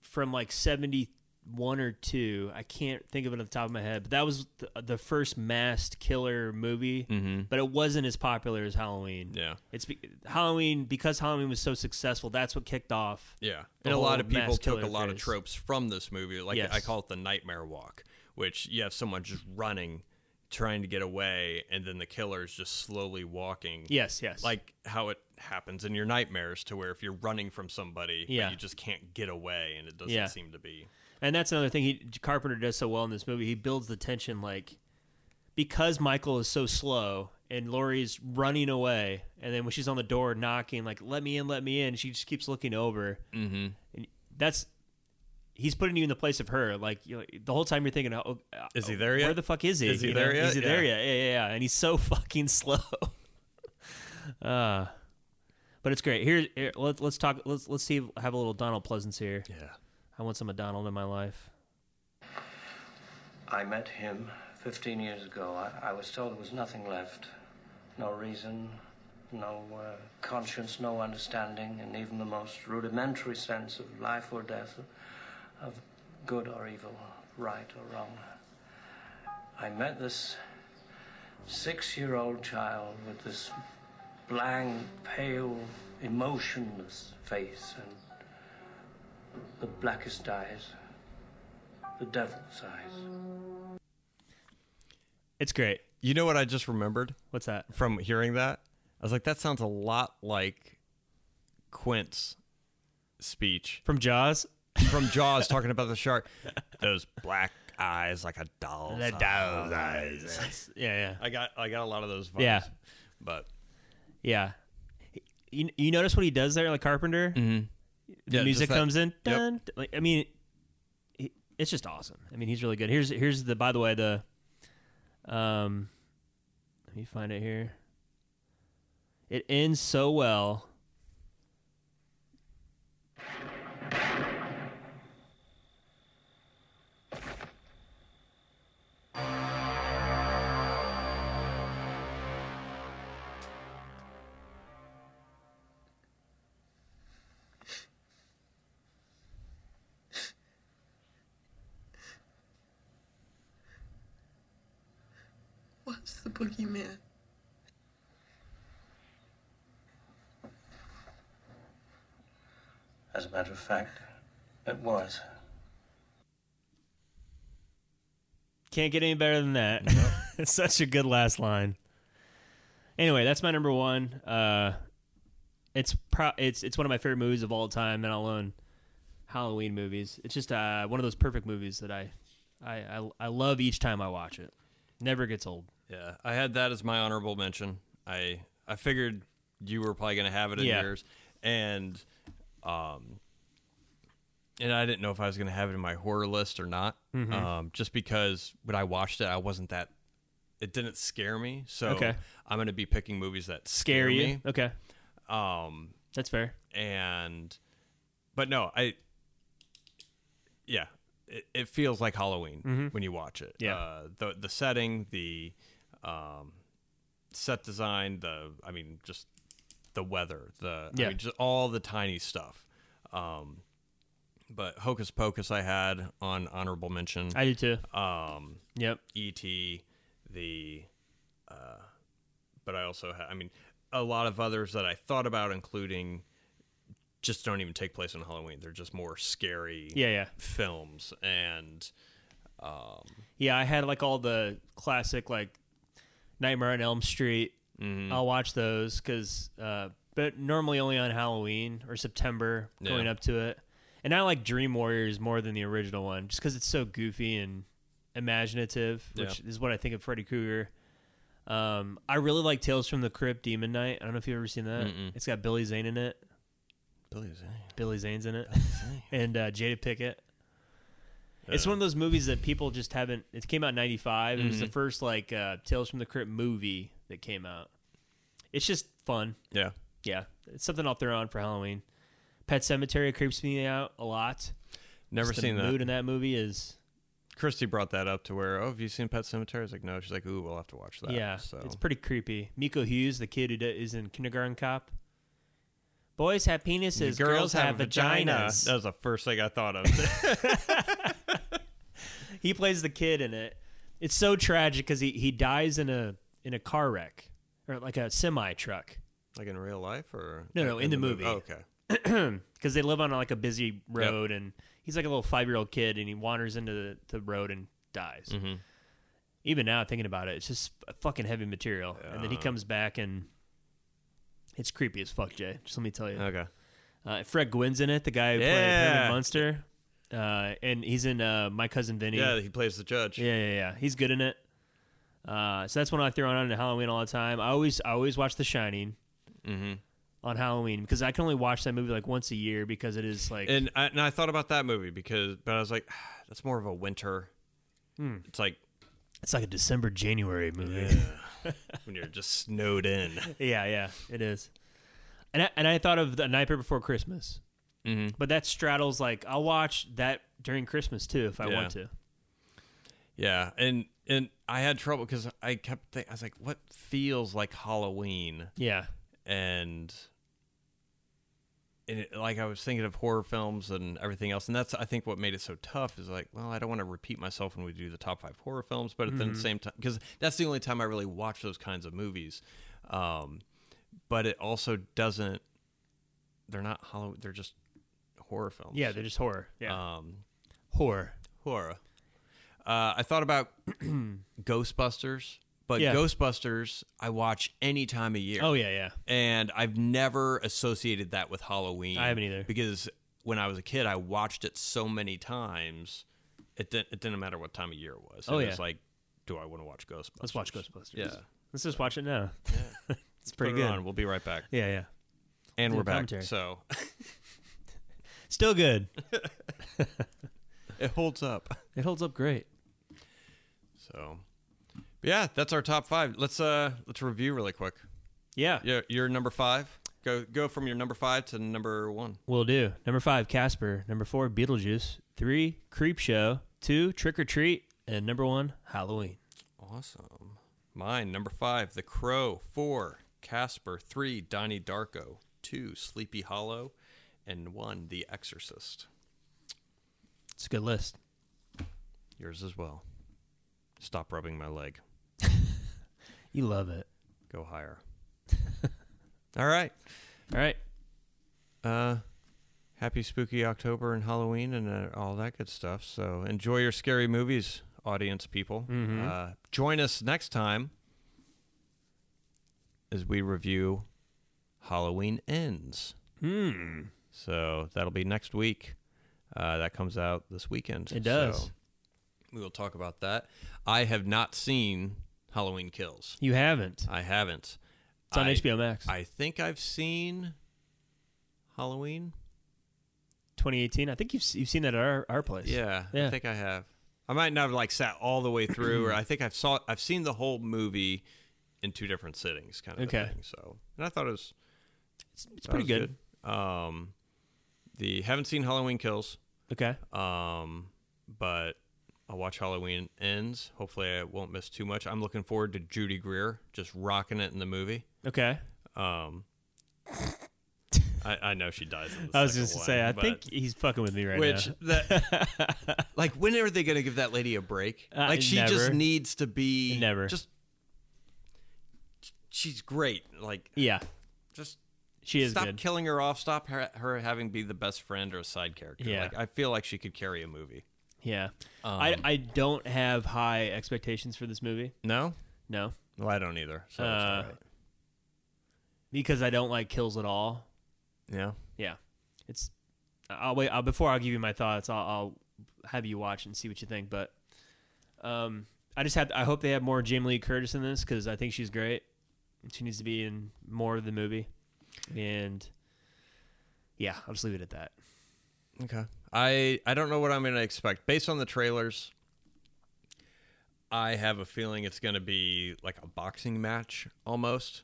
from like seventy one or two. I can't think of it off the top of my head, but that was the, the first masked killer movie. Mhm. But it wasn't as popular as Halloween. Yeah. it's be, Halloween because Halloween was so successful. That's what kicked off. Yeah, the and a lot whole of people masked took a killer lot of craze. tropes from this movie. Like Yes. I call it the nightmare walk, which you have someone just running, trying to get away, and then the killer is just slowly walking. Yes, yes. Like how it happens in your nightmares, to where if you're running from somebody, but Yeah. you just can't get away, and it doesn't Yeah. seem to be. And that's another thing he Carpenter does so well in this movie. He builds the tension like because Michael is so slow and Laurie's running away, and then when she's on the door knocking, like "Let me in, let me in," she just keeps looking over. Mm-hmm. And that's he's putting you in the place of her. Like you know, the whole time you're thinking, oh, uh, Is he there yet? Where the fuck is he? Is he You know, there yet? Is he there Yeah. yet? Yeah, yeah, yeah. And he's so [laughs] fucking slow. uh, but it's great. Here, here let's let's talk. Let's let's see. Have a little Donald Pleasance here. Yeah, I want some of Donald in my life. I met him 15 years ago. I, I was told there was nothing left. No reason, no uh, conscience, no understanding, and even the most rudimentary sense of life or death, of good or evil, right or wrong. I met this six year old child with this blank, pale, emotionless face and the blackest eyes, the devil's eyes. It's great. You know what I just remembered? What's that? From hearing that, I was like, that sounds a lot like Quint's speech from Jaws. From [laughs] Jaws, talking about the shark, those black eyes like a doll's The doll's eyes. Yeah, yeah. I got, I got a lot of those. Vibes, Yeah. but Yeah. You, you notice what he does there, like Carpenter? Mhm. The Yeah, music just that- comes in. yep. Dun, dun. Like, I mean, he- it's just awesome. I mean, he's really good. Here's here's the by the way the um let me find it here. It ends so well. What's the boogeyman? As a matter of fact, it was. Can't get any better than that. [laughs] it's such a good last line. Anyway, that's my number one. Uh, it's pro- it's it's one of my favorite movies of all time, and I'll own Halloween movies. It's just uh, one of those perfect movies that I, I I I love each time I watch it. Never gets old. Yeah, I had that as my honorable mention. I I figured you were probably going to have it in Yeah. yours, and um, and I didn't know if I was going to have it in my horror list or not, Mhm. um, just because when I watched it, I wasn't that. It didn't scare me, so Okay. I'm going to be picking movies that Scare scare you? me. Okay. um, that's fair. And, but no, I. Yeah, it, it feels like Halloween Mhm. when you watch it. Yeah. Uh, the the setting, the um, set design, the I mean, just the weather, the Yeah. I mean, just all the tiny stuff. Um, but Hocus Pocus, I had on honorable mention. I did too. Um, yep. E.T. The, uh, but I also had. I mean, a lot of others that I thought about, including. Just don't even take place on Halloween. They're just more scary, Yeah, yeah. films, and um, Yeah, I had like all the classic like Nightmare on Elm Street. Mm-hmm. I'll watch those because, uh, but normally only on Halloween or September Yeah. going up to it. And I like Dream Warriors more than the original one just because it's so goofy and imaginative, which is what I think of Freddy Krueger. Um, I really like Tales from the Crypt Demon Night. I don't know if you've ever seen that. Mm-mm. It's got Billy Zane in it. Billy Zane. Billy Zane's in it. [laughs] and uh, Jada Pickett. It's Yeah. one of those movies that people just haven't. It came out in '95. It was the Mhm. first like uh, Tales from the Crypt movie that came out. It's just fun. Yeah. yeah. It's something I'll throw on for Halloween. Pet Cemetery creeps me out a lot. Never Just seen the that. Mood in that movie is Christy brought that up to where, oh, have you seen Pet Cemetery? I was like, no. She's like, ooh, we'll have to watch that. yeah, so it's pretty creepy. Miko Hughes, the kid who d- is in Kindergarten Cop. Boys have penises, The girls, have, vagina. vaginas. That was the first thing I [laughs] thought of. he plays the kid in it. It's so tragic because he, he dies in a in a car wreck or like a semi truck. [clears throat] like in real life, or No, no, in, the, movie. Oh, okay. Because they live on like a busy road, and he's like a little five year old kid, and he wanders into the, the road and dies. Mhm. Even now, thinking about it, it's just fucking heavy material. And then he Yeah. comes back, and it's creepy as fuck, Jay. Just let me tell you. Okay. Uh, Fred Gwynn's in it, the guy who played him Yeah. in Munster, uh, and he's in uh, My Cousin Vinny. Yeah, he plays the judge. Yeah, yeah, yeah. He's good in it. Uh, so that's one I throw on at Halloween all the time. I always, I always watch The Shining Mm-hmm. on Halloween because I can only watch that movie like once a year because it is like And I, and I thought about that movie because, but I was like, [sighs] "Ah, that's more of a winter. Hmm. It's like it's like a December January movie. when you're just snowed in. [laughs] yeah, yeah, it is. And I, and I thought of the Nightmare Before Christmas, Mhm. but that straddles like I'll watch that during Christmas too if I Yeah. want to. Yeah, and and I had trouble because I kept thinking, I was like, what feels like Halloween? Yeah. And and it, like I was thinking of horror films and everything else, and that's I think what made it so tough is like, well, I don't want to repeat myself when we do the top five horror films, but at Mhm. the same time, because that's the only time I really watch those kinds of movies. Um, but it also doesn't; they're not Halloween; they're just horror films. Yeah, they're just horror. Yeah. Um, horror. Horror. Uh, I thought [clears throat] about Ghostbusters, but Yeah. Ghostbusters I watch any time of year. Oh, yeah, yeah. And I've never associated that with Halloween. I haven't either. Because when I was a kid, I watched it so many times. It didn't. It didn't matter what time of year it was. Oh, it yeah. was like, do I want to watch Ghostbusters? Let's watch Ghostbusters. Yeah. Let's just watch it now. [laughs] it's Put pretty it good. on. We'll be right back. Yeah, yeah. And Do we're the back. commentary. [laughs] So Still good. it holds up. It holds up great. So, but yeah, that's our top five. Let's uh let's review really quick. Yeah. Yeah, your number five. Go go from your number five to number one. Will do. Number five, Casper. Number four, Beetlejuice. Three, Creep Show. Two, Trick or Treat. And number one, Halloween. Awesome. Mine number five, The Crow. Four, Casper. Three, Donnie Darko. Two, Sleepy Hollow, and one, The Exorcist. It's a good list. Yours as well. Stop rubbing my leg. You love it. Go higher. All right. All right. Uh, happy spooky October and Halloween and uh, all that good stuff. So enjoy your scary movies, audience people. Mhm. Uh, join us next time as we review Halloween Ends. Hmm. So that'll be next week. Uh, that comes out this weekend. It does. So we will talk about that. I have not seen Halloween Kills. You haven't. I haven't. It's on I- HBO Max. I think I've seen Halloween. 2018. I think you've you've seen that at our, our place. Yeah, Yeah. I think I have. I might not have like sat all the way through, or I think I've saw I've seen the whole movie in two different sittings, kind of a Okay. thing. So, and I thought it was it's, it's pretty good. Um, the haven't seen Halloween Kills. Okay. Um, but I'll watch Halloween Ends. Hopefully, I won't miss too much. I'm looking forward to Judy Greer just rocking it in the movie. Okay. Um, I, I know she dies. In [laughs] the I was second just to one, say, I but- think he's fucking with me right which now. [laughs] that like when are they gonna give that lady a break Uh, like she just never. needs to be Never. just she's great like Yeah. just She is stop good. killing her off stop her, her having be the best friend or a side character Yeah. like i feel like she could carry a movie Yeah. Um, I I don't have high expectations for this movie. no No. well i don't either so it's all Uh, right. Because I don't like kills at all. yeah Yeah. It's I'll wait I'll, before I'll give you my thoughts. I'll, I'll have you watch and see what you think, but um I just have I hope they have more Jamie Lee Curtis in this cuz I think she's great. She needs to be in more of the movie. And yeah, I'll just leave it at that. Okay. I I don't know what I'm going to expect based on the trailers. I have a feeling it's going to be like a boxing match almost.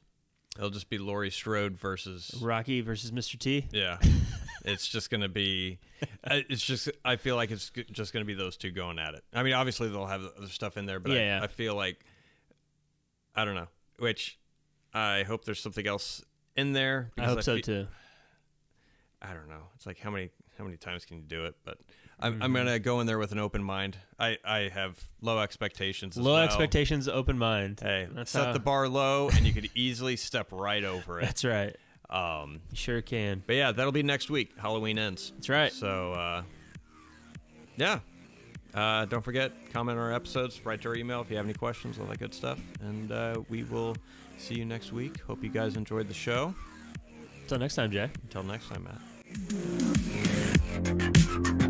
It'll just be Laurie Strode versus Rocky versus Mr. T. [laughs] yeah. it's just going to be I- it's just I feel like it's g- just going to be those two going at it. I mean, obviously they'll have other stuff in there, but I- Yeah, yeah. I feel like I don't know, which I hope there's something else in there. I hope because so fe- too. I don't know. It's like how many how many times can you do it? But I'm, Mm-hmm. I'm gonna go in there with an open mind. I I have low expectations. As Low well. expectations, open mind. Hey, That's set how- the bar low, and you could easily step right over [laughs] it. That's right. Um, You sure can. but yeah, that'll be next week. Halloween ends. That's right. So uh, yeah. Uh, don't forget, comment on our episodes, write to our email if you have any questions, all that good stuff. And uh, we will see you next week. Hope you guys enjoyed the show. Until next time, Jay. Until next time, Matt. Thank you.